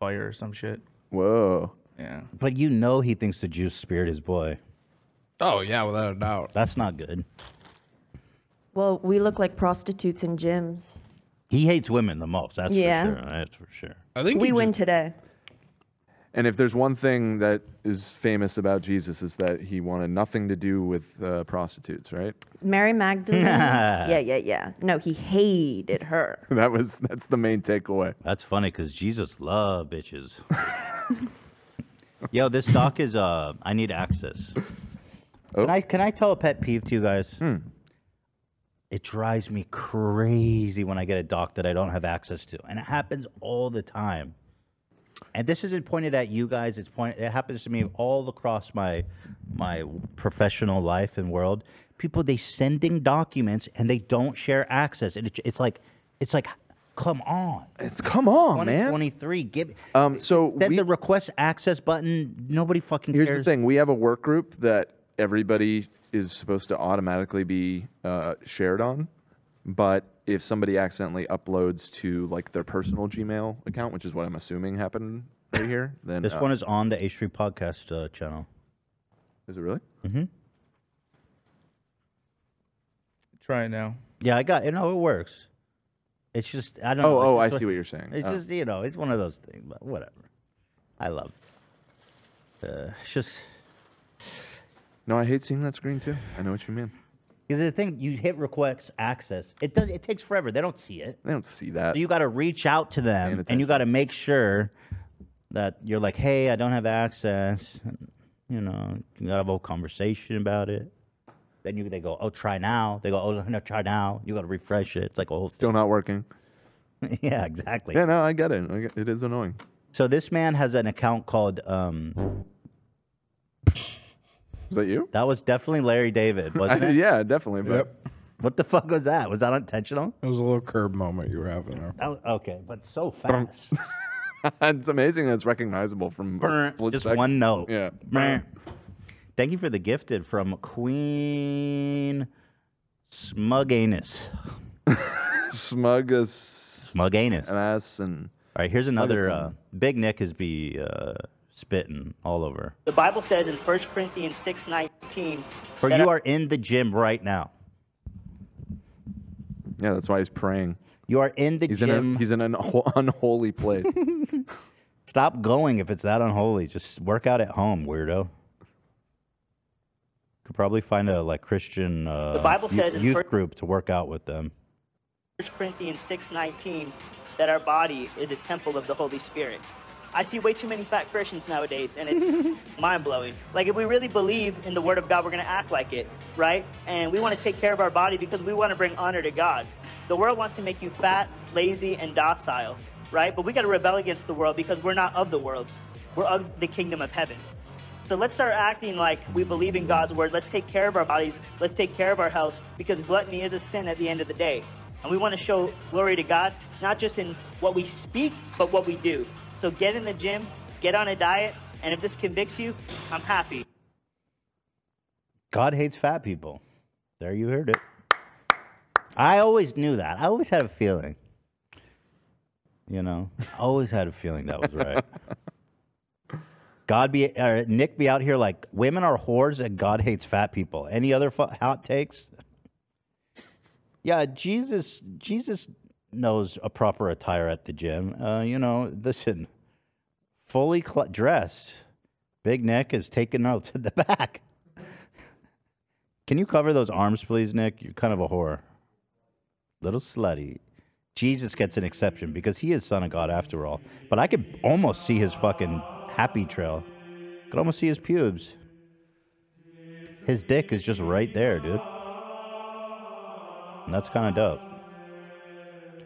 fire or some shit.
Whoa.
Yeah.
But you know he thinks the Jew spirit is boy.
Oh, yeah, without a doubt.
That's not good.
Well, we look like prostitutes in gyms.
He hates women the most. That's
Yeah.
for sure. That's for sure.
I
we win today.
And if there's one thing that is famous about Jesus is that he wanted nothing to do with uh, prostitutes, right?
Mary Magdalene. yeah, yeah, yeah. No, he hated her.
That was that's the main takeaway.
That's funny because Jesus loved bitches. Yo, this doc is uh I need access.
Oh.
Can I can I tell a pet peeve to you guys?
Hmm.
It drives me crazy when I get a doc that I don't have access to. And it happens all the time. And this isn't pointed at you guys, it's pointed it happens to me all across my my professional life and world. People they sending documents and they don't share access. And it, it's like it's like Come on.
It's come on, man.
2023. Give
Um, so
that
we-
the request access button. Nobody fucking
Here's
cares.
the thing: we have a work group that everybody is supposed to automatically be uh, shared on, but if somebody accidentally uploads to like their personal Gmail account, which is what I'm assuming happened right here, then
This
uh,
one is on the H Street Podcast uh, channel.
Is it really?
Mm-hmm.
Try it now.
Yeah, I got it. No, it works. It's just I don't.
Oh,
know. it's
oh,
just
I see what you're saying.
It's
Oh.
just you know, it's one of those things, but whatever. I love. It. Uh, it's just
No, I hate seeing that screen too. I know what you mean.
because the thing you hit request access, it does. It takes forever. They don't see it.
They don't see that.
So you got to reach out to them, and you got to make sure that you're like, hey, I don't have access. You know, you got to have a whole conversation about it. Then you they go, oh, try now. They go, oh, no, try now. You got to refresh it. It's like a whole
Still not working.
yeah, exactly.
Yeah, no, I get it. I get- it is annoying.
So this man has an account called. Um,
was that you?
That was definitely Larry David, wasn't
I-
it?
yeah, definitely. But
What the fuck was that? Was that intentional?
It was a little curb moment you were having there.
That was, okay, but so fast.
it's amazing that it's recognizable from a split
Just
second.
one note.
Yeah.
Brr. Thank you for the gifted from Queen Smug Anus.
Smug as Smug
Anus.
Ass and
All right, here's another.
Smug as
Uh, Big Nick is be uh, spitting all over.
The Bible says in 1 Corinthians 6:19
Or you are in the gym right now.
Yeah, that's why he's praying.
You are in the
he's In
gym.
a, he's in an unho- unholy place.
Stop going if it's that unholy. Just work out at home, weirdo. Could probably find a like Christian uh,
Bible
yo-
says in
youth
First-
group to work out with them.
1 Corinthians 6:19 that our body is a temple of the Holy Spirit. I see way too many fat Christians nowadays and it's mind-blowing. Like if we really believe in the word of God, we're going to act like it, right? And we want to take care of our body because we want to bring honor to God. The world wants to make you fat, lazy, and docile, right? But we got to rebel against the world because we're not of the world. We're of the kingdom of heaven. So let's start acting like we believe in God's word. Let's take care of our bodies. Let's take care of our health because gluttony is a sin at the end of the day. And we want to show glory to God, not just in what we speak, but what we do. So get in the gym, get on a diet, and if this convicts you, I'm happy.
God hates fat people. There you heard it. I always knew that. I always had a feeling. You know, I always had a feeling that was right. God be or Nick be out here like women are whores and God hates fat people. Any other fu- hot takes? Yeah, Jesus. Jesus knows a proper attire at the gym. Uh, you know, listen, fully cl- dressed. Big Nick is taking notes at the back. Can you cover those arms, please, Nick? You're kind of a whore. Little slutty. Jesus gets an exception because he is son of God after all. But I could almost see his fucking happy trail. Could almost see his pubes. His dick is just right there, dude. And that's kind of dope.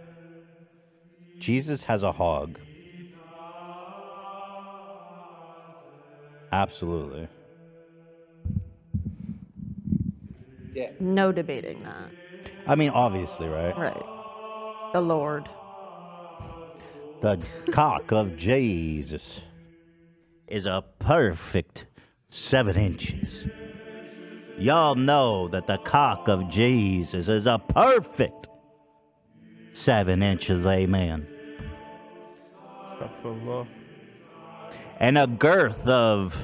Jesus has a hog. Absolutely.
No debating that.
I mean, obviously, right?
Right. The Lord.
The cock of Jesus is a perfect seven inches. Y'all know that the cock of Jesus is a perfect seven inches, amen.
Astaghfirullah.
And a girth of.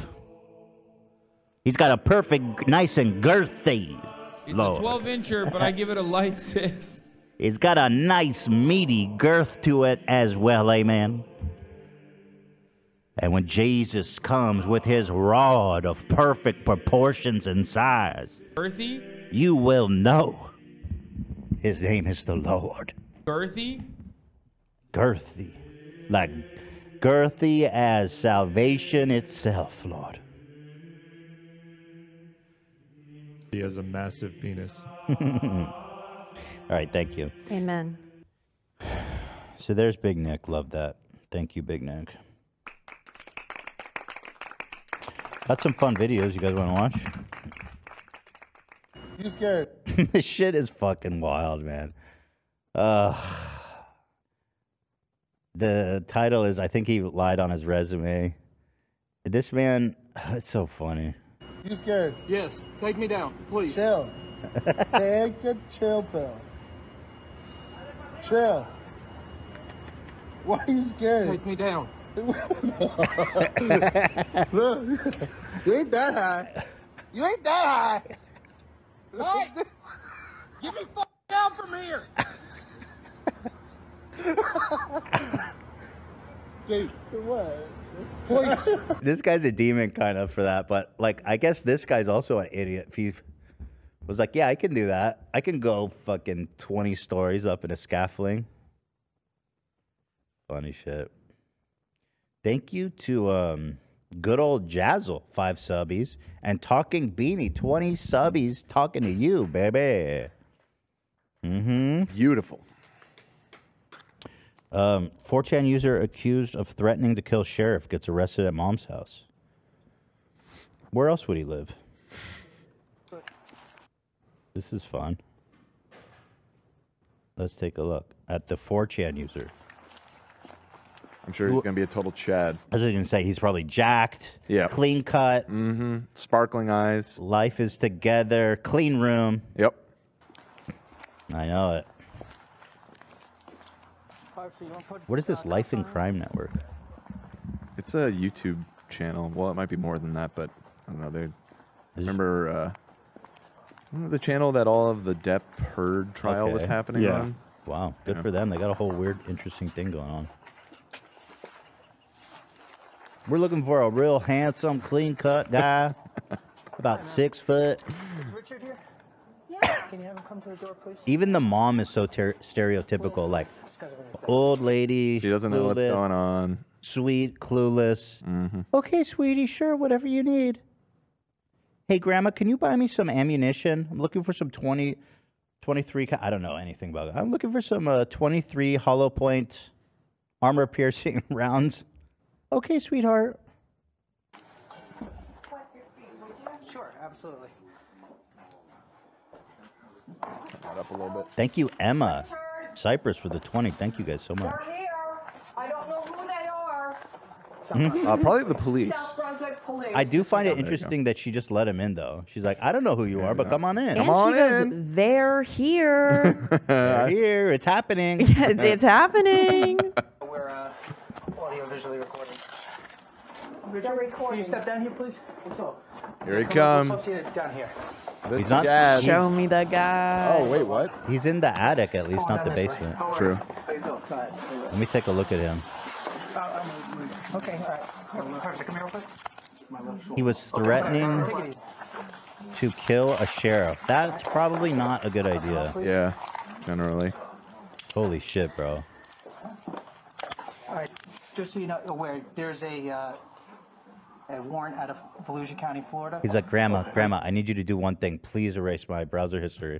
He's got a perfect, nice and girthy.
It's
Lord.
a 12 incher, but I give it a light six.
It's got a nice meaty girth to it as well, amen. And when Jesus comes with his rod of perfect proportions and size,
Girthy?
you will know his name is the Lord.
Girthy?
Girthy. Like girthy as salvation itself, Lord.
He has a massive penis.
All right, thank you.
Amen.
So there's Big Nick. Love that. Thank you, Big Nick. That's some fun videos you guys want to watch.
You scared?
this shit is fucking wild, man. Uh, The title is I think he lied on his resume. This man, it's so funny.
You scared? Yes. Take me down, please. Chill. Take a chill pill. Chill. Why are you scared? Take me down. Look, you ain't that high. You ain't that high.
Hey! Get me fuck down from here!
Dude. What?
this guy's a demon kind of for that, but like I guess this guy's also an idiot. If He was like, "Yeah, I can do that. I can go fucking twenty stories up in a scaffolding." Funny shit. Thank you to um, good old Jazzle five subbies and talking beanie twenty subbies talking to you, baby. Mm-hmm.
Beautiful.
Um, 4chan user accused of threatening to kill sheriff gets arrested at mom's house. Where else would he live? This is fun. Let's take a look at the 4chan user.
I'm sure he's going to be a total Chad.
I was going to say he's probably jacked.
Yeah.
Clean cut.
Mm-hmm. Sparkling eyes.
Life is together. Clean room.
Yep.
I know it. What is this Life and Crime Network?
It's a YouTube channel. Well, it might be more than that, but I don't know. They remember uh, remember the channel that all of the Depp Heard trial was
Okay.
happening on.
Wow, good
Yeah.
for them. They got a whole weird, interesting thing going on. We're looking for a real handsome, clean cut guy, about six foot.
Is Richard here? Yeah. Can you have him come to the door, please?
Even the mom is so ter- stereotypical, like old lady. She
doesn't know what's going on. Mm-hmm.
Sweet, clueless. Okay, sweetie, sure, whatever you need. Hey, grandma, can you buy me some ammunition? I'm looking for some 20, 23. ca- I don't know anything about it. I'm looking for some uh, 23 hollow point armor piercing rounds. Okay, sweetheart.
Sure, absolutely.
Got up a little bit.
Thank you, Emma. Cypress for the 20. Thank you guys so much.
I don't know who they are.
Uh, probably the police.
South Brunswick Police.
I do find it
There you go.
interesting that she just let him in, though. She's like, I don't know who you are, but come on in.
and she goes, they're here.
They're here. It's happening.
it's happening.
We're uh, audio visually recording. Richard, recording. Can you step down here, please? What's up?
Here he
on,
comes.
we'll talk to you down here.
The
He's not-
Chad.
Show me the guy.
Oh, wait, what?
He's in the attic, at least,
Come on
not the
down this way.
basement.
How are
True.
you? How you doing? Go ahead.
Let me take a look at him.
Uh, um, okay, all right. Harvester, come here real quick. My left shoulder.
He was
Okay, all right,
threatening-
all right, take it easy.
To kill a sheriff. That's probably not a good idea.
Yeah, generally.
Holy shit, bro.
All right, just so you know, aware, there's a uh, a warrant out of Volusia County, Florida.
He's like, Grandma, Grandma, I need you to do one thing. Please erase my browser history.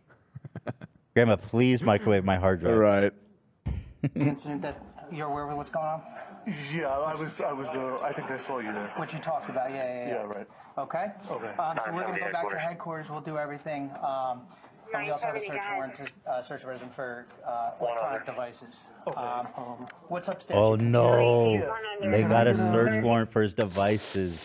Grandma, please microwave my hard drive.
Right.
The incident that you're aware of what's going on.
Yeah, I was, I was, uh, I think I saw you there.
What you talked about? Yeah, yeah, yeah.
Yeah, right.
Okay.
Okay.
Um, so we're
Alright,
gonna go
yeah,
back to
quarter.
headquarters. We'll do everything. Um, and we also have a search warrant to uh, search version for uh, electronic devices. Um, what's upstairs?
Oh no. They got a search warrant for his devices.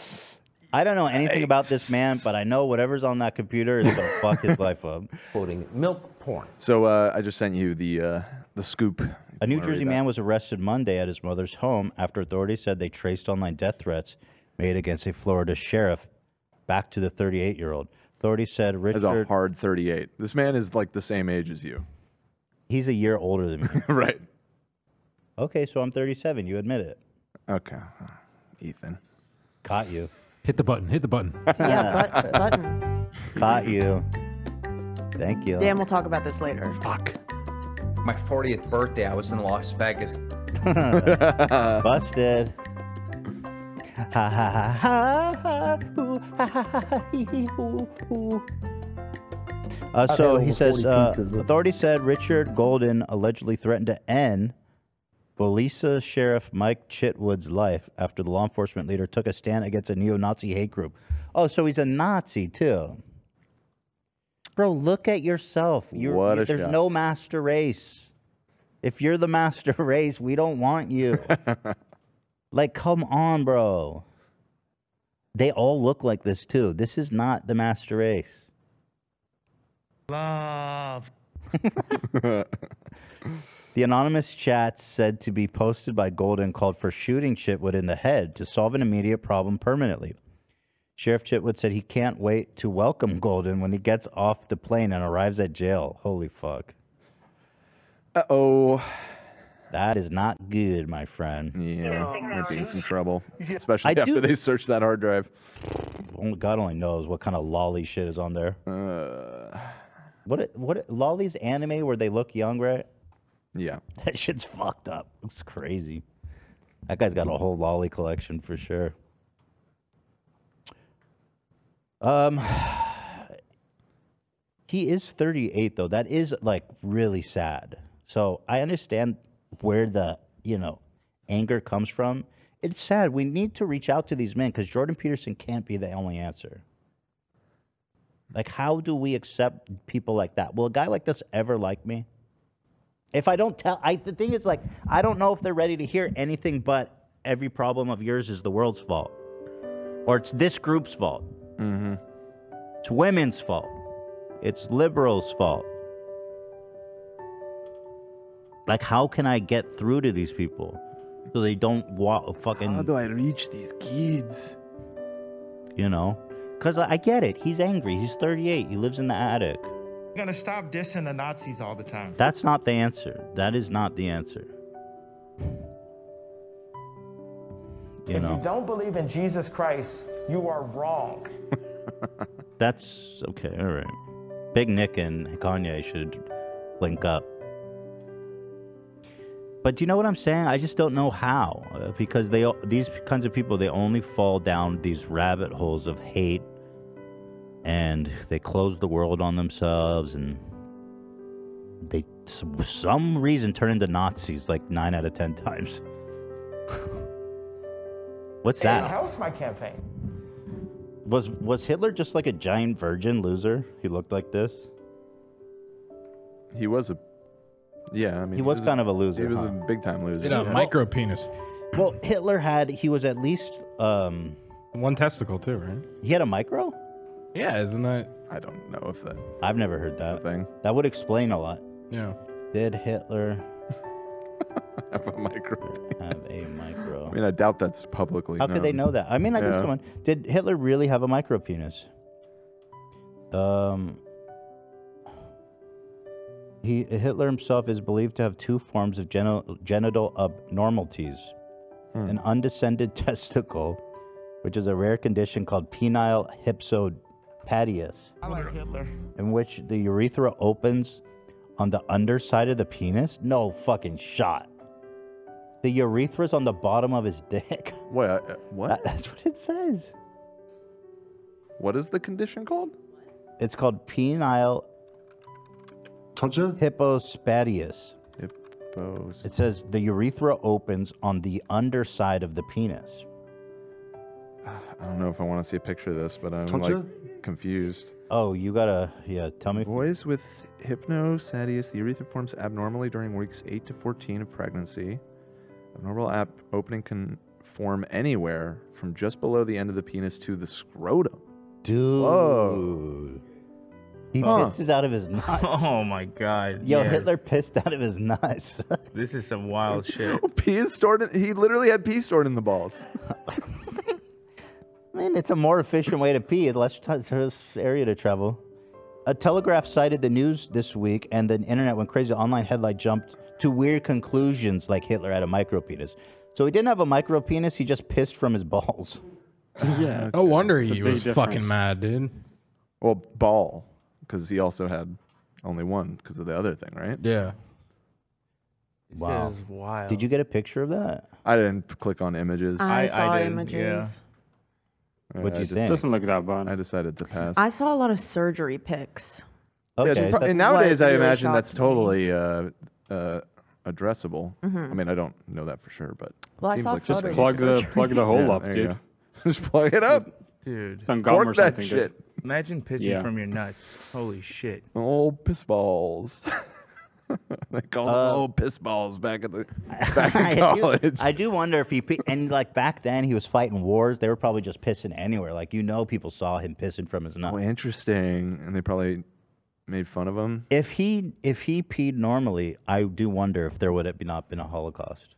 I don't know anything about this man, but I know whatever's on that computer is gonna fuck his life up.
Quoting milk porn. So uh, I just sent you the uh, the scoop.
A New Jersey man was arrested Monday at his mother's home after authorities said they traced online death threats made against a Florida sheriff back to the 38 year old. Authorities said
is a
Richard,
hard 38. This man is like the same age as you.
he's a year older than me.
right.
Okay, so I'm 37. You admit it.
Okay. Ethan.
Caught you.
Hit the button. Hit the button.
yeah, but, button.
Caught you. Thank you.
Dan, we'll talk about this later.
Fuck.
My 40th birthday, I was in Las Vegas.
Busted. Ha ha ha ha. Uh,
I've
so
had
he
over
says
40
uh,
pizzas.
authorities said Richard Golden allegedly threatened to end Belisa Sheriff Mike Chitwood's life after the law enforcement leader took a stand against a neo-Nazi hate group. Oh, so he's a Nazi too. Bro, look at yourself. You're,
What
you-
a
there's
shot.
no master race. If you're the master race, we don't want you. like, come on, bro. They all look like this too. This is not the master race.
Love.
The anonymous chats said to be posted by Golden called for shooting Chitwood in the head to solve an immediate problem permanently. Sheriff Chitwood said he can't wait to welcome Golden when he gets off the plane and arrives at jail. Holy fuck.
Uh oh.
That is not good, my friend.
Yeah, might be in some trouble, especially
I
after
do-
they search that hard drive.
Only God only knows what kind of lolly shit is on there.
Uh,
what what lolly's anime where they look young, right?
Yeah.
That shit's fucked up. It's crazy. That guy's got a whole lolly collection for sure. Um he is 38 though. That is like really sad. So I understand where the, you know, anger comes from. It's sad. We need to reach out to these men cuz Jordan Peterson can't be the only answer. Like how do we accept people like that? Will a guy like this ever like me? If I don't tell, I the thing is like I don't know if they're ready to hear anything but every problem of yours is the world's fault, or it's this group's fault.
Mm-hmm.
It's women's fault. It's liberals' fault. Like, how can I get through to these people so they don't wa- fucking?
How do I reach these kids?
You know, because I, I get it. He's angry. He's 38. He lives in the attic.
You're gonna stop dissing the Nazis all the time.
That's not the answer. That is not the answer. You
if
know.
you don't believe in Jesus Christ, you are wrong.
That's okay. All right. Big Nick and Kanye should link up. But do you know what I'm saying? I just don't know how uh, because they o- these kinds of people they only fall down these rabbit holes of hate and they close the world on themselves and they s- for some reason turn into Nazis like 9 out of 10 times. What's
Hey,
that?
how's my campaign?
Was was Hitler just like a giant virgin loser? He looked like this.
He was a. Yeah, I mean.
was kind of a loser,
He was
huh?
a big time loser.
Yeah, Well- micro
penis.
Well, Hitler had he was at least um
one testicle too, right?
He had a micro?
Yeah, isn't that
I don't know if that
I've never heard that.
thing.
That would explain a lot.
Yeah.
Did Hitler
have a micro?
Have a micro.
I mean, I doubt that's publicly.
How could they
known.
know that? I mean, I guess
Yeah.
someone did Hitler really have a micro penis? Um he Hitler himself is believed to have two forms of genital, genital abnormalities.
Hmm.
An undescended testicle, which is a rare condition called penile hypsopadias.
I like Hitler.
in which the urethra opens on the underside of the penis? No fucking shot. The urethra's on the bottom of his dick.
Wait, uh, what?
that's what it says.
What is the condition called?
It's called penile hypospadias.
Hippos.
It says the urethra opens on the underside of the penis.
I don't know if I want to see a picture of this, but I'm like confused.
Oh, you gotta, yeah, tell me.
Boys with hypnosadius, the urethra forms abnormally during weeks 8 to 14 of pregnancy. Abnormal ab- opening can form anywhere from just below the end of the penis to the scrotum.
Dude.
Whoa.
He
Huh.
pisses out of his nuts.
Oh
my
God,
Yo,
yeah.
Hitler pissed out of his nuts.
This is some wild shit. pee is stored in, he literally had pee stored in the balls.
I mean, it's a more efficient way to pee, less t- less area to travel. A Telegraph cited the news this week, and the internet went crazy. Online headline jumped to weird conclusions, like Hitler had a micro penis. So he didn't have a micro penis; he just pissed from his balls.
Yeah. No wonder
It's a
he
big
was fucking
difference.
mad, dude.
Well, ball, because he also had only one because of the other thing, right?
Yeah.
Wow.
is
wild. Did you get a picture of that?
I didn't p- click on images.
I I- I saw did, images.
Yeah,
What'd
I
you
just-
think? Doesn't
look that bad.
I decided to pass.
I saw a lot of surgery pics.
Yeah,
Okay,
it's pro-
that's
and nowadays,
what
I
really
imagine that's
shocked me.
totally uh, uh, addressable. I
Mhm.
mean, I don't know that for sure, but it
Well, I
seems
saw
like something you
photos
Plug
could
the-
do.
plug the hole
Yeah,
up,
there you
dude.
go. just plug it up.
Dude.
Some gum
Cork
or
that
something,
shit.
dude.
Imagine pissing
Yeah.
from your nuts. Holy shit.
Oh, piss balls. they called them old piss balls back at the back
Uh, I
in
do,
college.
I do wonder if he pe- and like back then he was fighting wars. They were probably just pissing anywhere. Like you know, people saw him pissing from his nuts.
Oh, interesting. And they probably made fun of him.
If he if he peed normally, I do wonder if there would have not been a Holocaust.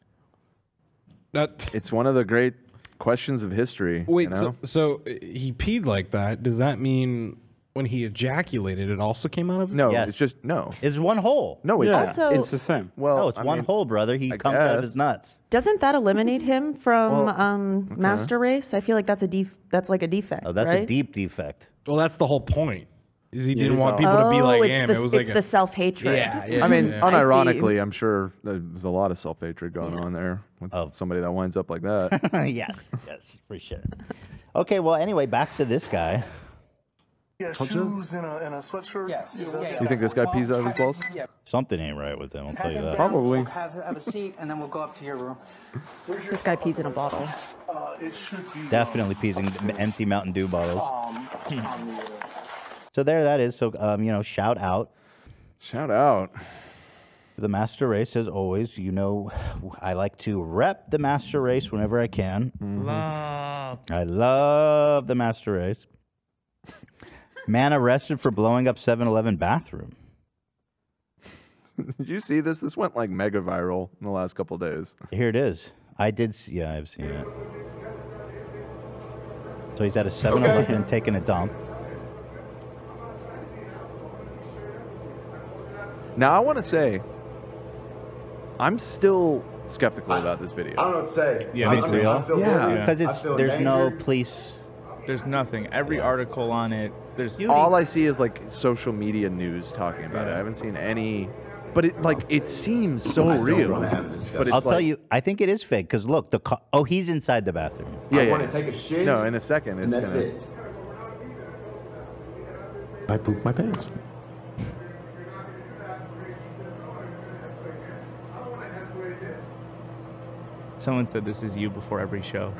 it's one of the great questions of history.
Wait,
you know?
so, so uh, he peed like that. Does that mean when he ejaculated, it also came out of his
No, it's just no.
It's one hole.
No, it's
Yeah.
Also- it's the
same.
Well,
Well,
no, it's
I
one
mean,
hole, brother. He comes out of his
guess.
nuts.
Doesn't that eliminate him from
Well,
um,
okay.
master race? I feel like that's a def- that's like a defect.
Oh, that's
right?
a deep defect.
Well, that's the whole point. Is he
Yeah,
didn't
he's
want
out.
people to be
Oh,
like
it's
him.
the-
it was
it's
like a-
the self-hatred.
Yeah, yeah.
I mean,
yeah.
unironically, I'm sure there's a lot of self hatred going on there with somebody that winds up like that.
yes, yes, for sure. Okay, well, anyway, back to this guy.
Yeah,
Told you.
shoes and a, and a sweatshirt. Yes.
You think this guy pees out of his balls?
Yeah.
Something ain't right with him. I'll tell you that.
We'll have, have a seat and then we'll go up to your room.
This guy pees in a bottle.
Uh, it should be.
Definitely peasing m- empty Mountain Dew bottles.
Um, on the, uh,
So there, that is. So um, you know, shout out.
Shout out.
The master race, as always, you know, I like to rep the master race whenever I can. Mm-hmm. I love the master race. Man arrested for blowing up 7 Eleven bathroom.
Did you see this? This went like mega viral in the last couple days.
Here it is. I did see, yeah, I've seen it. So he's at a 7 Eleven taking a dump.
Now I want to say, I'm still skeptical about this video.
I don't know what to say.
Yeah,
If
me
it's
too.
real?
I feel
Yeah.
guilty.
Because it's,
I feel
there's no
endangered.
police.
There's nothing. Every article on it. There's
All I see is like social media news talking about it. I haven't seen any, but it like it seems so
I don't
real.
wanna
have this
But it's
I'll tell
like-
you, I think it is fake because look, the co- oh, he's inside the bathroom.
Yeah, yeah. No, in a second. It's gonna,
I pooped my pants.
Someone said this is you before every show.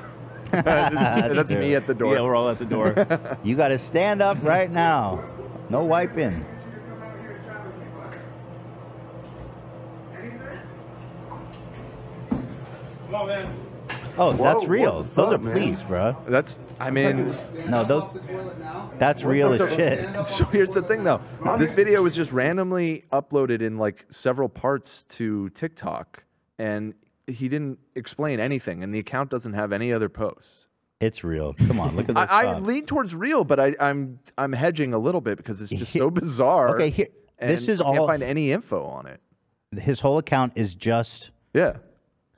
That's me at the door.
Yeah, we're all at the door.
you got to stand up right now. No wiping. Oh, that's
Whoa,
real.
what the
Those
fuck,
are
man?
police, bro.
That's. I mean,
no, those. That's real as shit.
So here's the thing, though. This video was just randomly uploaded in like several parts to TikTok, and he didn't explain anything, and the account doesn't have any other posts.
It's real. Come on, look at this.
I, I
stuff.
lean towards real, but I, I'm I'm hedging a little bit because it's just so bizarre.
Okay, here- this
and
is
I can't
all-
find any info on it.
His whole account is just.
Yeah.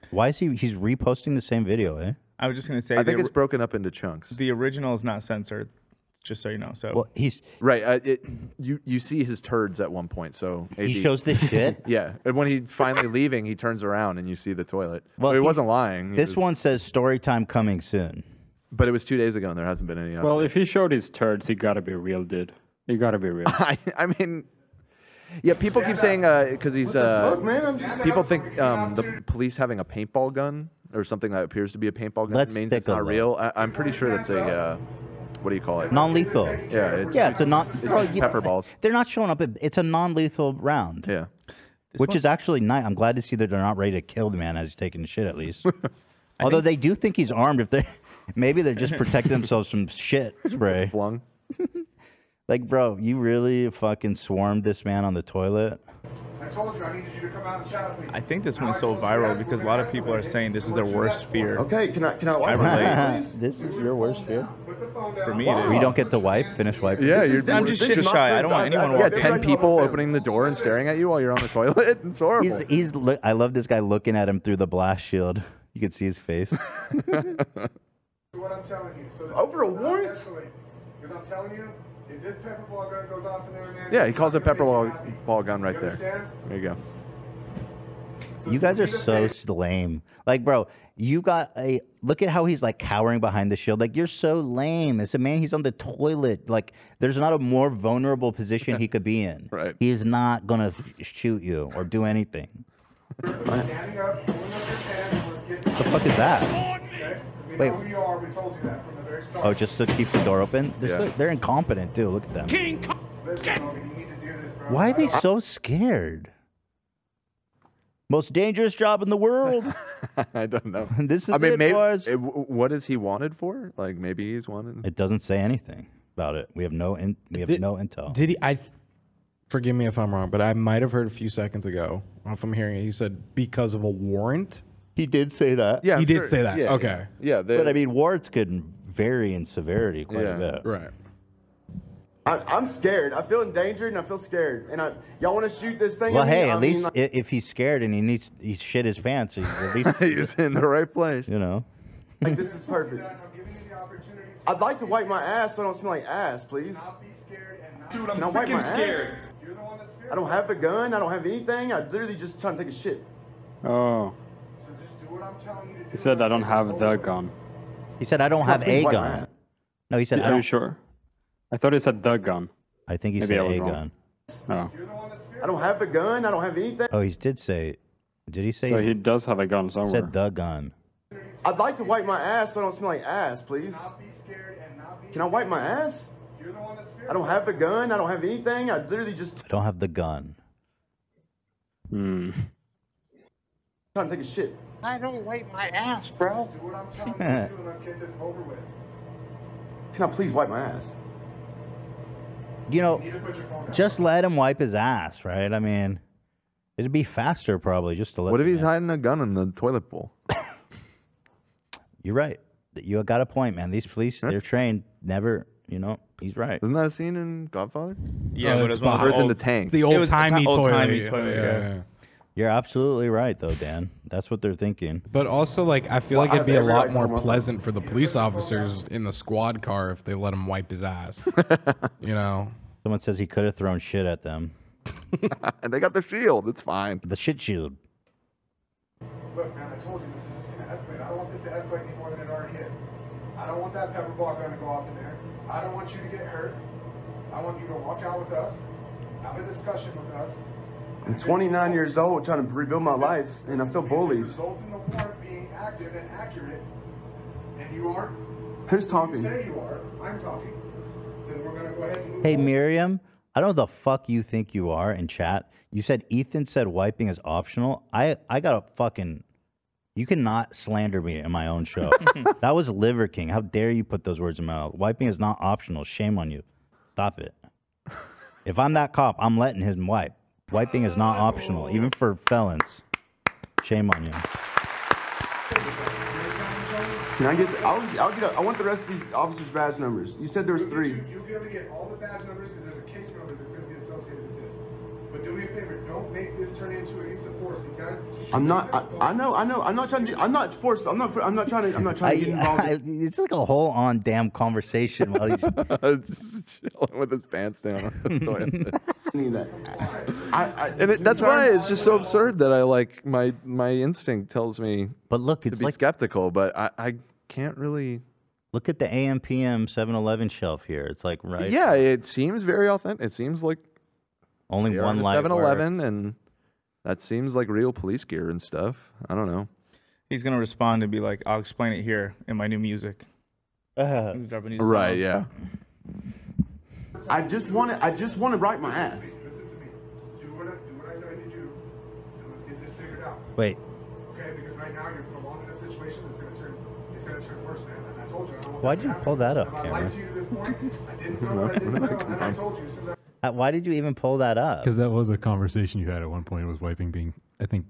Why is he? He's reposting the same video, eh?
I was just gonna say.
I
the
think it's
ori-
broken up into chunks.
The original is not censored, just so you know. So
Well, he's
Right. Uh, it, you you see his turds at one point. So
He
AD.
shows this shit?
yeah, and when he's finally leaving, he turns around and you see the toilet.
Well,
Well, he
he's-
wasn't lying. he
This
was-
one says story time coming soon.
but it was two days ago, and there hasn't been any.
Well, if he showed his turds, he gotta be real, dude. He gotta be real.
I, I mean, yeah, people keep saying because he's. Uh,
fuck, man? I'm just-
people think um, the police having a paintball gun or something that appears to be a paintball gun
Let's
means
take
it's
a
not
look.
real. I, I'm pretty sure that's a. Uh, what do you call it?
Non-lethal.
Yeah. It,
yeah, it's a non.
it's
oh, you-
pepper balls.
They're not showing up. It's a non-lethal round.
Yeah.
Which is actually nice. I'm glad to see that they're not ready to kill the man as he's taking the shit at least. Although they do think he's armed. If they, maybe they're just protecting themselves from shit spray.
Flung.
like, bro, you really fucking swarmed this man on the toilet.
I told you I needed you to come out and chat with me.
I think this went so viral because a lot of people are saying this is their worst fear.
Okay, can I can I
I
wipe my
relate.
face?
this is your worst fear.
For me, it is.
We don't get to wipe. Finish wiping.
Yeah,
This is-
you're
I'm just shitting shy. I don't want anyone
Yeah,
walking
ten
in.
people opening the door and staring at you while you're on the toilet. It's horrible.
He's he's. Look, I love this guy looking at him through the blast shield. You can see his face.
What I'm telling you. So that
Over a warrant?
Because I'm telling you, if this pepper ball gun goes off in there, man.
Yeah, he calls it pepper ball, ball gun right there. There you go.
You guys are so s- lame. Like, bro, you got a look at how he's like cowering behind the shield. Like, you're so lame. As a man, he's on the toilet. Like, there's not a more vulnerable position he could be in. Right. He's not gonna f- shoot you or do anything.
Standing up, pulling up your pants, and let's get.
What the fuck is that?
Okay? We
Wait.
know who you are. We told you that from the very start.
Oh, just to keep the door open. They're, so- they're incompetent too. Look at them.
Listen, homie, you need to do this, bro.
Why are they so scared? Most dangerous job in the world.
I don't know.
This is
I mean,
it,
maybe,
boys.
eh, wh- what is he wanted for? Like maybe he's wanted.
It doesn't say anything about it. We have no in, we have no intel.
Did he? I forgive me if I'm wrong, but I might have heard a few seconds ago. I don't know if I'm hearing it. He said because of a warrant.
He did say that.
he did say that. okay.
but I mean, warts can vary in severity quite
Yeah.
a bit.
Right.
I, I'm scared. I feel endangered and I feel scared. And I, y'all want to shoot this thing?
Well,
at me?
hey,
I
at
mean,
least
like-
i if he's scared and he needs he shit his pants, he's at least
he's in the right place.
You know.
Like this is perfect. I'd like to wipe my ass so I don't smell like ass, please.
Dude,
Can I wipe
I'm
my
freaking
ass?
scared.
I don't have a gun. I don't have anything. I literally just trying to take a shit.
Oh. He said, I don't have the gun.
He said, I don't have a gun. No, he said, I
Are you
don't.
sure? I thought he said the gun.
I think he
Maybe
said
I was
a
wrong. Oh.
gun.
No.
I don't have a gun. I don't have anything.
Oh, he did say. Did he say?
So he does have a gun
he
somewhere.
said the gun.
I'd like to wipe my ass so I don't smell like ass, please. Can I wipe my ass? I don't have a gun. I don't have anything. I literally just
I don't have the gun.
Hmm.
trying to take a shit.
I don't wipe my ass, bro.
Can I please wipe my ass?
You know, just let him wipe his ass, right? I mean, it'd be faster probably just to let.
What if
him
he's hiding a gun in the toilet bowl?
You're right. You got a point, man. These police, they're trained. Never, you know. He's right.
Isn't that a scene in Godfather?
Yeah, Oh, but it's it's one of
Or it's in the
old-
tank.
it's the It was- it's an old-timey
old-timey toilet, toilet, yeah, yeah, yeah. yeah.
You're absolutely right, though, Dan. That's what they're thinking.
But also, like, I feel
Well,
like it'd
I-
be a
every
lot
night
more
someone-
pleasant for the police officers in the squad car if they let him wipe his ass. you know,
Someone says he could have thrown shit at them.
and they got the shield. It's fine.
The shit shield.
Look, man, I told you this is just gonna escalate. I don't want this to escalate any more than it already is. I don't want that pepper ball gun to go off in there. I don't want you to get hurt. I want you to walk out with us, have a discussion with us.
I'm 29 years old, trying to rebuild my life, and I feel bullied.
Results in the warrant being active and accurate, and you are.
Who's talking?
You say you are. I'm talking. Then we're gonna go ahead and move
Hey,
forward.
Miriam, I don't know the fuck you think you are in chat. You said Ethan said wiping is optional. I, I got a fucking. You cannot slander me in my own show. that was Liver King. How dare you put those words in my mouth? Wiping is not optional. Shame on you. Stop it. If I'm that cop, I'm letting him wipe. Wiping is not optional, even for felons. Shame on you.
Can I get? The, I'll, I'll get. A, i will i will get I want the rest of these officers' badge numbers. You said there was three.
You'll be able to get all the badge numbers because there's a case number that's gonna be associated with this. But do me a favor, don't make this turn into a use of force. These guys.
I'm not. I, I know. I know. I'm not trying to. do- I'm not forced. I'm not. I'm not trying to. I'm not trying to get involved.
I- it's like a whole on damn conversation while he's
just chilling with his pants down on the toilet.
Need that. I, I,
And it, that's why it's just so absurd that I like my my instinct tells me.
But look,
it's to be skeptical, but I, I can't really.
Look at the AM PM 7-Eleven shelf here. It's like right.
Yeah, it seems very authentic. It seems like
Only
they are
one
in a
light
7-Eleven, and that seems like real police gear and stuff. I don't know.
He's gonna respond and be like, "I'll explain it here in my new music." He's dropping new
Right,
song.
yeah.
I just want to. I just want to wipe my ass.
Do what I, do what I tell you to do, and let's get this figured out.
Wait.
Okay, because right now you're prolonging a situation that's gonna turn, it's gonna turn worse, man. And I told you, I don't want
Why'd
that
you
to
pull that up,
happen. If I lied
Cameron?
to you to this point, I didn't know, what I didn't know, and I told you, as soon as I
Uh, Why did you even pull that up?
Because that was a conversation you had at one point. Was wiping being? I think.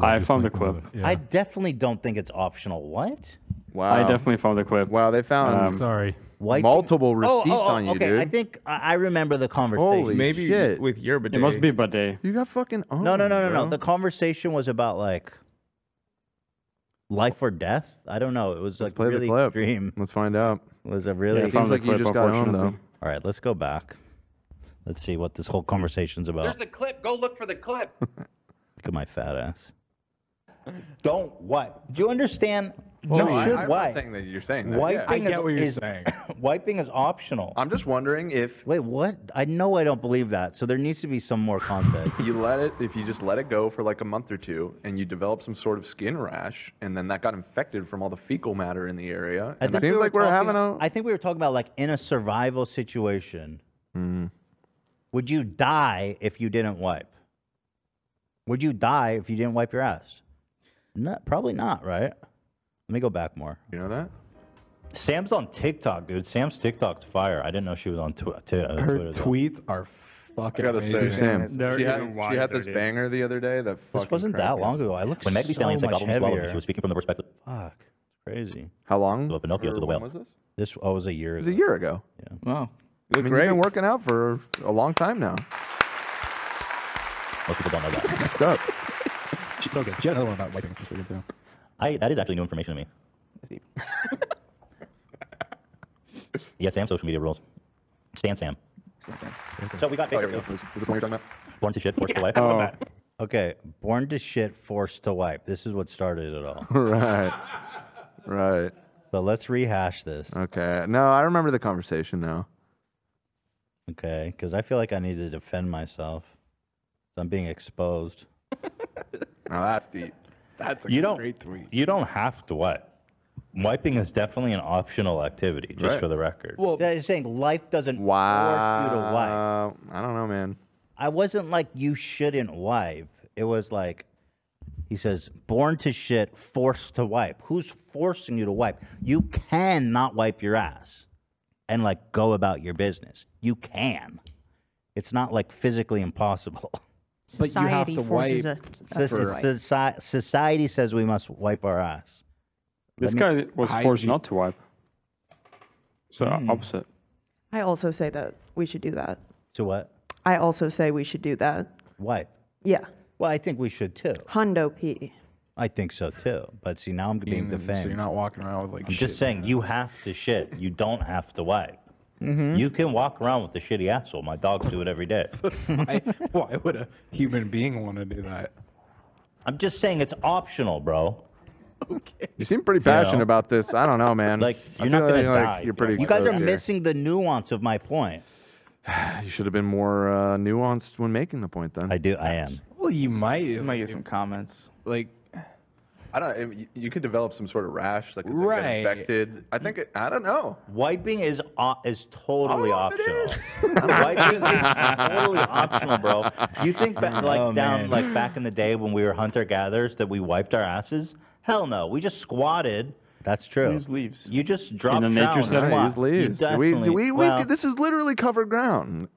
I
just
found
like
the
one of
clip.
the- yeah.
I definitely don't think it's optional. What?
Wow.
I um, definitely found the clip.
Wow, they found
sorry
Wiping-
multiple
Oh,
receipts
oh, oh,
on you,
okay.
dude.
I think I, I remember the conversation.
Maybe with your bidet.
bidet.
You got fucking owned,
No, no, no, no,
bro.
no. The conversation was about like life or death. I don't know. It was like
play the
really
clip.
extreme.
Let's find out.
Was it really?
Yeah, I Seems found the like you clip, just got owned, unfortunately.
All right, let's go back. Let's see what this whole conversation's about.
There's the clip. Go look for the clip.
Look at my fat ass. Don't wipe. Do you understand?
Well,
you
I-
should
I'm not
wipe.
saying that you're saying that, yeah.
Wiping
I get
is,
what you're
is-
saying.
wiping is optional.
I'm just wondering if.
Wait, what? I know I don't believe that. So there needs to be some more context.
You let it if you just let it go for like a month or two, and you develop some sort of skin rash, and then that got infected from all the fecal matter in the area.
I
And it
think
seems
we
like we're
talking-
having a
I think we were talking about like in a survival
Mm-hmm.
situation. Would you die if you didn't wipe? Would you die if you didn't wipe your ass? Not, probably not, right? Let me go back more.
You know that?
Sam's on TikTok, dude. Sam's TikTok's fire. I didn't know she was on tw- t- uh, Twitter.
Her
though.
tweets are fucking.
gotta say,
amazing.
Sam, she had, she had this
dude.
banger the other day that fucking.
This wasn't that
cracked me.
long ago. I looked
When Meg
so
Thee Stallion's
much
like album Swallow,
heavier.
she was speaking from the perspective.
Fuck, crazy.
How long?
So Pinocchio
Or
to the
when
whale.
was this?
This oh, it was a year.
It was
ago.
a year ago.
Yeah.
Wow.
I mean, You've been working out for a long time now.
Most people don't know that.
Messed up.
She's so good. She had another one about wiping. She's really good too. I that is actually new information to me. yeah, Sam social media rules. Stan Sam. So we got
Oh, here we
basically.
go. Is- is this the one you're talking about?
Born to shit, forced to life.
Oh.
Okay, born to shit, forced to wipe. This is what started it all.
right. Right.
But let's rehash this.
Okay. No, I remember the conversation now.
Okay, because I feel like I need to defend myself. I'm being exposed.
now that's deep. That's
you don't, You don't have to wipe. Wiping is definitely an optional activity, just
Right.
for the record.
Well,
that is saying life doesn't
Wow.
force you to wipe.
I don't know, man.
I wasn't like you shouldn't wipe. It was like he says, born to shit, forced to wipe. Who's forcing you to wipe? You can not wipe your ass and like go about your business. You can. It's not like physically impossible.
But you have Society to forces wipe us- us to
Soci-
wipe.
soci- society says we must wipe our ass.
This
Let me-
guy was forced not to wipe. So
Hmm.
opposite.
I also say that we should do that.
To what?
I also say we should do that.
Wipe.
Yeah.
Well, I think we should too.
Hundo P.
I think so too. But see, now I'm being
so
defended.
you're not walking around with like.
I'm just saying, you have to shit. You don't have to wipe.
Mhm.
You can walk around with a shitty asshole. My dogs do it every day.
Why would a human being want to do that?
I'm just saying it's optional, bro.
You seem pretty
You know.
passionate about this. I don't know, man. Like
You're not gonna
like
die.
You're pretty.
you guys
close
are
here.
missing the nuance of my point.
You should have been more uh, nuanced when making the point. Then I
do. I am.
Well, you might. You
might get some
comments.
Like,
I don't. You, you could develop some sort of rash that could then
Right.
get infected. I think. It, I don't know.
Wiping is o- is totally
Oh, it
optional.
is.
Wiping is totally optional, bro. You think ba- like
Oh,
down
man.
like back in the day when we were hunter gatherers that we wiped our asses? Hell no. We just squatted. That's true.
Use leaves.
You just dropped
nature
down. and
center.
Use
squat. You
leaves. We,
definitely-
we, we,
well-
this is literally covered ground.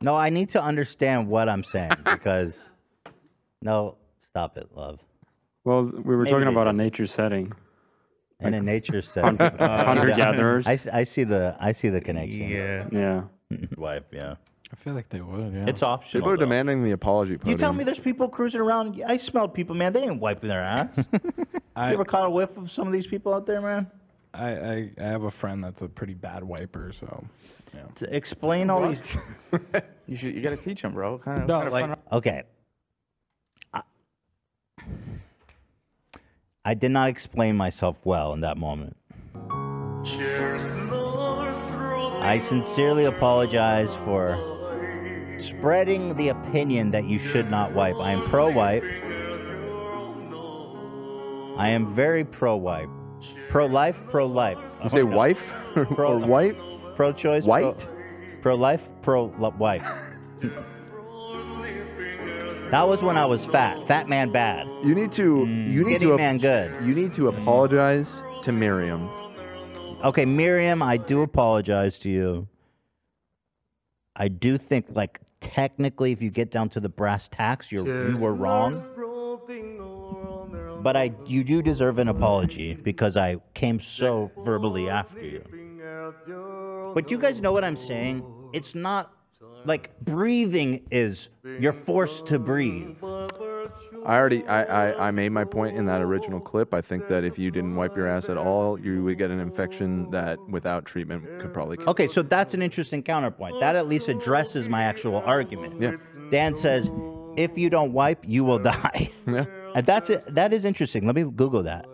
No, I need to understand what I'm saying because. no, stop it, love.
Well, we were
Maybe
talking
they
about a nature setting.
And a nature setting.
Hunter- hunter gatherers.
I, s- I see the I see the connection. Yeah.
Yeah.
Wipe. Yeah.
I feel like they would. Yeah.
It's optional.
People are demanding the apology.
You
Podium.
tell me there's people cruising around. I smelled people, man. They didn't wipe their ass. you ever caught a whiff of some of these people out there, man?
I, I I have a friend that's a pretty bad wiper, so. Yeah.
To explain all these.
You should. You gotta teach them, bro. Kind of.
No,
kind of
like-
Okay. I- I did not explain myself well in that moment. I sincerely apologize for spreading the opinion that you should not wipe. I am pro wipe. I am very pro wipe. Pro life, pro life.
You say wife or white?
Pro choice.
White?
Pro life, pro lo- wife. that was when I was fat. Fat man bad.
You need to. You need
Skinny
to. ap-
man good.
You need to apologize to Miriam.
Okay, Miriam, I do apologize to you. I do think, like, technically, if you get down to the brass tacks, you're, you were wrong. But I, you do deserve an apology because I came so verbally after you. But do you guys know what I'm saying? It's not like breathing is you're forced to breathe.
I already. I, I. I made my point in that original clip. I think that if you didn't wipe your ass at all, you would get an infection that, without treatment, could probably. Kill.
Okay, so that's an interesting counterpoint. That at least addresses my actual argument.
Yeah.
Dan says, if you don't wipe, you will die.
Yeah.
And that's it. That is interesting. Let me Google that.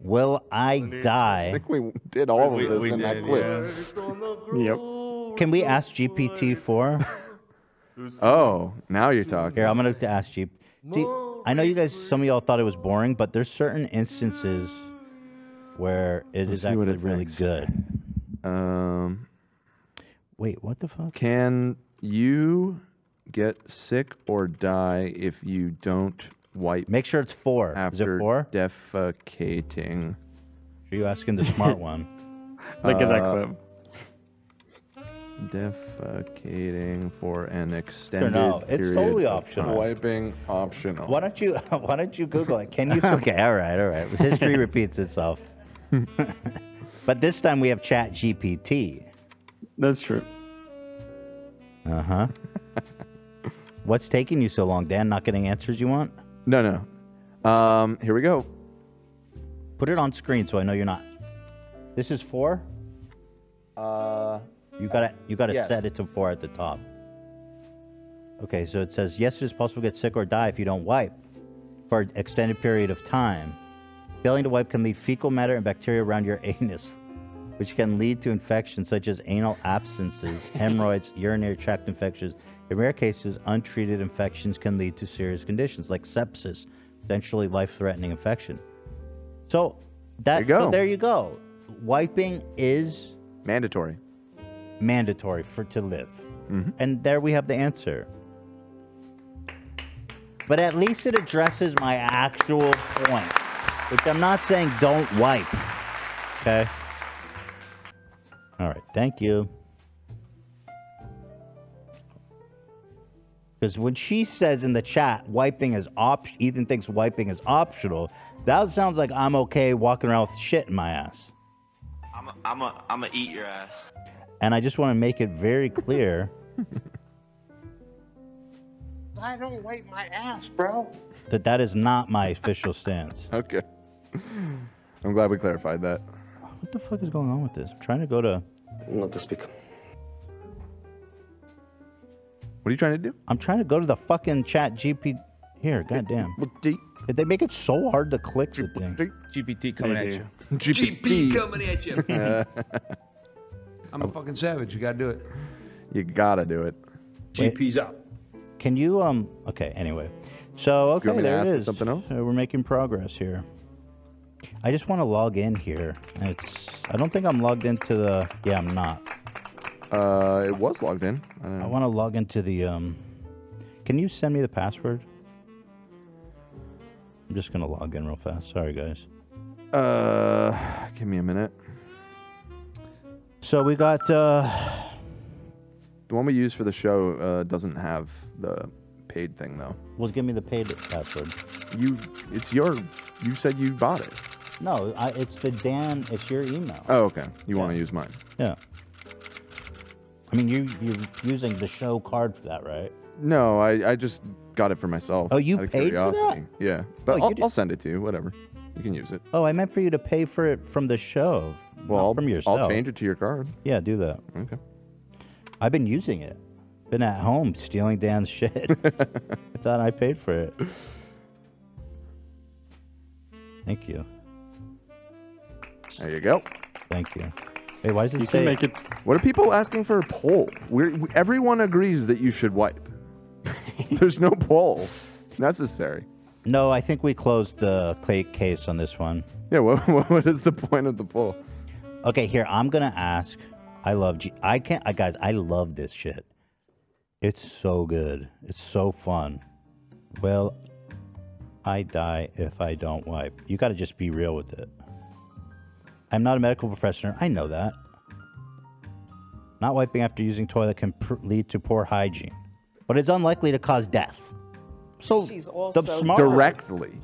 Will I die? I think
we did all of We- this we in that did, clip.
Yep. Can we ask GPT four?
Oh, now you're talking.
Here, I'm gonna to ask you. Do- I know you guys. Some of y'all thought it was boring, but there's certain instances where it
Let's
is
see what
actually
it
really
thinks.
good.
Um.
Wait, what the fuck?
Can you get sick or die if you don't wipe.
Make sure it's four.
After Is it four? Defecating.
Are you asking the smart one?
Look at that
Uh,
clip.
Defecating for an extended
no, it's
period
totally
of
optional.
time. Wiping optional.
Why don't you Why don't you Google it? Can you? okay, all right, all right. History repeats itself. but this time we have Chat GPT.
That's true.
Uh huh. What's taking you so long, Dan? Not getting answers you want?
No, no. Um, here we go.
Put it on screen so I know you're not. This is four.
Uh,
You gotta you gotta
Yes.
set it to four at the top. Okay, so it says yes, it is possible to get sick or die if you don't wipe for an extended period of time. Failing to wipe can leave fecal matter and bacteria around your anus, which can lead to infections such as anal abscesses, hemorrhoids, urinary tract infections. In rare cases, untreated infections can lead to serious conditions like sepsis, potentially life-threatening infection. So that
There you
so
go.
there you go. Wiping is
mandatory.
Mandatory for to live.
Mhm.
And there we have the answer. But at least it addresses my actual point, which I'm not saying don't wipe. Okay. All right. Thank you. Because when she says in the chat, wiping is op, Ethan thinks wiping is optional. That sounds like I'm okay walking around with shit in my ass.
I'm a, I'm a, I'm a eat your ass.
And I just want to make it very clear
I don't wipe my ass, bro.
that that is not my official stance.
Okay. I'm glad we clarified that.
What the fuck is going on with this? I'm trying to go to.
Not to speak. What are you trying to do?
I'm trying to go to the fucking chat GP. Here, goddamn. Did they make it so hard to click the thing?
GPT coming at you.
GPT.
coming at you. I'm a
Oh.
fucking savage. You gotta do it.
You gotta do it.
GP's up.
Can you um? Okay. Anyway,
Do you
so okay,
want me to
there
ask
it
for
is. Something else. we're making progress here. I just want to log in here, and it's. I don't think I'm logged into the. Yeah, I'm not.
Uh, it was logged in. I, don't
I want to log into the um. Can you send me the password? I'm just gonna log in real fast. Sorry, guys.
Uh, give me a minute.
So we got uh
the one we use for the show uh, doesn't have the paid thing though.
Well, give me the paid password.
You, it's your. You said you bought it.
No, I, it's the Dan. It's your email.
Oh, okay. You want to use mine?
Yeah. I mean, you you're using the show card for that, right?
No, I, I just got it for myself.
Oh, you
out of
paid for that?
curiosity. Yeah, but
Oh, you
I'll,
did-
I'll send it to you. Whatever. You can use it.
Oh, I meant for you to pay for it from the show.
Well,
not
I'll,
from yourself.
I'll change it to your card.
Yeah, do that.
Okay.
I've been using it. Been at home stealing Dan's shit. I thought I paid for it. Thank you.
There you go.
Thank you. Hey, why does it
You can
say?
make What are people asking for a poll? We're, we, everyone agrees that you should wipe. There's no poll necessary.
No, I think we closed the ca- case on this one.
Yeah, what, what, what is the point of the poll?
Okay, here I'm gonna ask. I love G. I can't, I, guys. I love this shit. It's so good. It's so fun. Well, I die if I don't wipe. You got to just be real with it. I'm not a medical professional. I know that. Not wiping after using toilet can pr- lead to poor hygiene, but it's unlikely to cause death. So
She's
the
also
smart
directly.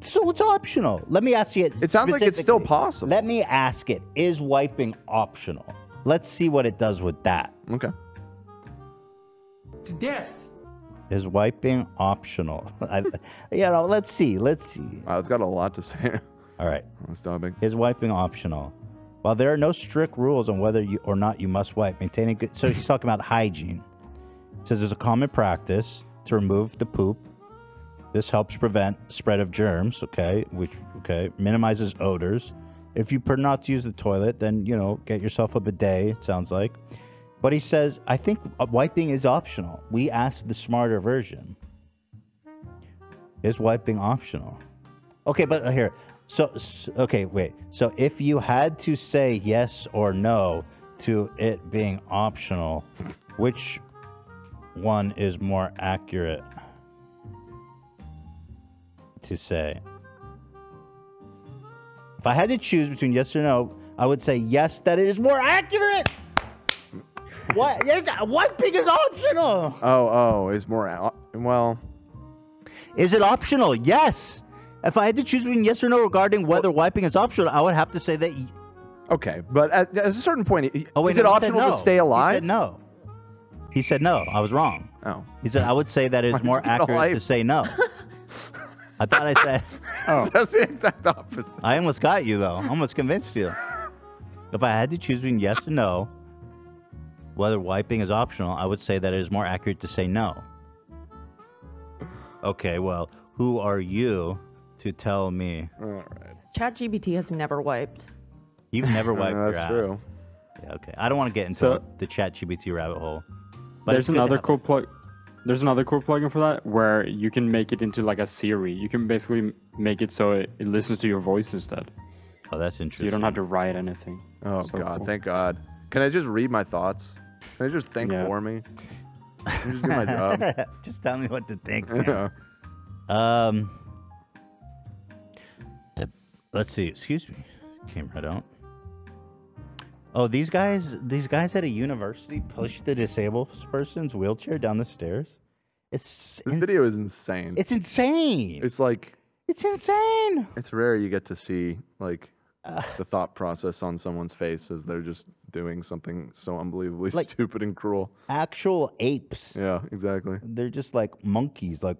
So it's optional. Let me ask you. It,
sounds like it's still possible.
Let me ask it: Is wiping optional? Let's see what it does with that.
Okay.
To death.
Is wiping optional? I, you know, let's see. Let's see.
Wow, it's got a lot to say.
All right.
Let's topic.
Is wiping optional? While there are no strict rules on whether you or not you must wipe, maintaining good. So he's talking about hygiene. It says there's a common practice to remove the poop. This helps prevent spread of germs. Okay, which okay minimizes odors. If you prefer not to use the toilet, then you know get yourself a bidet. It sounds like. But he says, I think uh, wiping is optional. We asked the smarter version. Is wiping optional? Okay, but uh, here. So, s okay, wait. So if you had to say yes or no to it being optional, which one is more accurate to say. If I had to choose between yes or no, I would say yes that it is more accurate. what? Yes, one pick is optional.
Oh, oh, it's more. al- Well,
Is it optional? Yes. If I had to choose between yes or no regarding whether wiping is optional, I would have to say that. y-
okay, but at, at a certain point, i-
Oh, wait,
is
no,
it
he said
optional
no.
to stay
He
alive?
said no. He said no. I was wrong.
Oh.
He said I would say that it is more accurate to say no. I thought I said.
Oh. That's the exact opposite.
I almost got you though. I almost convinced you. If I had to choose between yes and no, whether wiping is optional, I would say that it is more accurate to say no. Okay, well, who are you to tell me?
All right.
ChatGBT has never wiped.
You've never wiped your
that's
ass.
true.
Yeah, okay. I don't want to get into
So-
the chat GBT rabbit hole.
there's
it's good to
another
have-
cool plug. There's another cool plugin for that where you can make it into like a Siri. You can basically m- make it so it, it listens to your voice instead.
Oh, that's
So you don't have to write anything.
Oh
So
God!
cool.
Thank God. Can I just read my thoughts? Can I just think for me? Can you just do my job.
Just tell me what to think.
Yeah.
man. Um, let's see. Excuse me. Came right out. Oh, these guys. These guys at a university pushed the disabled person's wheelchair down the stairs. It's
This video is insane.
It's insane.
It's like
It's insane.
it's rare you get to see like
Uh.
the thought process on someone's face as they're just doing something so unbelievably
Like-
stupid and cruel.
Actual apes.
Yeah, exactly.
They're just like monkeys. Like,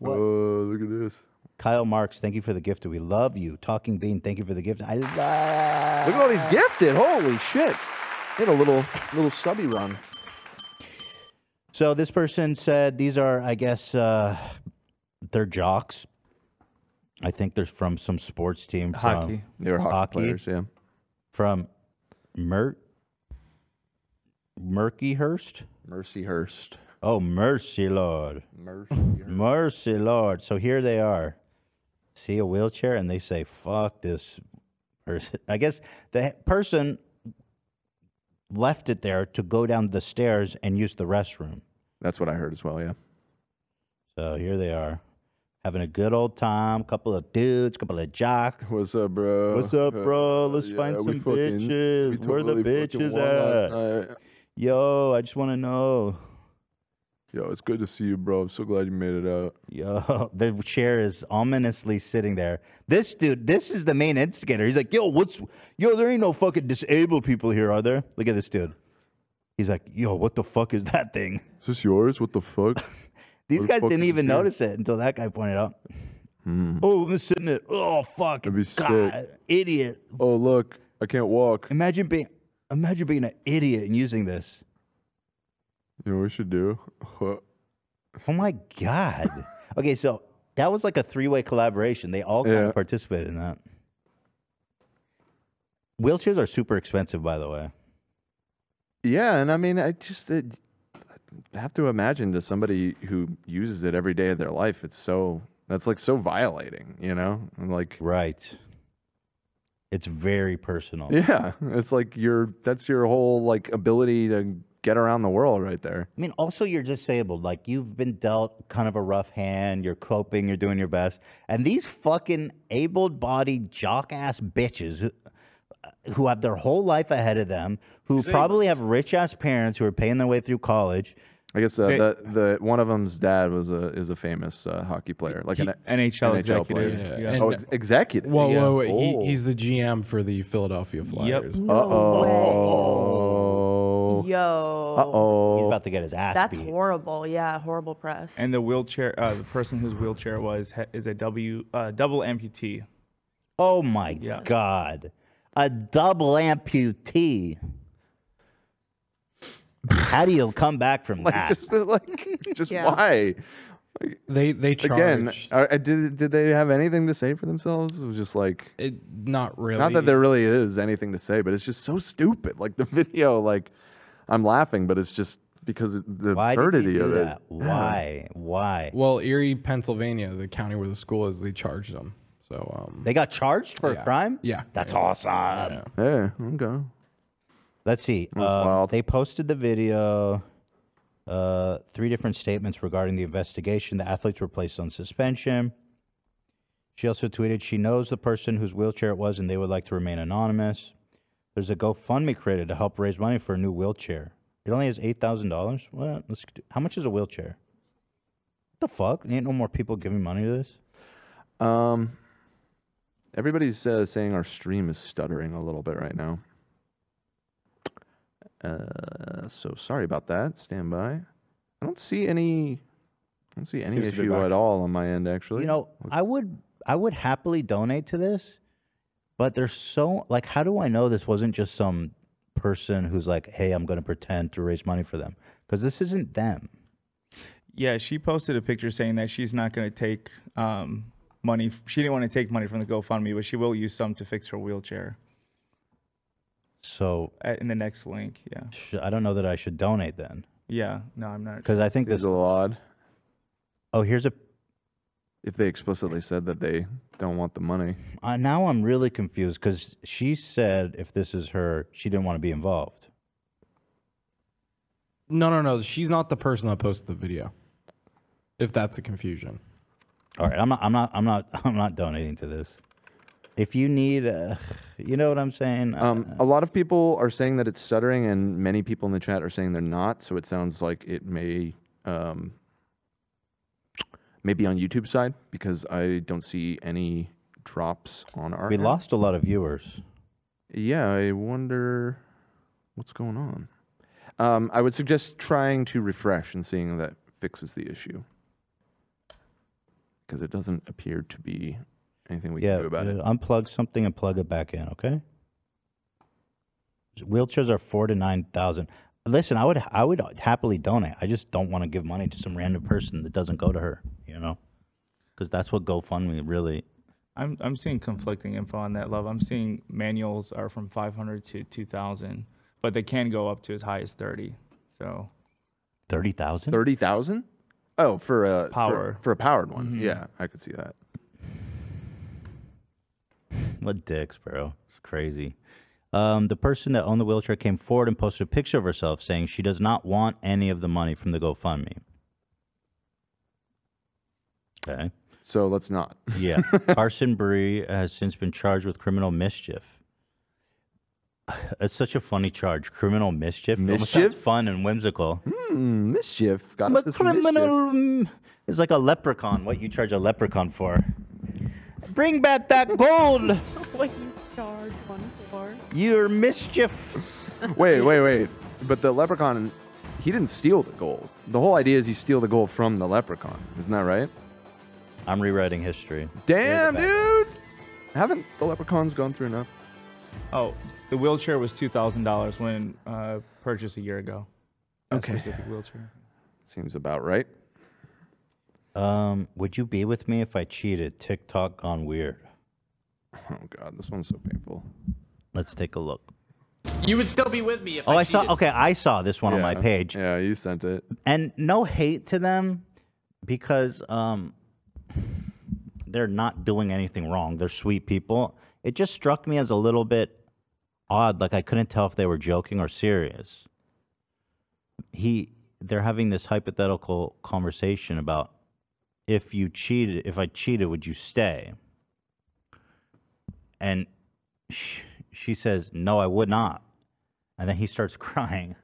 what?
Oh, look at this.
Kyle Marks, thank you for the gift. We love you. Talking Bean, thank you for the gift. I love.
Look at all these gifted. Holy shit! Hit a little little subby run.
So this person said these are, I guess, uh, they're jocks. I think they're from some sports team. from-
Hockey. They were hockey players, yeah.
From Mer- Murkyhurst?
Mercyhurst.
Oh, mercy, Lord.
Mercy.
mercy, Lord. So here they are. See a wheelchair and they say, fuck this person. I guess the person left it there to go down the stairs and use the restroom.
That's what I heard as well. Yeah.
So here they are, having a good old time. Couple of dudes, couple of jocks.
What's up, bro?
What's up, bro? Let's
yeah,
find
we
some
fucking-
bitches.
we
Where the
totally fucking
bitches
won last
at?
night.
Yo, I just want to know.
Yo, it's good to see you, bro. I'm so glad you made it out.
Yo, the chair is ominously sitting there. This dude, this is the main instigator. He's like, yo, what's, yo, there ain't no fucking disabled people here, are there? Look at this dude. He's like, yo, what the fuck is that thing?
Is this yours? What the fuck?
These
Where the
guys
fuck
didn't
is
even
this here?
notice it until that guy pointed out. Oh, I'm sitting there. Oh, fuck.
Hmm. That'd be sick.
God, idiot.
Oh, look, I can't walk.
Imagine being, imagine being an idiot and using this.
You know what we should do?
Oh my god. okay, so that was like a three-way collaboration. They all kind
Yeah.
of participated in that. Wheelchairs are super expensive, by the way.
Yeah, and I mean, I just it, I have to imagine to somebody who uses it every day of their life, it's so that's like so violating, you know? And like,
right? It's very personal.
Yeah, it's like your that's your whole like ability to get around the world right there.
I mean, also you're disabled. Like you've been dealt kind of a rough hand. You're coping. You're doing your best. And these fucking able-bodied jock-ass bitches who, who have their whole life ahead of them, who probably have rich-ass parents who are paying their way through college.
I guess uh,
They-
the the one of them's dad was a is a famous uh, hockey player, like an
NHL executive,
player.
yeah.
Oh,
And-
ex- executive.
Whoa,
Yeah.
whoa, wait.
Oh.
He, he's the GM for the Philadelphia Flyers.
Uh oh.
Yo.
Uh oh.
He's about to get his ass
That's horrible. Yeah, horrible press.
And the wheelchair, uh, the person whose wheelchair was ha- is a W uh, double amputee.
Oh my god. A double amputee. How do you come back from
Like
that?
just like just
Yeah.
why?
They they
again.
charge-
Are, uh, did did they have anything to say for themselves? It was just like
it, not really.
Not that there really is anything to say, but it's just so stupid. Like the video, like I'm laughing, but it's just because of the absurdity of it. Yeah.
Why?
Well, Erie, Pennsylvania, the county where the school is, they charged them. So um,
they got charged for a
Yeah.
crime?
Yeah.
That's awesome.
Yeah, okay.
Let's see. Um, They posted the video. uh, three different statements regarding the investigation. The athletes were placed on suspension. She also tweeted she knows the person whose wheelchair it was and they would like to remain anonymous. There's a GoFundMe created to help raise money for a new wheelchair. It only has eight thousand dollars. Well, let's. do- How much is a wheelchair? The fuck? Ain't no more people giving money to this.
Um, everybody's uh, saying our stream is stuttering a little bit right now. Uh, so sorry about that. Stand by. I don't see any. I don't see any
Seems to be
issue
back.
at all on my end. Actually,
You know, I would I would happily donate to this, but there's so like how do I know this wasn't just some person who's like, "Hey, I'm going to pretend to raise money for them." Cuz this isn't them.
Yeah, she posted a picture saying that she's not going to take um, money. f- She didn't want to take money from the GoFundMe, but she will use some to fix her wheelchair.
So
uh, in the next link, yeah.
Sh- I don't know that I should donate then.
Yeah, no, I'm not.
Cuz I think this
is a lot.
Oh, here's a.
If they explicitly said that they don't want the money,
uh, now I'm really confused cuz she said if this is her, she didn't want to be involved.
No, no, no. She's not the person that posted the video. If that's a confusion.
All right, I'm not I'm not I'm not I'm not donating to this. If you need uh, you know what I'm saying?
um, a lot of people are saying that it's stuttering, and many people in the chat are saying they're not. So it sounds like it may, um, maybe on YouTube side because I don't see any drops on our.
we
end.
lost a lot of viewers.
Yeah, I wonder what's going on. Um, I would suggest trying to refresh and seeing if that fixes the issue. Because it doesn't appear to be anything we
yeah,
can do about
uh,
it.
unplug something and plug it back in. Okay. Wheelchairs are four to nine thousand. Listen, I would I would happily donate. I just don't want to give money to some random person that doesn't go to her. You know, because that's what GoFundMe really.
I'm I'm seeing conflicting info on that love. I'm seeing manuals are from 500 to 2,000, but they can go up to as high as 30. So
Thirty thousand.
Thirty thousand. Oh, for a for-
Power.
for, a powered one.
Mm-hmm.
Mhm.
Yeah, I could see that.
What dicks, bro? It's crazy. Um, the person that owned the wheelchair came forward and posted a picture of herself saying she does not want any of the money from the GoFundMe. Okay.
So let's not.
yeah. Carson Bree has since been charged with criminal mischief. That's such a funny charge. Criminal mischief. It almost sounds
Mischief?
fun and whimsical.
Hmm, mischief. Got
I'm a
it.
criminal. mm, It's like a leprechaun. What you charge a leprechaun for? Bring back that gold.
what you charge one for?
Your mischief.
wait, wait, wait. But the leprechaun, he didn't steal the gold. The whole idea is you steal the gold from the leprechaun. Isn't that right?
I'm rewriting history.
Damn, dude. Haven't the leprechauns gone through enough?
Oh, the wheelchair was two thousand dollars when uh, purchased a year ago. That
Okay.
specific wheelchair.
Seems about right.
Um, would you be with me if I cheated? TikTok gone weird.
Oh god, this one's so painful.
Let's take a look.
You would still be with me if
Oh, I,
I
saw.
cheated.
Okay, I saw this one on my
Yeah.
page.
Yeah, you sent it.
and no hate to them because um they're not doing anything wrong they're sweet people it just struck me as a little bit odd like i couldn't tell if they were joking or serious he they're having this hypothetical conversation about if you cheated if i cheated would you stay and she, she says no i would not and then he starts crying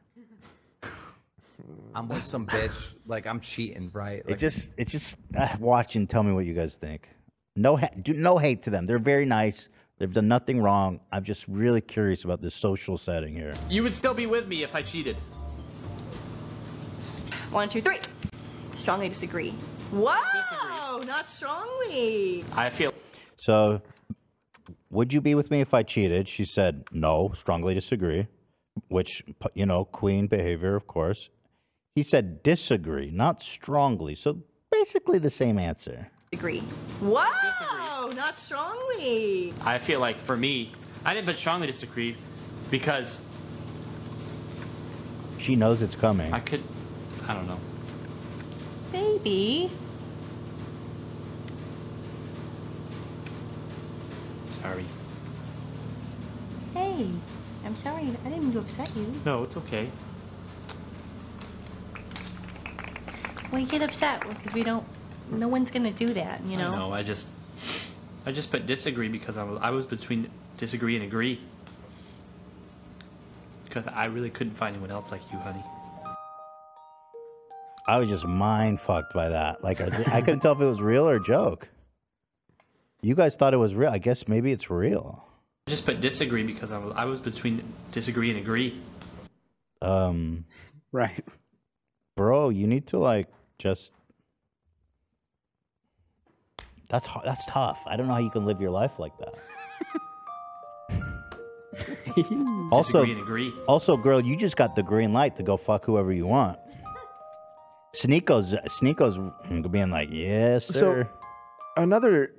I'm with some bitch. Like I'm cheating, right?
It just, it just uh, watch and tell me what you guys think. No, ha- do, no hate to them. They're very nice. They've done nothing wrong. I'm just really curious about this social setting here.
You would still be with me if I cheated.
One, two, three. Strongly disagree. Whoa! Not strongly.
I feel.
So, would you be with me if I cheated? She said no. Strongly disagree. Which pu- you know, queen behavior, of course. He said disagree, not strongly. So basically the same answer.
Disagree. Whoa! Not strongly.
I feel like for me, I didn't but strongly disagree because
She knows it's coming.
I could. I don't know.
Baby.
Sorry.
Hey. I'm sorry. I didn't mean to upset you.
No, it's okay.
We get upset because we don't. No one's gonna do that, you know.
No, I just, I just put disagree because I was, I was between disagree and agree. Because I really couldn't find anyone else like you, honey.
I was just mind fucked by that. Like I, I couldn't tell if it was real or a joke. You guys thought it was real. I guess maybe it's real.
I just put disagree because I was, I was between disagree and agree.
Um,
right,
bro. You need to like just. That's ho- that's tough. I don't know how you can live your life like that. Also,
Disagree and agree.
also, girl, you just got the green light to go fuck whoever you want. Sneako's Sneako's being like, yes, sir.
So another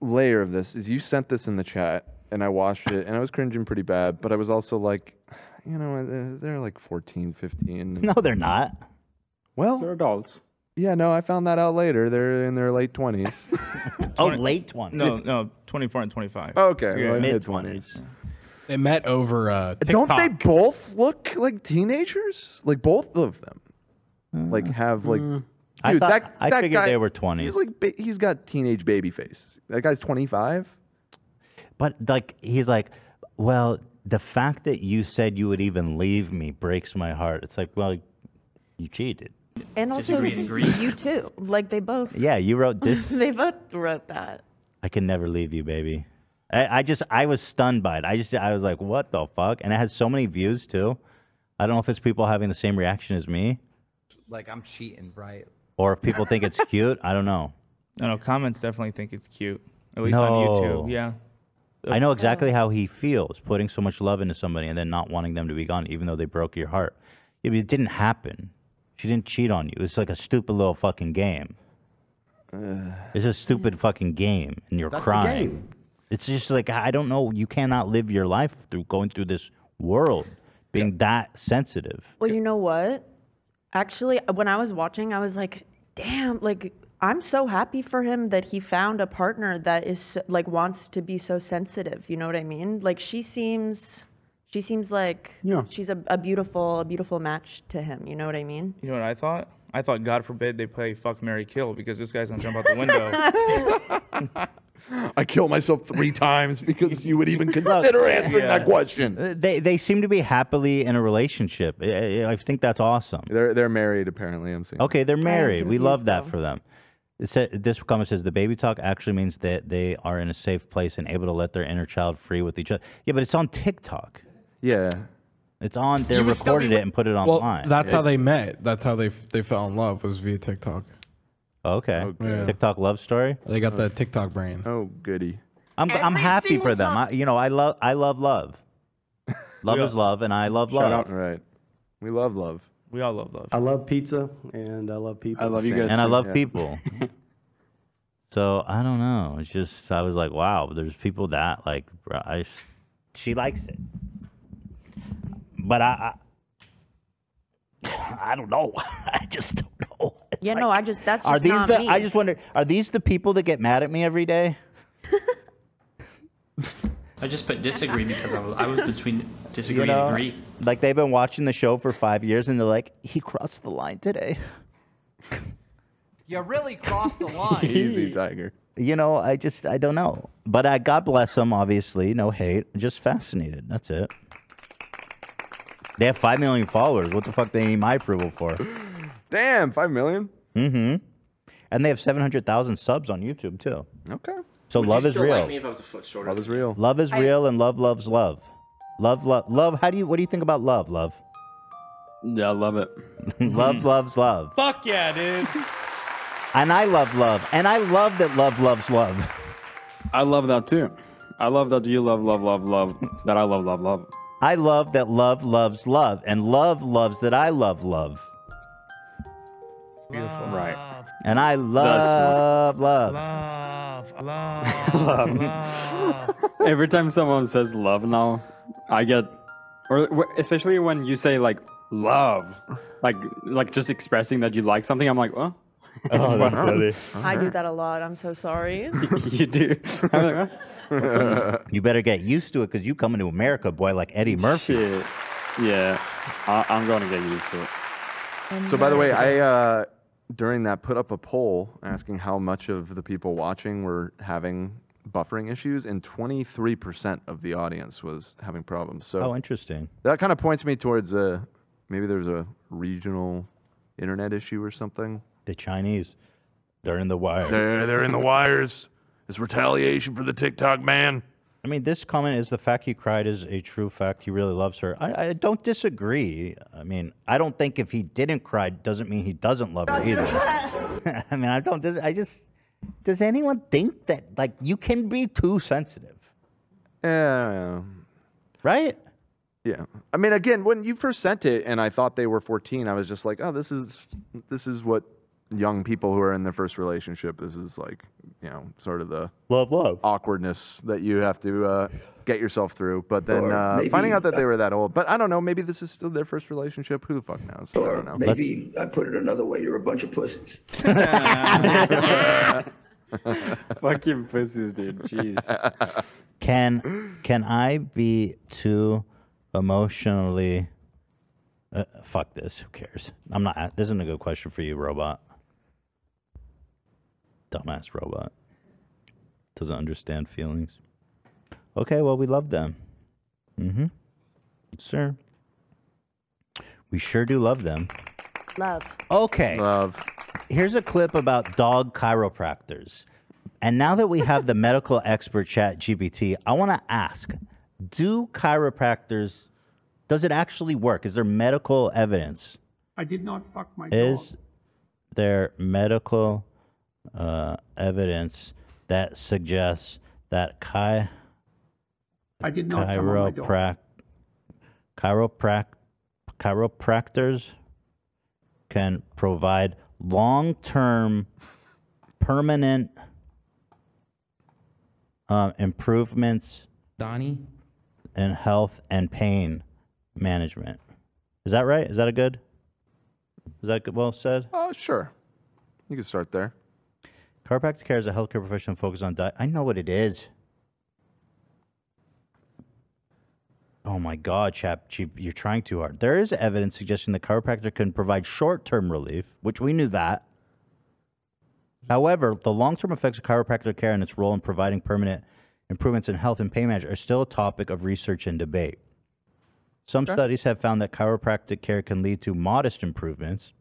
layer of this is you sent this in the chat and I watched it and I was cringing pretty bad, but I was also like, you know, they're, they're like 14, 15.
No, they're not.
Well,
they're adults.
Yeah, no, I found that out later. They're in their late 20s.
oh, late 20s.
No, no, 24 and 25.
Okay,
Yeah.
well, mid 20s.
They met over uh,
Don't they
TikTok.
both look like teenagers? Like both of them, like have like.
Mm.
Dude,
I thought-
that,
I
that
figured
guy-
they were 20.
He's like ba- he's got teenage baby faces. That guy's twenty five.
But like he's like, well, the fact that you said you would even leave me breaks my heart. It's like, well, you cheated.
And also,
Disagree and agree.
you too. Like they both.
Yeah, you wrote this.
they both wrote that.
I can never leave you, baby. I, I just I was stunned by it. I just I was like, what the fuck? And it has so many views too. I don't know if it's people having the same reaction as me
Like I'm cheating, right?
or if people think it's cute. I don't know.
No, no, comments definitely think it's cute. At least on
No.
YouTube. Yeah.
I know exactly how he feels putting so much love into somebody and then not wanting them to be gone, even though they broke your heart. Yeah, but It didn't happen. She didn't cheat on you. It's like a stupid little fucking game.
Uh,
it's a stupid fucking game, and you're
That's the
crying.
game.
It's just like I don't know. You cannot live your life through going through this world being that sensitive.
Well, you know what? Actually, uh, when I was watching, I was like, damn, like I'm so happy for him that he found a partner that is so, like wants to be so sensitive. You know what I mean? Like she seems she seems like
Yeah.
she's a, a beautiful a beautiful match to him. You know what I mean?
You know what I thought? I thought God forbid they play fuck Mary Kill because this guy's gonna jump out the window.
I killed myself three times because you would even consider answering that question.
Uh, They they seem to be happily in a relationship. I, I- I think that's awesome.
They're they're married apparently. I'm seeing.
Okay, they're
I'm
married. We love
confused,
that
though.
for them. It sa this comment says the baby talk actually means that they are in a safe place and able to let their inner child free with each other. Yeah, but it's on TikTok.
Yeah,
it's on. They
You would still
recorded
be-
it and put it
Well,
online.
that's how they met. That's how they f- they fell in love was via TikTok.
Okay.
Yeah.
TikTok love story.
They got the TikTok brain.
Oh goody.
I'm I'm happy for them. I, you know, I love I love love. Love is love, and I love
Shout
love.
out. Right. We love love.
We all love love.
I love pizza and I love people.
And I love people. so I don't know. It's just I was like, wow, there's people that like bro, I. s- She likes it, but I. I I don't know. I just don't know.
yeah, no, I just that's
are
just
these
not
the?
me.
I just wonder. Are these the people that get mad at me every day?
I just put disagree because I was, I was between disagree
you know,
and agree.
like they've been watching the show for five years, and they're like, he crossed the line today.
You really crossed the line.
Tiger.
You know, I just I don't know. But uh, God bless them. Obviously, no hate. Just fascinated. That's it. They have five million followers. What the fuck they need my approval for?
Damn, five million.
Mm-hmm. And they have seven hundred thousand subs on YouTube too.
Okay.
So
Would you
love is
still
real.
like me if I was a foot shorter? Love is real.
Love is real, and love loves love. Love, love, love. How do you? What do you think about love? Love.
Yeah, I love it.
Mm-hmm.
love loves love,
Fuck yeah, dude.
and I love love, and I love that love loves love.
I love that too. I love that you love, love, love, love. that I love, love, love.
I love that love loves love, and love loves that I love love.
Beautiful. Right.
And I love love.
Every time someone says love now, I get, or wh- especially when you say like love, like like just expressing that you like something. I'm like, oh,
oh,
that's funny. I
Uh-huh.
do that a lot. I'm so sorry.
you do. I'm like, huh?
you better get used to it because you coming to America, boy, like Eddie Murphy.
Yeah, I, I'm going to get used to it.
So by the way, I uh, during that put up a poll asking how much of the people watching were having buffering issues, and 23% of the audience was having problems. So
Oh, interesting.
that kind of points me towards a maybe there's a regional internet issue or something.
The Chinese, they're in the wire.
They're they're in the wires. It's retaliation for the TikTok man.
I mean, this comment is the fact he cried is a true fact. He really loves her. I, I don't disagree. I mean, I don't think if he didn't cry doesn't mean he doesn't love her either. I mean, I don't. dis- I just. Does anyone think that like you can be too sensitive?
Yeah.
Right?
Um, Yeah. I mean, again, when you first sent it and I thought they were 14, I was just like, oh, this is this is what young people who are in their first relationship. This is like, you know, sort of the
love, love
awkwardness that you have to uh, get yourself through. But then
Or
uh,
maybe-
finding out that they were that old. But I don't know. Maybe this is still their first relationship. Who the fuck knows? I
Or
don't know.
maybe I put it another way, you're a bunch of pussies.
Fucking pussies, dude. Jeez.
Can can I be too emotionally? Uh, fuck this. Who cares? I'm not. a- This isn't a good question for you, robot. Dumbass robot. Doesn't understand feelings. Okay, well we love them. Mm-hmm. Sure. We sure do love them.
Love.
Okay.
Love.
Here's a clip about dog chiropractors. And now that we have the medical expert chat GPT, I want to ask do chiropractors, does it actually work? Is there medical evidence?
I did not fuck my dog.
Is there medical uh, evidence that suggests that chi-
I did not come on my dog.
chiroprac- chiroprac- chiropractors can provide long-term, permanent uh, improvements.
Donnie?
In health and pain management. Is that right? Is that a good? Is that good? Well said.
Oh, sure. You can start there.
Chiropractic care is a healthcare professional focused on diet. I know what it is. Oh my God, chap, you- you're trying too hard. There is evidence suggesting the chiropractor can provide short-term relief, which we knew that. However, the long-term effects of chiropractic care and its role in providing permanent improvements in health and pain management are still a topic of research and debate. Some
Okay.
studies have found that chiropractic care can lead to modest improvements,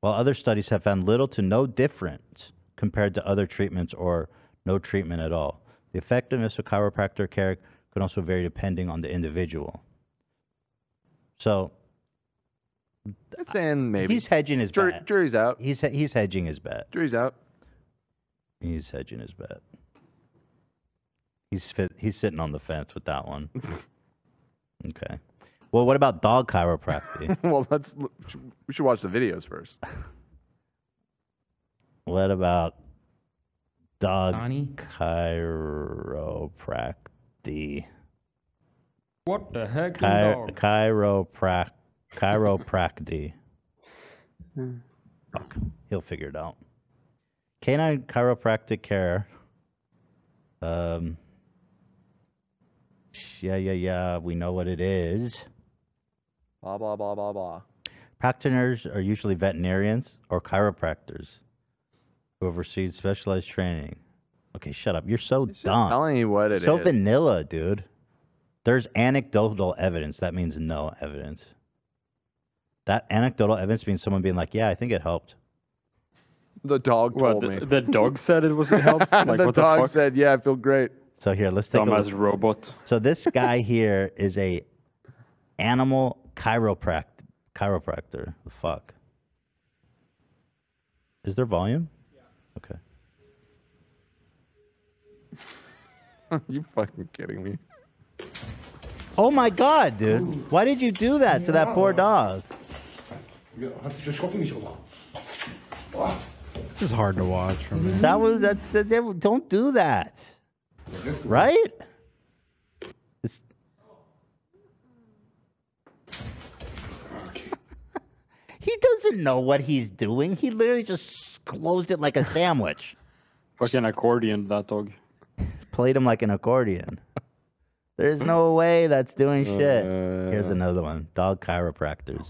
while other studies have found little to no difference compared to other treatments or no treatment at all. The effectiveness of chiropractor care can also vary depending on the individual. So
It's in maybe.
he's hedging his
Jury-
bet.
Jury's out.
He's he- he's hedging his bet.
Jury's out.
He's hedging his bet. He's fit, he's sitting on the fence with that one. okay. Well, what about dog chiropractic?
well, let's. l- sh- We should watch the videos first.
What about dog
Donnie?
chiropractic?
What the heck?
Chi- chiroprac chiropractic.
Hmm.
Fuck, he'll figure it out. Canine chiropractic care. Um. Yeah, yeah, yeah. We know what it is.
Blah blah blah blah blah.
Practitioners are usually veterinarians or chiropractors who have received specialized training. Okay, shut up. You're so dumb.
telling you what it
so
is.
vanilla, dude. There's anecdotal evidence. That means no evidence. That anecdotal evidence means someone being like, "Yeah, I think it helped."
The dog told me.
The, the dog said it was it helped. Like
the
what
dog
the fuck?
said, "Yeah, I feel great."
So here, let's take
Dumbass
a look.
robot.
So this guy here is a animal chiropractor. Chiropractor. The fuck. Is there volume? Okay.
Are you fucking kidding me?
Oh my god, dude! Why did you do that to that poor dog?
This is hard to watch for me.
That was that's that. They, don't do that, right? It's... he doesn't know what he's doing. He literally just closed it like a sandwich.
Fucking accordion that dog.
Played him like an accordion. There's no way that's doing shit. Here's another one. Dog chiropractors.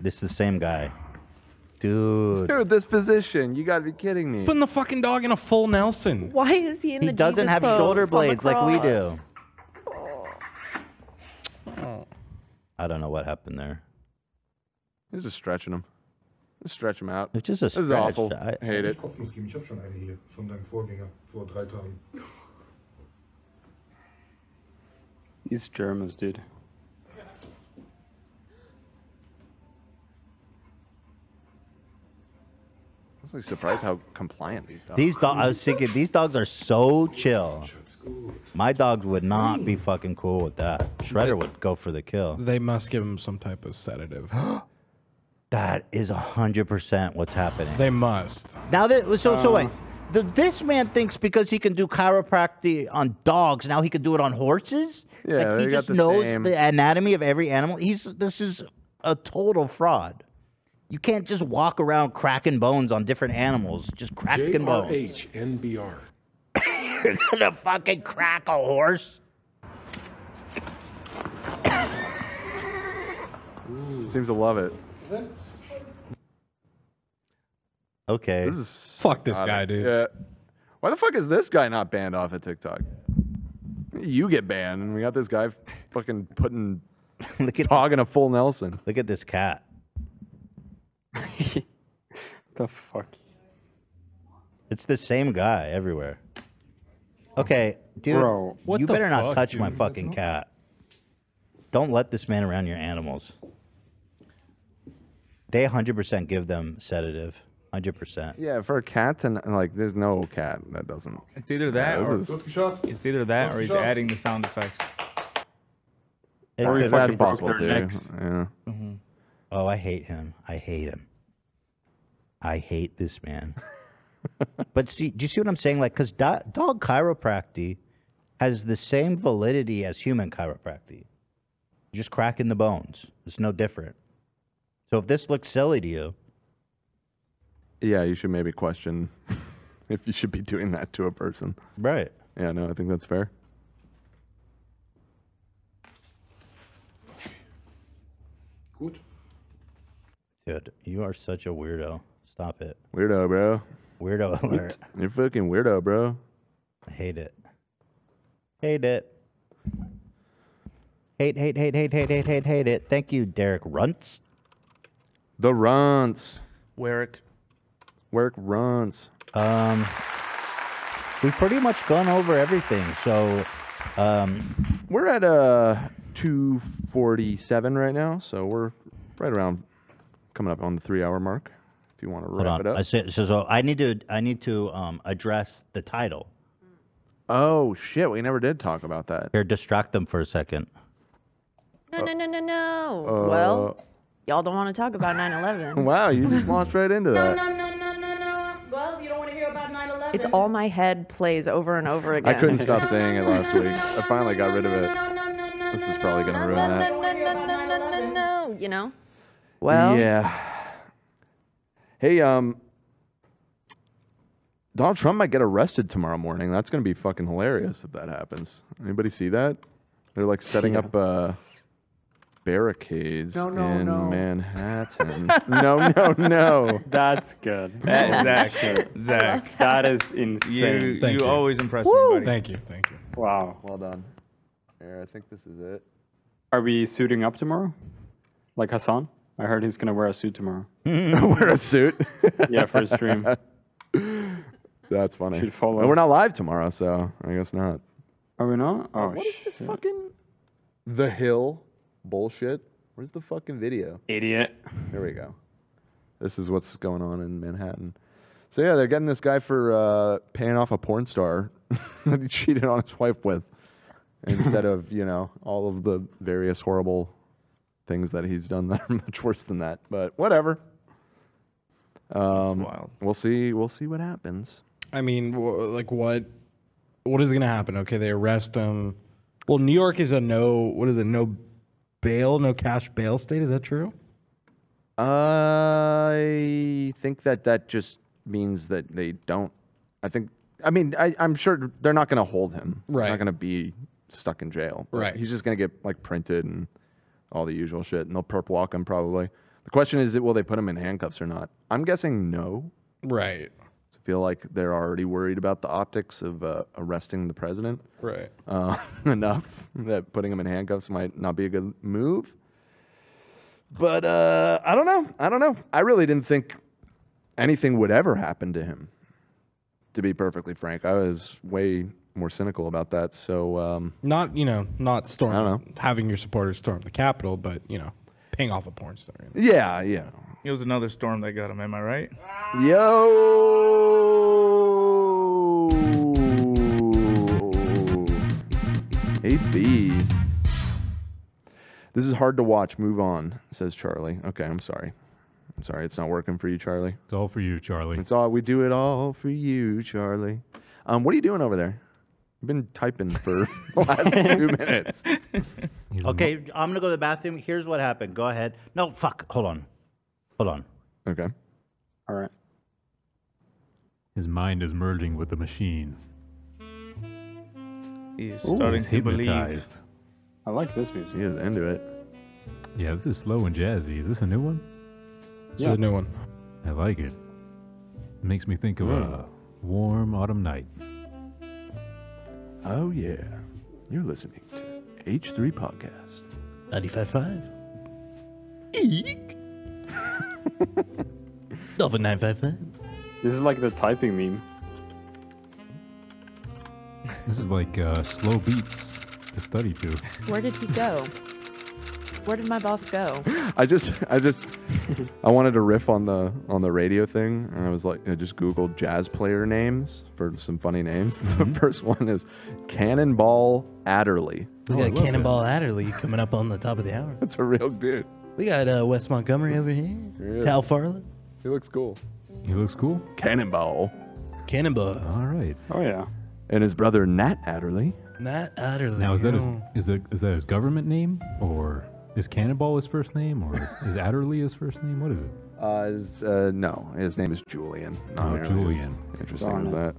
This is the same guy. Dude.
Dude, this position. You gotta be kidding me.
Putting the fucking dog in a full Nelson.
Why is he in
He
the
doesn't
Jesus
have
pose
shoulder
on the
blades like we
cross?
do.
Oh.
I don't know what happened there.
He's just stretching them. Just stretch them out.
It's just a
This is
stretch.
awful.
I-
Hate it.
Hoffnungsgeben. Ich habe schon eine hier von deinem Vorgänger vor drei Tagen.
These Germans, dude.
I was like, surprised how compliant these dogs.
These dogs, I was thinking, these dogs are so chill. My dogs would not be fucking cool with that. Shredder would go for the kill.
They must give him some type of sedative.
That is hundred percent what's happening.
They must.
Now that so so
Uh.
Um,
wait, Th- this man thinks because he can do chiropractic on dogs, now he can do it on horses.
Yeah,
like,
they
he
got
just
the
knows
same-
the anatomy of every animal. He's this is a total fraud. You can't just walk around cracking bones on different animals. Just cracking bones.
JRHNBR.
You're gonna fucking crack a horse.
Seems to love it.
Okay.
This is
Fuck this
not
guy,
it.
dude.
Yeah. Why the fuck is this guy not banned off of TikTok? You get banned, and we got this guy fucking putting
look at
dog in a full Nelson.
Look at this cat.
The fuck.
It's the same guy everywhere. Okay, dude,
Bro, what
you
the
better not
fuck,
touch my
dude?
fucking cat. Don't let this man around your animals. They 100% give them sedative. 100%.
Yeah, for a cat, and like, there's no cat that doesn't.
It's either that
Yeah,
or
this is-
it's either that or he's adding the sound effects.
It
Or he
could-
fucking That's broke possible, their too. necks. Yeah.
Oh, I hate him. I hate him. I hate this man. but see, do you see what I'm saying? Like, because do- dog chiropractic has the same validity as human chiropractic. You're just cracking the bones. It's no different. So if this looks silly to you,
Yeah, you should maybe question if you should be doing that to a person.
Right.
Yeah, no, I think that's fair.
dude, you are such a weirdo. Stop it.
Weirdo, bro.
Weirdo alert.
You're fucking weirdo, bro.
I hate it. Hate it. Hate, hate, hate, hate, hate, hate, hate, hate it. Thank you, Derek Runts.
The runts.
Warwick.
Work runs.
Um, we've pretty much gone over everything. So, um,
We're at uh 247 right now, so we're right around coming up on the three hour mark. If you want to
hold
wrap
on.
it up.
I say, so, so I need to I need to um, address the title
Oh shit, we never did talk about that.
here. Distract them for a second.
No, no, no, no, no. well,
Uh,
y'all don't want to talk about 9/11.
Wow, you just launched right into that.
no, no, no, no. Well, you don't want to hear about 9/11. It's all my head plays over and over
I
again.
couldn't stop saying it last week. I finally got rid of it. This is probably gonna ruin that.
No, no, no, no, no, no, no. You know.
Well, yeah. Hey, um, Donald Trump might get arrested tomorrow morning. That's gonna be fucking hilarious if that happens. Anybody see that? They're like setting up uh, barricades
No, no,
in
no.
Manhattan. no, no, no.
That's good.
That-
Holy
Zach,
shit.
Zach.
That is insane.
You- Thank you you. always impress me, buddy.
Thank you. Thank you.
Wow.
Well done. Here, I think this is it.
Are we suiting up tomorrow? Like Hassan? I heard he's gonna wear a suit tomorrow.
Wear a suit.
Yeah, for his stream.
That's funny.
Should follow.
And we're not live tomorrow, so I guess not.
Are we not? Oh,
What is this
shit.
fucking The Hill bullshit? Where's the fucking video?
Idiot.
There we go. This is what's going on in Manhattan. So yeah, they're getting this guy for uh, paying off a porn star that he cheated on his wife with, instead of you know all of the various horrible things that he's done that are much worse than that. But whatever. Um, We'll see. We'll see what happens.
I mean, wh- like what? What is going to happen? Okay, they arrest him. Well, New York is a no. What is it? No bail, no cash bail state. Is that true?
I think that that just means that they don't. I think. I mean, I, I'm sure they're not going to hold him. Right. Not going to be stuck in jail. but
Right.
He's just going to get like printed and all the usual shit, and they'll perp walk him probably. The question is, will they put him in handcuffs or not? I'm guessing no.
Right.
I feel like they're already worried about the optics of uh, arresting the president.
Right.
Uh, enough that putting him in handcuffs might not be a good move. But uh, I don't know. I don't know. I really didn't think anything would ever happen to him. To be perfectly frank, I was way more cynical about that. So um,
Not you know not storm
I don't
having your supporters storm the Capitol, but you know paying off a porn star. you know.
yeah, yeah.
It was another storm that got him. Am I right?
Yo. AB. This is hard to watch. Move on, says Charlie. Okay, I'm sorry. I'm sorry. It's not working for you, Charlie.
It's all for you, Charlie.
It's all we do it all for you, Charlie. Um, what are you doing over there? I've been typing for the last two minutes.
Okay, I'm gonna go to the bathroom. Here's what happened. Go ahead. No, fuck. Hold on. Hold on.
Okay.
All right.
His mind is merging with the machine.
He is
Ooh,
starting
he's
to believe.
hypnotized.
I like this music.
He is into it.
Yeah, this is slow and jazzy. Is this a new one?
This is a new one.
I like it. It makes me think of
Mm.
a warm autumn night.
Oh yeah. You're listening to H3 Podcast.
95.5. Eek. Dolphin 955.
This is like the typing meme.
This is like uh, slow beats to study to.
Where did he go? Where did my boss go?
I just, I just, I wanted to riff on the on the radio thing, and I was like, I just googled jazz player names for some funny names.
Mm-hmm.
The first one is Cannonball Adderley.
We
Oh,
got Cannonball Adderley coming up on the top of the hour.
That's a real dude.
We got uh, Wes Montgomery over here.
Yeah.
Tal Farland.
He looks cool.
He looks cool.
Cannonball.
Cannonball.
All right.
Oh yeah.
And his brother Nat Adderley.
Matt Adderley.
Now is that his,
Oh.
is that is that his government name or is Cannonball his first name or is Adderley his first name? What is it?
Uh, his, uh, no, his name is Julian. not
Oh,
Adderley. It's
Julian.
Interesting
Darn
as
it.
that.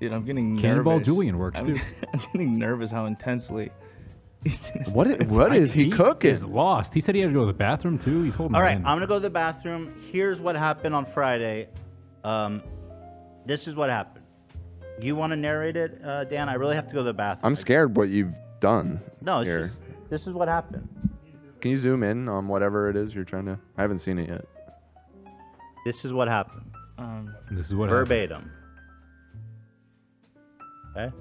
Dude, I'm getting
Cannonball
nervous.
Julian works,
I'm,
too.
I'm getting nervous how intensely.
What is, what is he
He's
cooking?
lost. He said he had to go to the bathroom too. He's holding.
All
my
right,
hand.
I'm gonna go to the bathroom. Here's what happened on Friday. Um, this is what happened. You want to narrate it, uh, Dan? I really have to go to the bathroom.
I'm scared what you've done.
No, it's
here.
just, this is what happened.
Can you zoom in on whatever it is you're trying to? I haven't seen it yet.
This is what happened.
Um,
This is what happened.
Verbatim. Okay.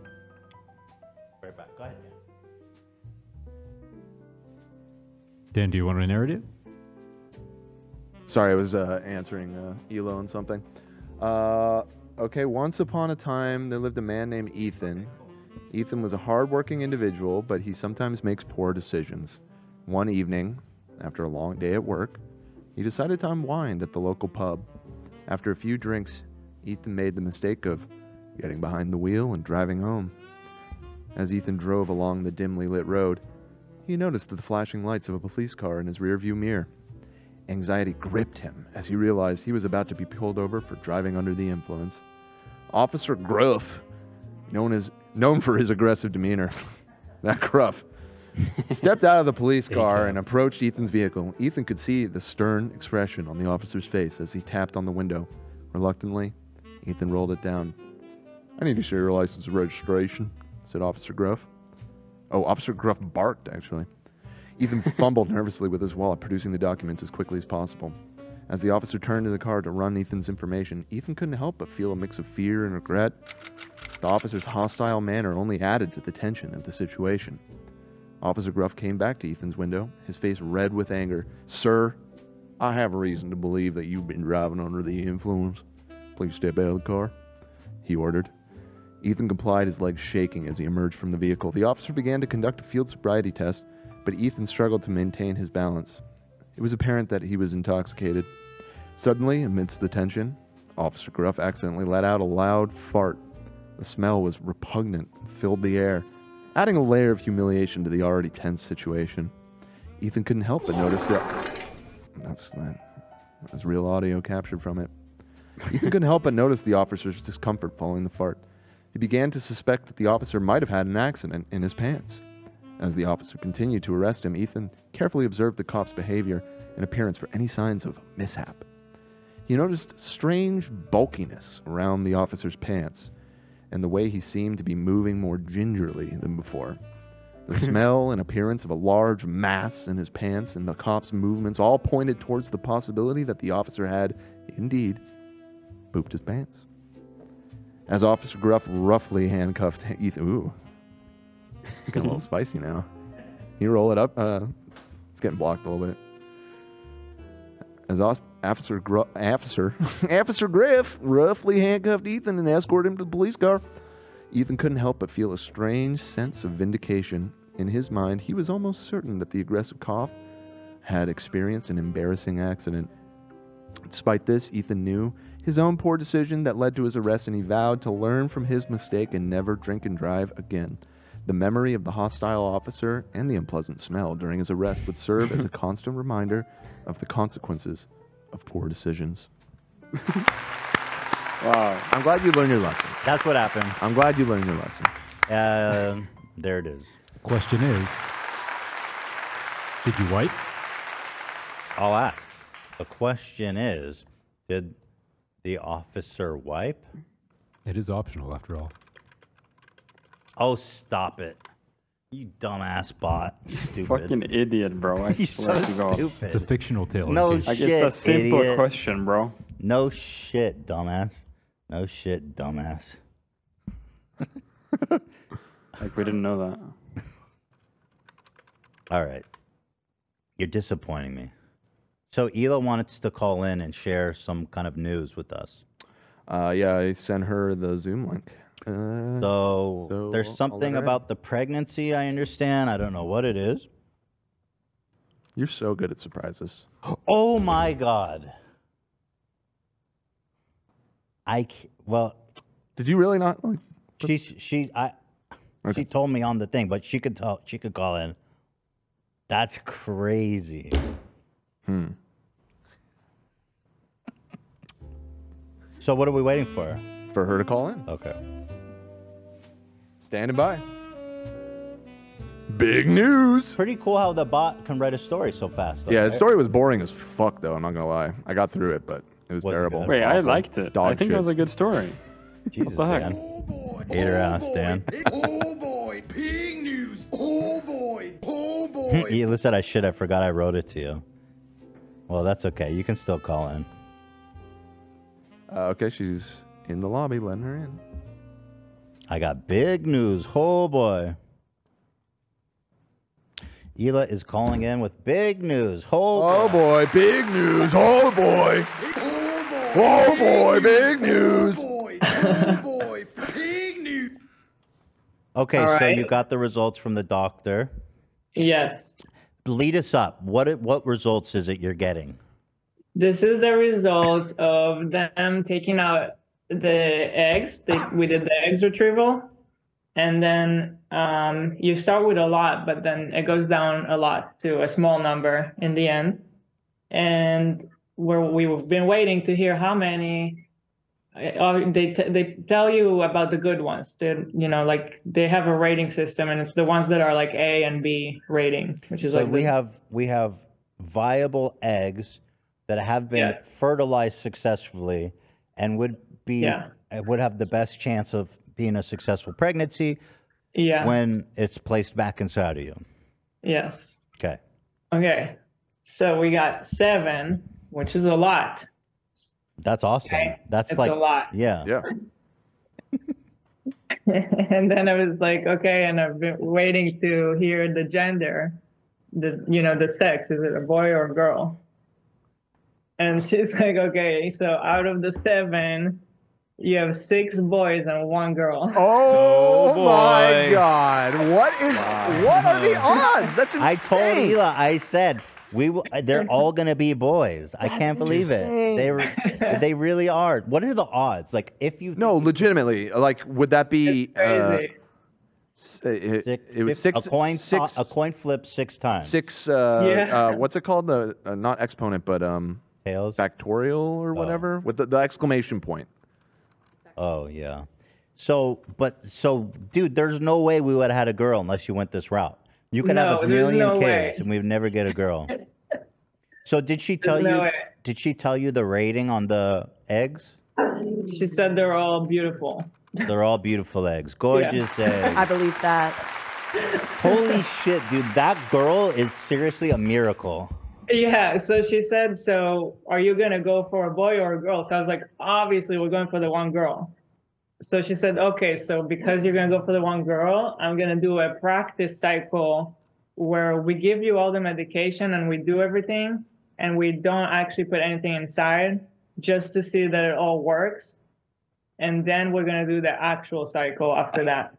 Right back. Go ahead. Dan.
Dan, do you want to narrate it?
Sorry, I was uh, answering uh, Elo on something. Uh, okay, once upon a time, there lived a man named Ethan. Ethan was a hardworking individual, but he sometimes makes poor decisions. One evening, after a long day at work, he decided to unwind at the local pub. After a few drinks, Ethan made the mistake of getting behind the wheel and driving home. As Ethan drove along the dimly lit road, he noticed the flashing lights of a police car in his rearview mirror. Anxiety gripped him as he realized he was about to be pulled over for driving under the influence. Officer Gruff, known as known for his aggressive demeanor, that Gruff, stepped out of the police car and approached Ethan's vehicle. Ethan could see the stern expression on the officer's face as he tapped on the window. Reluctantly, Ethan rolled it down. I need to see your license and registration, said Officer Gruff. Oh, Officer Gruff barked, actually. Ethan fumbled nervously with his wallet, producing the documents as quickly as possible. As the officer turned to the car to run Ethan's information, Ethan couldn't help but feel a mix of fear and regret. The officer's hostile manner only added to the tension of the situation. Officer Gruff came back to Ethan's window, his face red with anger. Sir, I have reason to believe that you've been driving under the influence. Please step out of the car, he ordered. Ethan complied, his legs shaking as he emerged from the vehicle. The officer began to conduct a field sobriety test, but Ethan struggled to maintain his balance. It was apparent that he was intoxicated. Suddenly, amidst the tension, Officer Gruff accidentally let out a loud fart. The smell was repugnant and filled the air, adding a layer of humiliation to the already tense situation. Ethan couldn't help but notice that. That's that. That's real audio captured from it. Ethan couldn't help but notice the officer's discomfort following the fart. He began to suspect that the officer might have had an accident in his pants. As the officer continued to arrest him, Ethan carefully observed the cop's behavior and appearance for any signs of mishap. He noticed strange bulkiness around the officer's pants and the way he seemed to be moving more gingerly than before. The smell and appearance of a large mass in his pants and the cop's movements all pointed towards the possibility that the officer had, indeed, pooped his pants. As Officer Gruff roughly handcuffed Ethan, ooh, it's getting a little spicy now. Can you roll it up? Uh, it's getting blocked a little bit. As Os- Officer Gru- Officer Officer Griff roughly handcuffed Ethan and escorted him to the police car. Ethan couldn't help but feel a strange sense of vindication. In his mind, he was almost certain that the aggressive cop had experienced an embarrassing accident. Despite this, Ethan knew his own poor decision that led to his arrest, and he vowed to learn from his mistake and never drink and drive again. The memory of the hostile officer and the unpleasant smell during his arrest would serve as a constant reminder of the consequences of poor decisions.
Wow.
I'm glad you learned your lesson.
That's what happened.
I'm glad you learned your lesson.
Uh, there it is.
Question is, did you wipe?
I'll ask. The question is, did the officer wipe?
It is optional after all.
Oh, stop it. You dumbass bot. Stupid.
Fucking idiot, bro. I
He's
swear
so
to God.
stupid.
It's a fictional tale.
No
in case-
Like,
shit,
it's a simple
idiot.
question, bro.
No shit, dumbass. No shit, dumbass.
Like, we didn't know that.
All right. You're disappointing me. So Ela wanted to call in and share some kind of news with us.
Uh, yeah, I sent her the Zoom link. Uh,
So,
so I'll- I'll
there's
let
something
her in.
about the pregnancy I understand. I don't know what it is.
You're so good at surprises.
Oh my god. I c- well,
did you really not like
She's she I she told me on the thing, but she could tell she could call in. That's crazy.
Hmm.
So what are we waiting for?
For her to call in.
Okay.
Standing by. Big news.
Pretty cool how the bot can write a story so fast. Though,
Yeah,
right?
the story was boring as fuck, though. I'm not gonna lie. I got through it, but it was terrible.
Wait, I
Awful.
liked it.
Dog
I think
shit.
that was a good story.
Jesus,
what the heck?
Hate her ass, Dan.
oh boy, pig news. Oh boy, oh boy.
Ela said I should. I forgot I wrote it to you. Well, that's okay. You can still call in.
Uh, okay, she's in the lobby, letting her in.
I got big news. Oh boy. Ela is calling in with big news. Oh,
Oh boy, big news. Oh boy. Oh boy, big news.
Oh,
Okay,
All
so
right.
you got the results from the doctor.
Yes.
Lead us up. What what results is it you're getting?
This is the result of them taking out the eggs. They, we did the eggs retrieval. And then um, you start with a lot, but then it goes down a lot to a small number in the end. And where we've been waiting to hear how many. Uh, they t- they tell you about the good ones. They you know like they have a rating system, and it's the ones that are like A and B rating, which is
so
like
we
the-
have we have viable eggs that have been
Yes.
fertilized successfully and would be
Yeah.
uh, would have the best chance of being a successful pregnancy
yeah
when it's placed back inside of you.
yes
Okay.
Okay. So we got seven, which is a lot.
That's awesome. That's
It's
like
a lot.
Yeah.
Yeah.
and then I was like, okay, and I've been waiting to hear the gender, the you know, the sex. Is it a boy or a girl? And she's like, okay, so out of the seven, you have six boys and one girl.
Oh, my
boy.
God! What is? What are the odds? That's insane.
I told Ela, I said we will, uh, they're all gonna be boys. I can't believe it. They were, they really are. What are the odds? Like if you
No, legitimately. Like, would that be? Uh,
Crazy.
s- it, it- it was
fif-
six.
a coin to-
six,
a coin flip six times.
Six. Uh,
Yeah.
uh, what's it called? The uh, not exponent, but um.
Tails.
Factorial or whatever with the, the exclamation point.
Oh yeah. So but so dude, there's no way we would have had a girl unless you went this route. You could have
No,
a
there's
million
no
kids
way.
and we'd never get a girl. So did she tell
No,
you?
I-
Did she tell you the rating on the eggs?
She said they're all beautiful.
They're all beautiful eggs, gorgeous
I
eggs.
believe that.
Holy shit, dude! That girl is seriously a miracle.
Yeah, so she said, So are you gonna go for a boy or a girl? So I was like, Obviously, we're going for the one girl. So she said, Okay, so because you're gonna go for the one girl, I'm gonna do a practice cycle where we give you all the medication and we do everything and we don't actually put anything inside just to see that it all works. And then we're gonna do the actual cycle after that.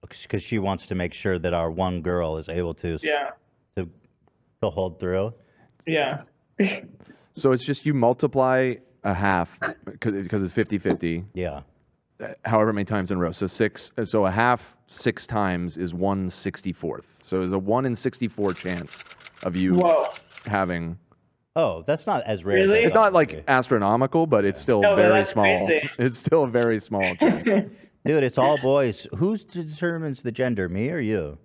because she wants to make sure that our one girl is able to s-
Yeah.
to to hold through.
Yeah.
So it's just you multiply a half because it's 50 50.
Yeah.
However many times in a row. So six. uh, So a half six times is one sixty fourth. So there's a one in sixty four chance of you
Whoa.
having.
Oh, that's not as rare. as I
It's
thought.
not like astronomical, but it's still
No, but
very
that's
small.
crazy.
It's still a very small chance.
dude. It's all boys. Who determines the gender? Me or you?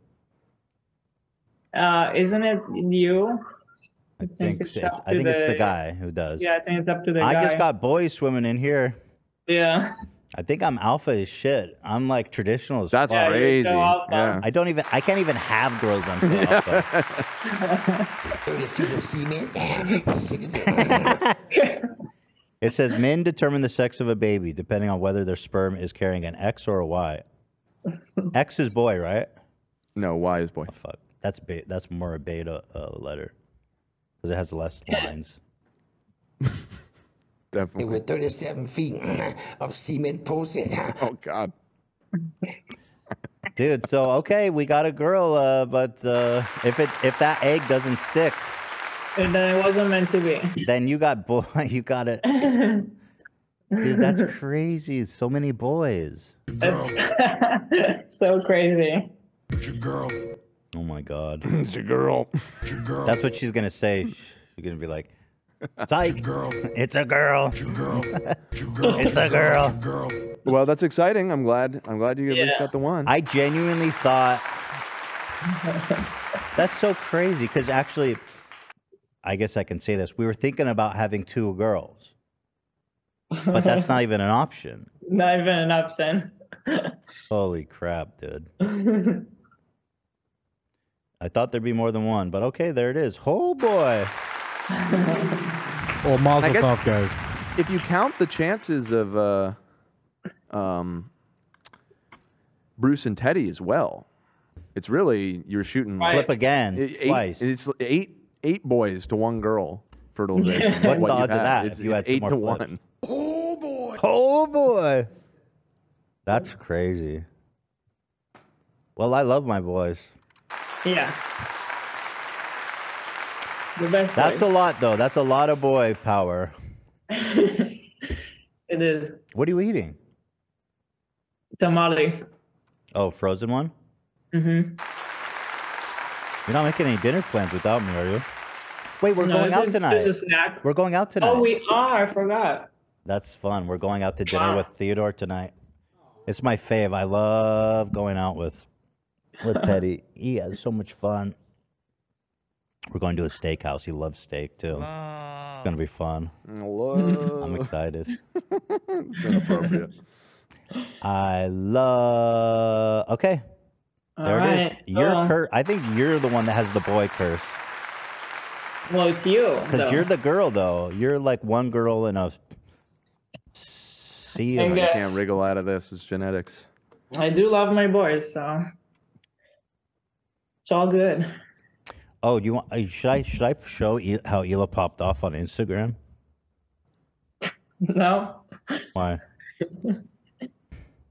Uh, isn't it you?
I think
it's
it's,
up
I
to
think it's the
the-
guy who does.
Yeah, I think it's up to the
I
guy.
just got boys swimming in here.
Yeah.
I think I'm alpha as shit. I'm like traditional as
That's
fuck.
Yeah, you're so crazy.
um,
alpha. Yeah.
I don't even. I can't even have girls. I'm so alpha. It says men determine the sex of a baby depending on whether their sperm is carrying an X or a Y. X is boy, right? Oh,
No, Y is boy.
fuck, that's be- that's more a beta uh, letter because it has less lines.
Definitely.
With 37 feet of cement posted.
Oh, God.
Dude, so okay, we got a girl, uh, but uh, if it if that egg doesn't stick,
And then it wasn't meant to be.
then you got boy, you got it. Dude, that's crazy. So many boys.
It's so crazy.
Girl. Oh my god.
It's a girl.
That's what she's gonna say. She's gonna be like, "Psych, it's a girl. it's a girl."
Well, that's exciting. I'm glad. I'm glad you at least got the one.
I genuinely thought that's so crazy because actually, I guess I can say this. We were thinking about having two girls, but that's not even an option.
Not even an option.
Holy crap, dude. I thought there'd be more than one, but okay, there it is. Oh boy.
Well,
I
Mazel
guess-
Tov, guys.
if you count the chances of uh, um, Bruce and Teddy as well, it's really you're shooting
Right. Flip again,
Eight-
twice.
It's eight eight boys to one girl fertilization.
What's
what
the
you
odds of
have.
that
It's,
if you had
it's
two
eight
more
to
flips?
one.
Oh boy. That's crazy. Well, I love my boys.
yeah. The best.
That's a
way.
lot though. That's a lot of boy power.
It is
What are you eating?
tamale.
Oh, frozen one?
Mm-hmm.
You're not making any dinner plans without me, are you? Wait, we're
No,
going
it's
out
a-
tonight.
it's a snack.
We're going out tonight.
Oh, we are. I forgot.
That's fun. We're going out to dinner
Wow.
with Theodore tonight. It's my fave. I love going out with with Teddy. he has so much fun. We're going to a steakhouse. He loves steak too.
Oh.
It's gonna be fun. I'm
Whoa.
excited.
it's inappropriate.
I love. Okay,
All
there it is.
right, Uh.
You're
so-
cur- I think you're the one that has the boy curse
Well, it's you.
because
though.
you're the girl though. You're like one girl in a sea.
And
Of-
I
guess.
can't wriggle out of this. It's genetics.
I do love my boys, so it's all good.
oh, do you want? uh, Should I should I show E- how Ela popped off on Instagram?
No.
Why?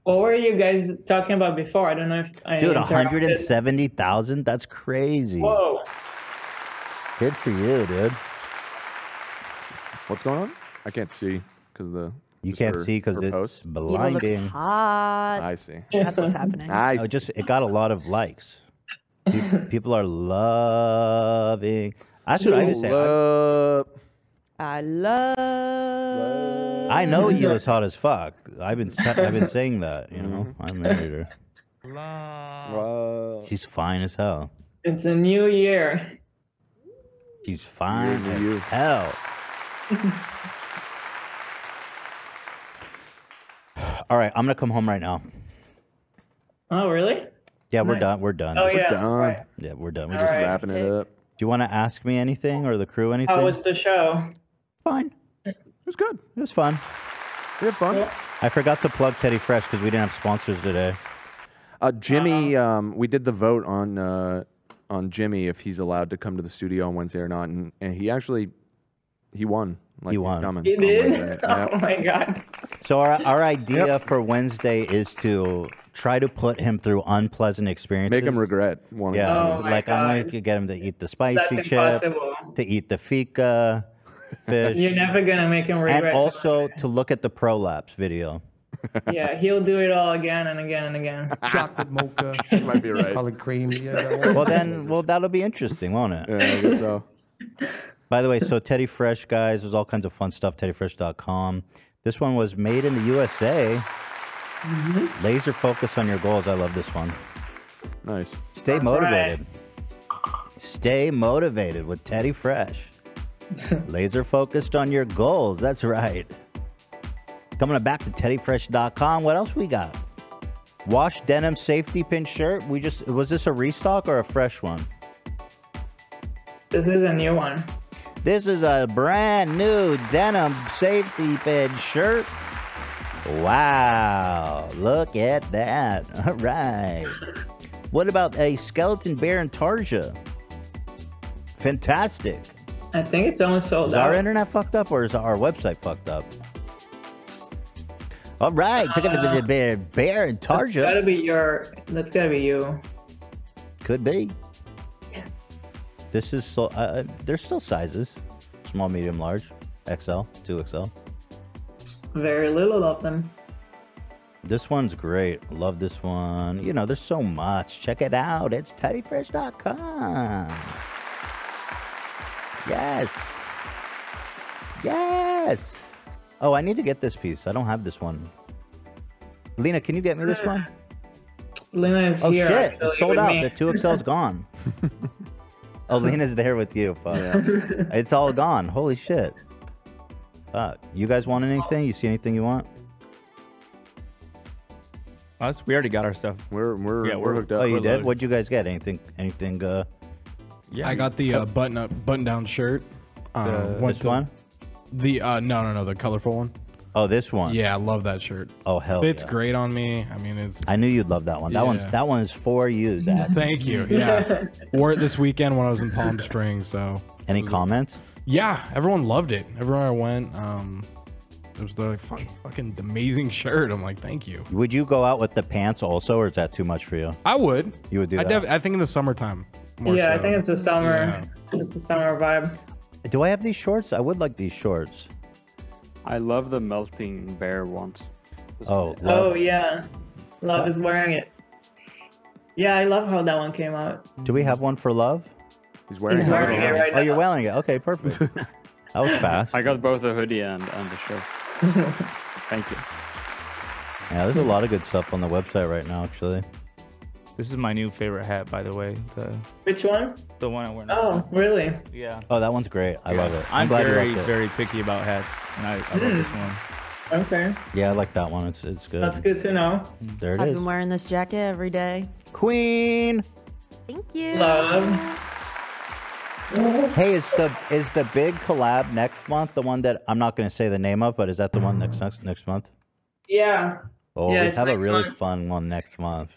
What were you guys talking about before? I don't know if I
Dude,
interrupted.
170,000? That's crazy.
Whoa.
Good for you, dude.
What's going on? I can't see because the
You
just
can't
her-
see 'cause
her
it's
post.
Ela looks blinding.
Hot.
I see. Ah.
That's what's happening.
Nice.
Oh, just it got a lot of likes. Pe- People are loving. That's what I
People
was saying.
I love.
I know Ela's hot as fuck. I've been sa- I've been saying that. You know,
Mm-hmm.
I married her. She's fine as hell.
It's a new year.
He's fine as hell. All right, I'm gonna come home right now.
Oh, really?
Yeah, we're
Nice.
done. We're done.
Oh, We're yeah, done. alright.
Yeah, we're done. We're
Alright,
just
Wrapping it okay.
up. Do you want to ask me anything or the crew anything?
How was the show?
Fine.
It
was good. It was fun.
We had fun.
I forgot to plug Teddy Fresh because we didn't have sponsors today.
Uh, Jimmy, um, we did the vote on uh, on Jimmy if he's allowed to come to the studio on Wednesday or not, and, and he actually he won. Like, he won. Coming
You
on
did?
Wednesday. Yep.
Oh my god.
So our our idea for Wednesday is to try to put him through unpleasant experiences. Make him
regret. One
yeah,
Oh my
like I'm going to get him to eat the spicy
That's
chip,
impossible.
to eat the fika fish,
You're never gonna make him
and
regret.
also to look at the prolapse video.
yeah, he'll do it all again and again and again.
Chocolate mocha.
might be right.
Colored cream. Yeah,
well then, well that'll be interesting, won't it?
Yeah, I guess so.
By the way, so Teddy Fresh guys, there's all kinds of fun stuff. TeddyFresh.com. This one was made in the USA.
mm-hmm.
Laser focus on your goals. I love this one.
Nice.
Stay motivated. Stay motivated with Teddy Fresh. Laser focused on your goals. That's right. Coming back to teddyfresh.com. What else we got? Wash denim safety pin shirt. We just was this a restock or a fresh one?
This is a new one.
This is a brand new denim safety pin shirt. Wow, look at that. All right. What about a skeleton bear in Tarja? Fantastic.
I think it's almost sold
Is
out.
our internet fucked up or is our website fucked up? All right, took it to the bear, bear in
That's Uh, gotta
Tarja.
be your. That's gotta be you.
Could be. This is so, uh, there's still sizes small, medium, large, XL, 2XL.
Very little of them.
This one's great. Love this one. You know, there's so much. Check it out. It's teddyfresh.com. Yes. Yes. Oh, I need to get this piece. I don't have this one. Lena, can you get me this one?
Lena is
Oh
here.
shit,
actually,
it's sold
with
out.
me.
The 2XL's gone. oh, Lena's there with you. Fuck. it's all gone. Holy shit. Fuck. You guys want anything? You see anything you want?
Us? We already got our stuff.
We're we're
yeah, we're, hooked
Oh, you did? What'd you guys get? Anything? Anything? Uh,
I got the uh, button up, button down shirt. Um,
The-
went
this
to-
one?
The uh, no, no, no, the colorful one.
Oh, this one.
Yeah, I love that shirt.
Oh hell,
fits
yeah.
great on me. I mean, it's.
I knew you'd love that one. That
Yeah.
one's that one's for you, Zach.
Thank you. Yeah, wore it this weekend when I was in Palm Springs. So
Any comments?
yeah, everyone loved it. Everywhere I went, um, it was like fuck, fucking amazing shirt. I'm like, thank you.
Would you go out with the pants also, or is that too much for you?
I would.
You would do
I,
that.
def- I think in the summertime. More
yeah, I
so.
think it's a summer. It's a summer vibe.
Do I have these shorts? I would like these shorts.
I love the melting bear ones.
Oh, love.
Oh yeah, Love is wearing it. Yeah, I love how that one came out.
Do we have one for love?
He's
wearing He's it. wearing it right
oh, you're wearing it. Okay, perfect. that was fast.
I got both a hoodie and, and a shirt. Thank you.
Yeah, there's a lot of good stuff on the website right now, actually.
This is my new favorite hat, by the way. The
Which one?
the one I wear. now.
Oh, really?
Yeah.
Oh, that one's great. I love it. I'm,
I'm
glad
very
you liked it.
very picky about hats, and I, I love this one.
Okay,
Yeah, I like that one. It's it's good.
that's good to know.
There it
I've
is.
been wearing this jacket every day.
Queen.
Thank you.
Love. uh-huh.
Hey, is the is the big collab next month the one that I'm not going to say the name of, but is that the one next next next month?
Yeah.
Oh,
yeah,
we
it's
have a
next
really
month.
fun one next month.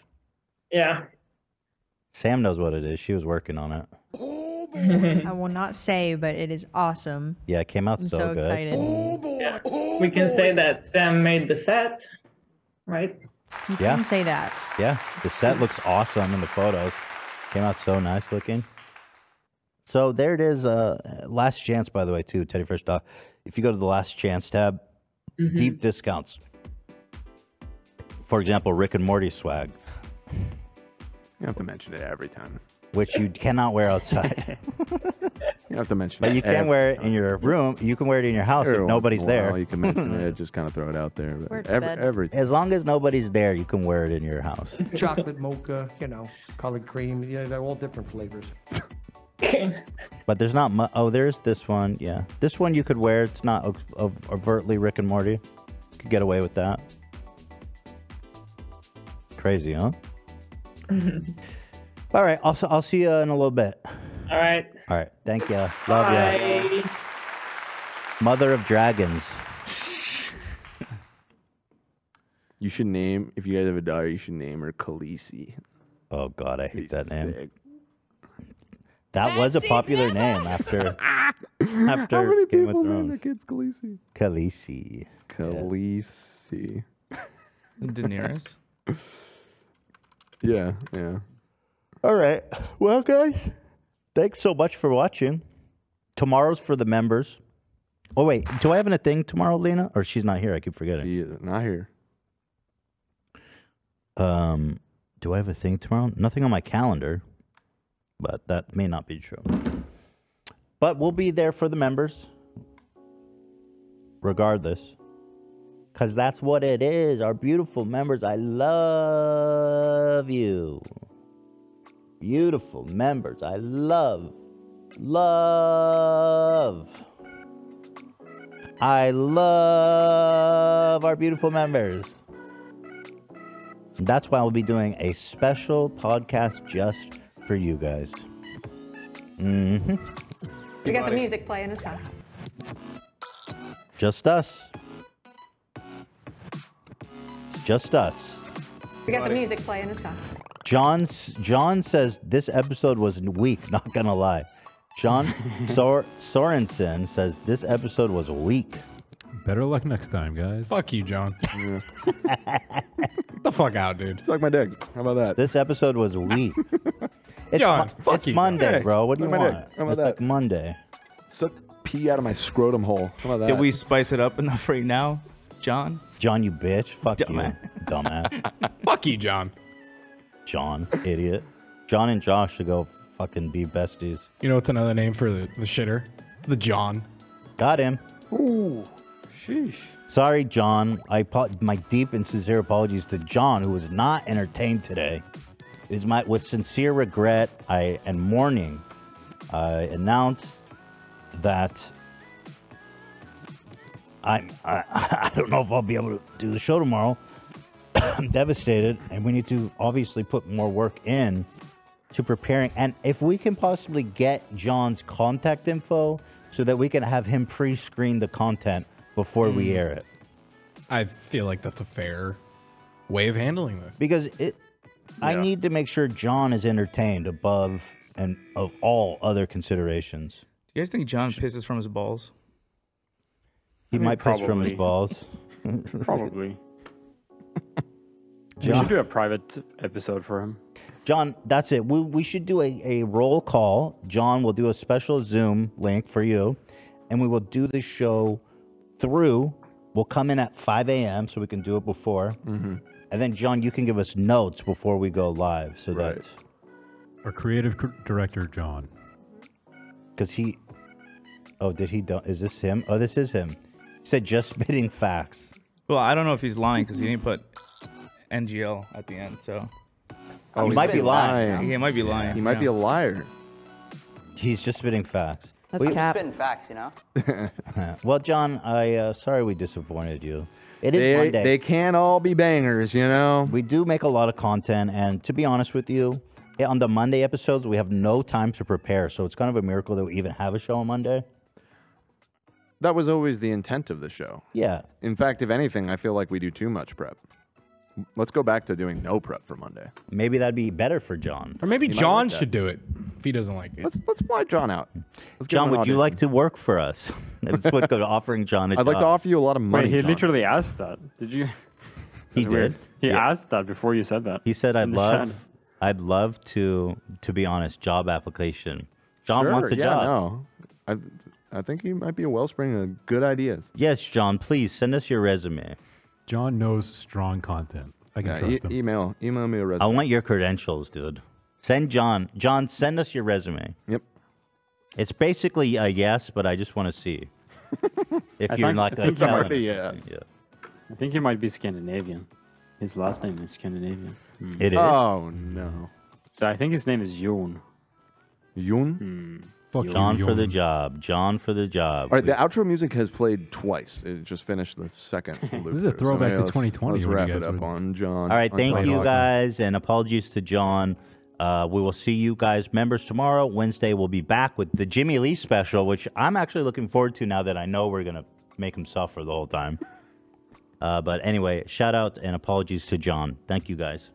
Yeah.
Sam knows what it is. She was working on it. Oh,
I will not say, but it is awesome.
Yeah, it came out
I'm
so,
so
good. Oh,
excited.
Yeah. We can say that Sam made the set, right?
You
Yeah.
can say that.
Yeah, the set looks awesome in the photos. Came out so nice looking. So there it is. Uh, last chance, by the way, too. Teddy Fresh Dog. If you go to the last chance tab,
Mm-hmm.
deep discounts. For example, Rick and Morty swag,
You have to mention it every time.
which you cannot wear outside,
You have to mention it.
but you can
every-
wear it in your room. You can wear it in your house
every
if
once
nobody's
in a while.
there.
You can mention it. Just kind of throw it out there. but
Works
Every,
bad.
every
As long as nobody's there, you can wear it in your house.
Chocolate mocha, you know, colored cream. Yeah, they're all different flavors.
But there's not mu- Oh, there's this one. Yeah. This one you could wear. It's not o- o- overtly Rick and Morty. Could get away with that. Crazy, huh? All right. I'll, s- I'll see you in a little bit.
All right.
All right. Thank you. Love ya.
Bye.
Mother of Dragons.
You should name if you guys have a daughter, you should name her Khaleesi.
Oh God, I hate that name. That was a popular name after after
How many
Game
people
of
name their
Thrones.
kids Khaleesi? Khaleesi.
Khaleesi.
Daenerys.
Yeah, yeah.
All right. Well, guys, thanks so much for watching. Tomorrow's for the members. Oh wait, do I have a thing tomorrow, Lena? Or she's not here? I keep forgetting.
She is not here.
Um, do I have a thing tomorrow? Nothing on my calendar, but that may not be true. But we'll be there for the members, regardless, because that's what it is. Our beautiful members, I love you. Beautiful members, I love, love. I love our beautiful members. That's why we'll be doing a special podcast just for you guys. hmm
We got the music playing. It's time.
Just us. It's Just us.
We got the music playing. It's time.
John s- John says this episode was weak. Not gonna lie. John Sor- Sorensen says this episode was weak.
Better luck next time, guys.
Fuck you, John. the fuck out, dude.
Suck my dick. How about that?
This episode was weak. It's,
John,
Mo-
fuck
it's
you.
Monday,
Hey,
bro. What do you
suck my dick.
want?
How about
It's
that?
like Monday.
Suck pee out of my scrotum hole. How about that?
Did we spice it up enough right now, John?
John, you bitch. Fuck you, dumbass. Fuck
you, John.
John, idiot. John and Josh should go fucking be besties.
You know what's another name for the, the shitter? The John.
Got him.
Ooh. Sheesh.
Sorry, John. I apo- my deep and sincere apologies to John, who was not entertained today. It is my with sincere regret I and mourning. I announce that I'm I, I don't know if I'll be able to do the show tomorrow. I'm devastated, and we need to obviously put more work in to preparing. And if we can possibly get John's contact info so that we can have him pre screen the content before we
Mm.
air it.
I feel like that's a fair way of handling this.
Because it, I
Yeah.
need to make sure John is entertained above and of all other considerations.
Do you guys think John pisses from his balls?
He
I mean,
might piss from his
probably.
balls.
Probably. We
John-
should do a private episode for him.
John, that's it. We, we should do a, a roll call. John will do a special Zoom link for you, and we will do the show through. We'll come in at 5 a.m. so we can do it before.
Mm-hmm.
And then, John, you can give us notes before we go live. So that,
Our creative cr- director, John.
because he, oh, did he, do- is this him? Oh, this is him. He said just spitting facts.
Well, I don't know if he's lying because he didn't put NGL at the end, so.
Oh, He he's might be lying. lying.
Yeah, he might be
Yeah.
lying.
He might be a
liar.
He's just spitting facts.
That's
We-
spitting facts, you know.
well, John, I uh, sorry we disappointed you. It is
They-
Monday.
they can't all be bangers, you know.
We do make a lot of content, and to be honest with you, eh, on the Monday episodes, we have no time to prepare, so it's kind of a miracle that we even have a show on Monday.
That was always the intent of the show.
Yeah.
In fact, if anything, I feel like we do too much prep. Let's go back to doing no prep for Monday.
Maybe that'd be better for John.
Or maybe
He might like
John
that.
should do it if he doesn't like it.
Let's let's fly John out. Let's give
John,
him an
would you
audition.
like to work for us? That's what good offering John. i
I'd like to offer you a lot of
Wait,
money.
he
John.
literally asked that. Did you?
He
That's weird.
did.
He asked that before you said that.
He said, "I'd
In the
love,
chat.
I'd love to, to be honest, job application. John
Sure,
wants a
yeah,
job.
No. I I think he might be a wellspring of good ideas.
Yes, John. Please send us your resume.
John knows strong content. I can
Yeah,
trust
e-
him.
email email me a
I
resume.
want your credentials, dude. Send John. John, send us your resume.
Yep.
It's basically a yes, but I just want to see if
I
you're
think-
not
I
going
think
to
he
tell.
might be,
us.
yeah. I think he might be Scandinavian. His last name is Scandinavian.
It is?
Oh no.
So I think his name is Yoon.
Yoon?
Fuck you,
John for the
Jordan.
job. John for the job.
All right, the outro music has played twice. It just finished the second loop.
is
through.
a
So
throwback
yeah,
to
let's-
2020
Let's
when you
wrap
guys
it up
were-
on John.
All right,
on
thank
John
you
Hawkins.
guys, and apologies to John. Uh, we will see you guys, members, tomorrow. Wednesday, we'll be back with the Jimmy Lee special, which I'm actually looking forward to now that I know we're going to make him suffer the whole time. Uh, but anyway, shout out and apologies to John. Thank you guys.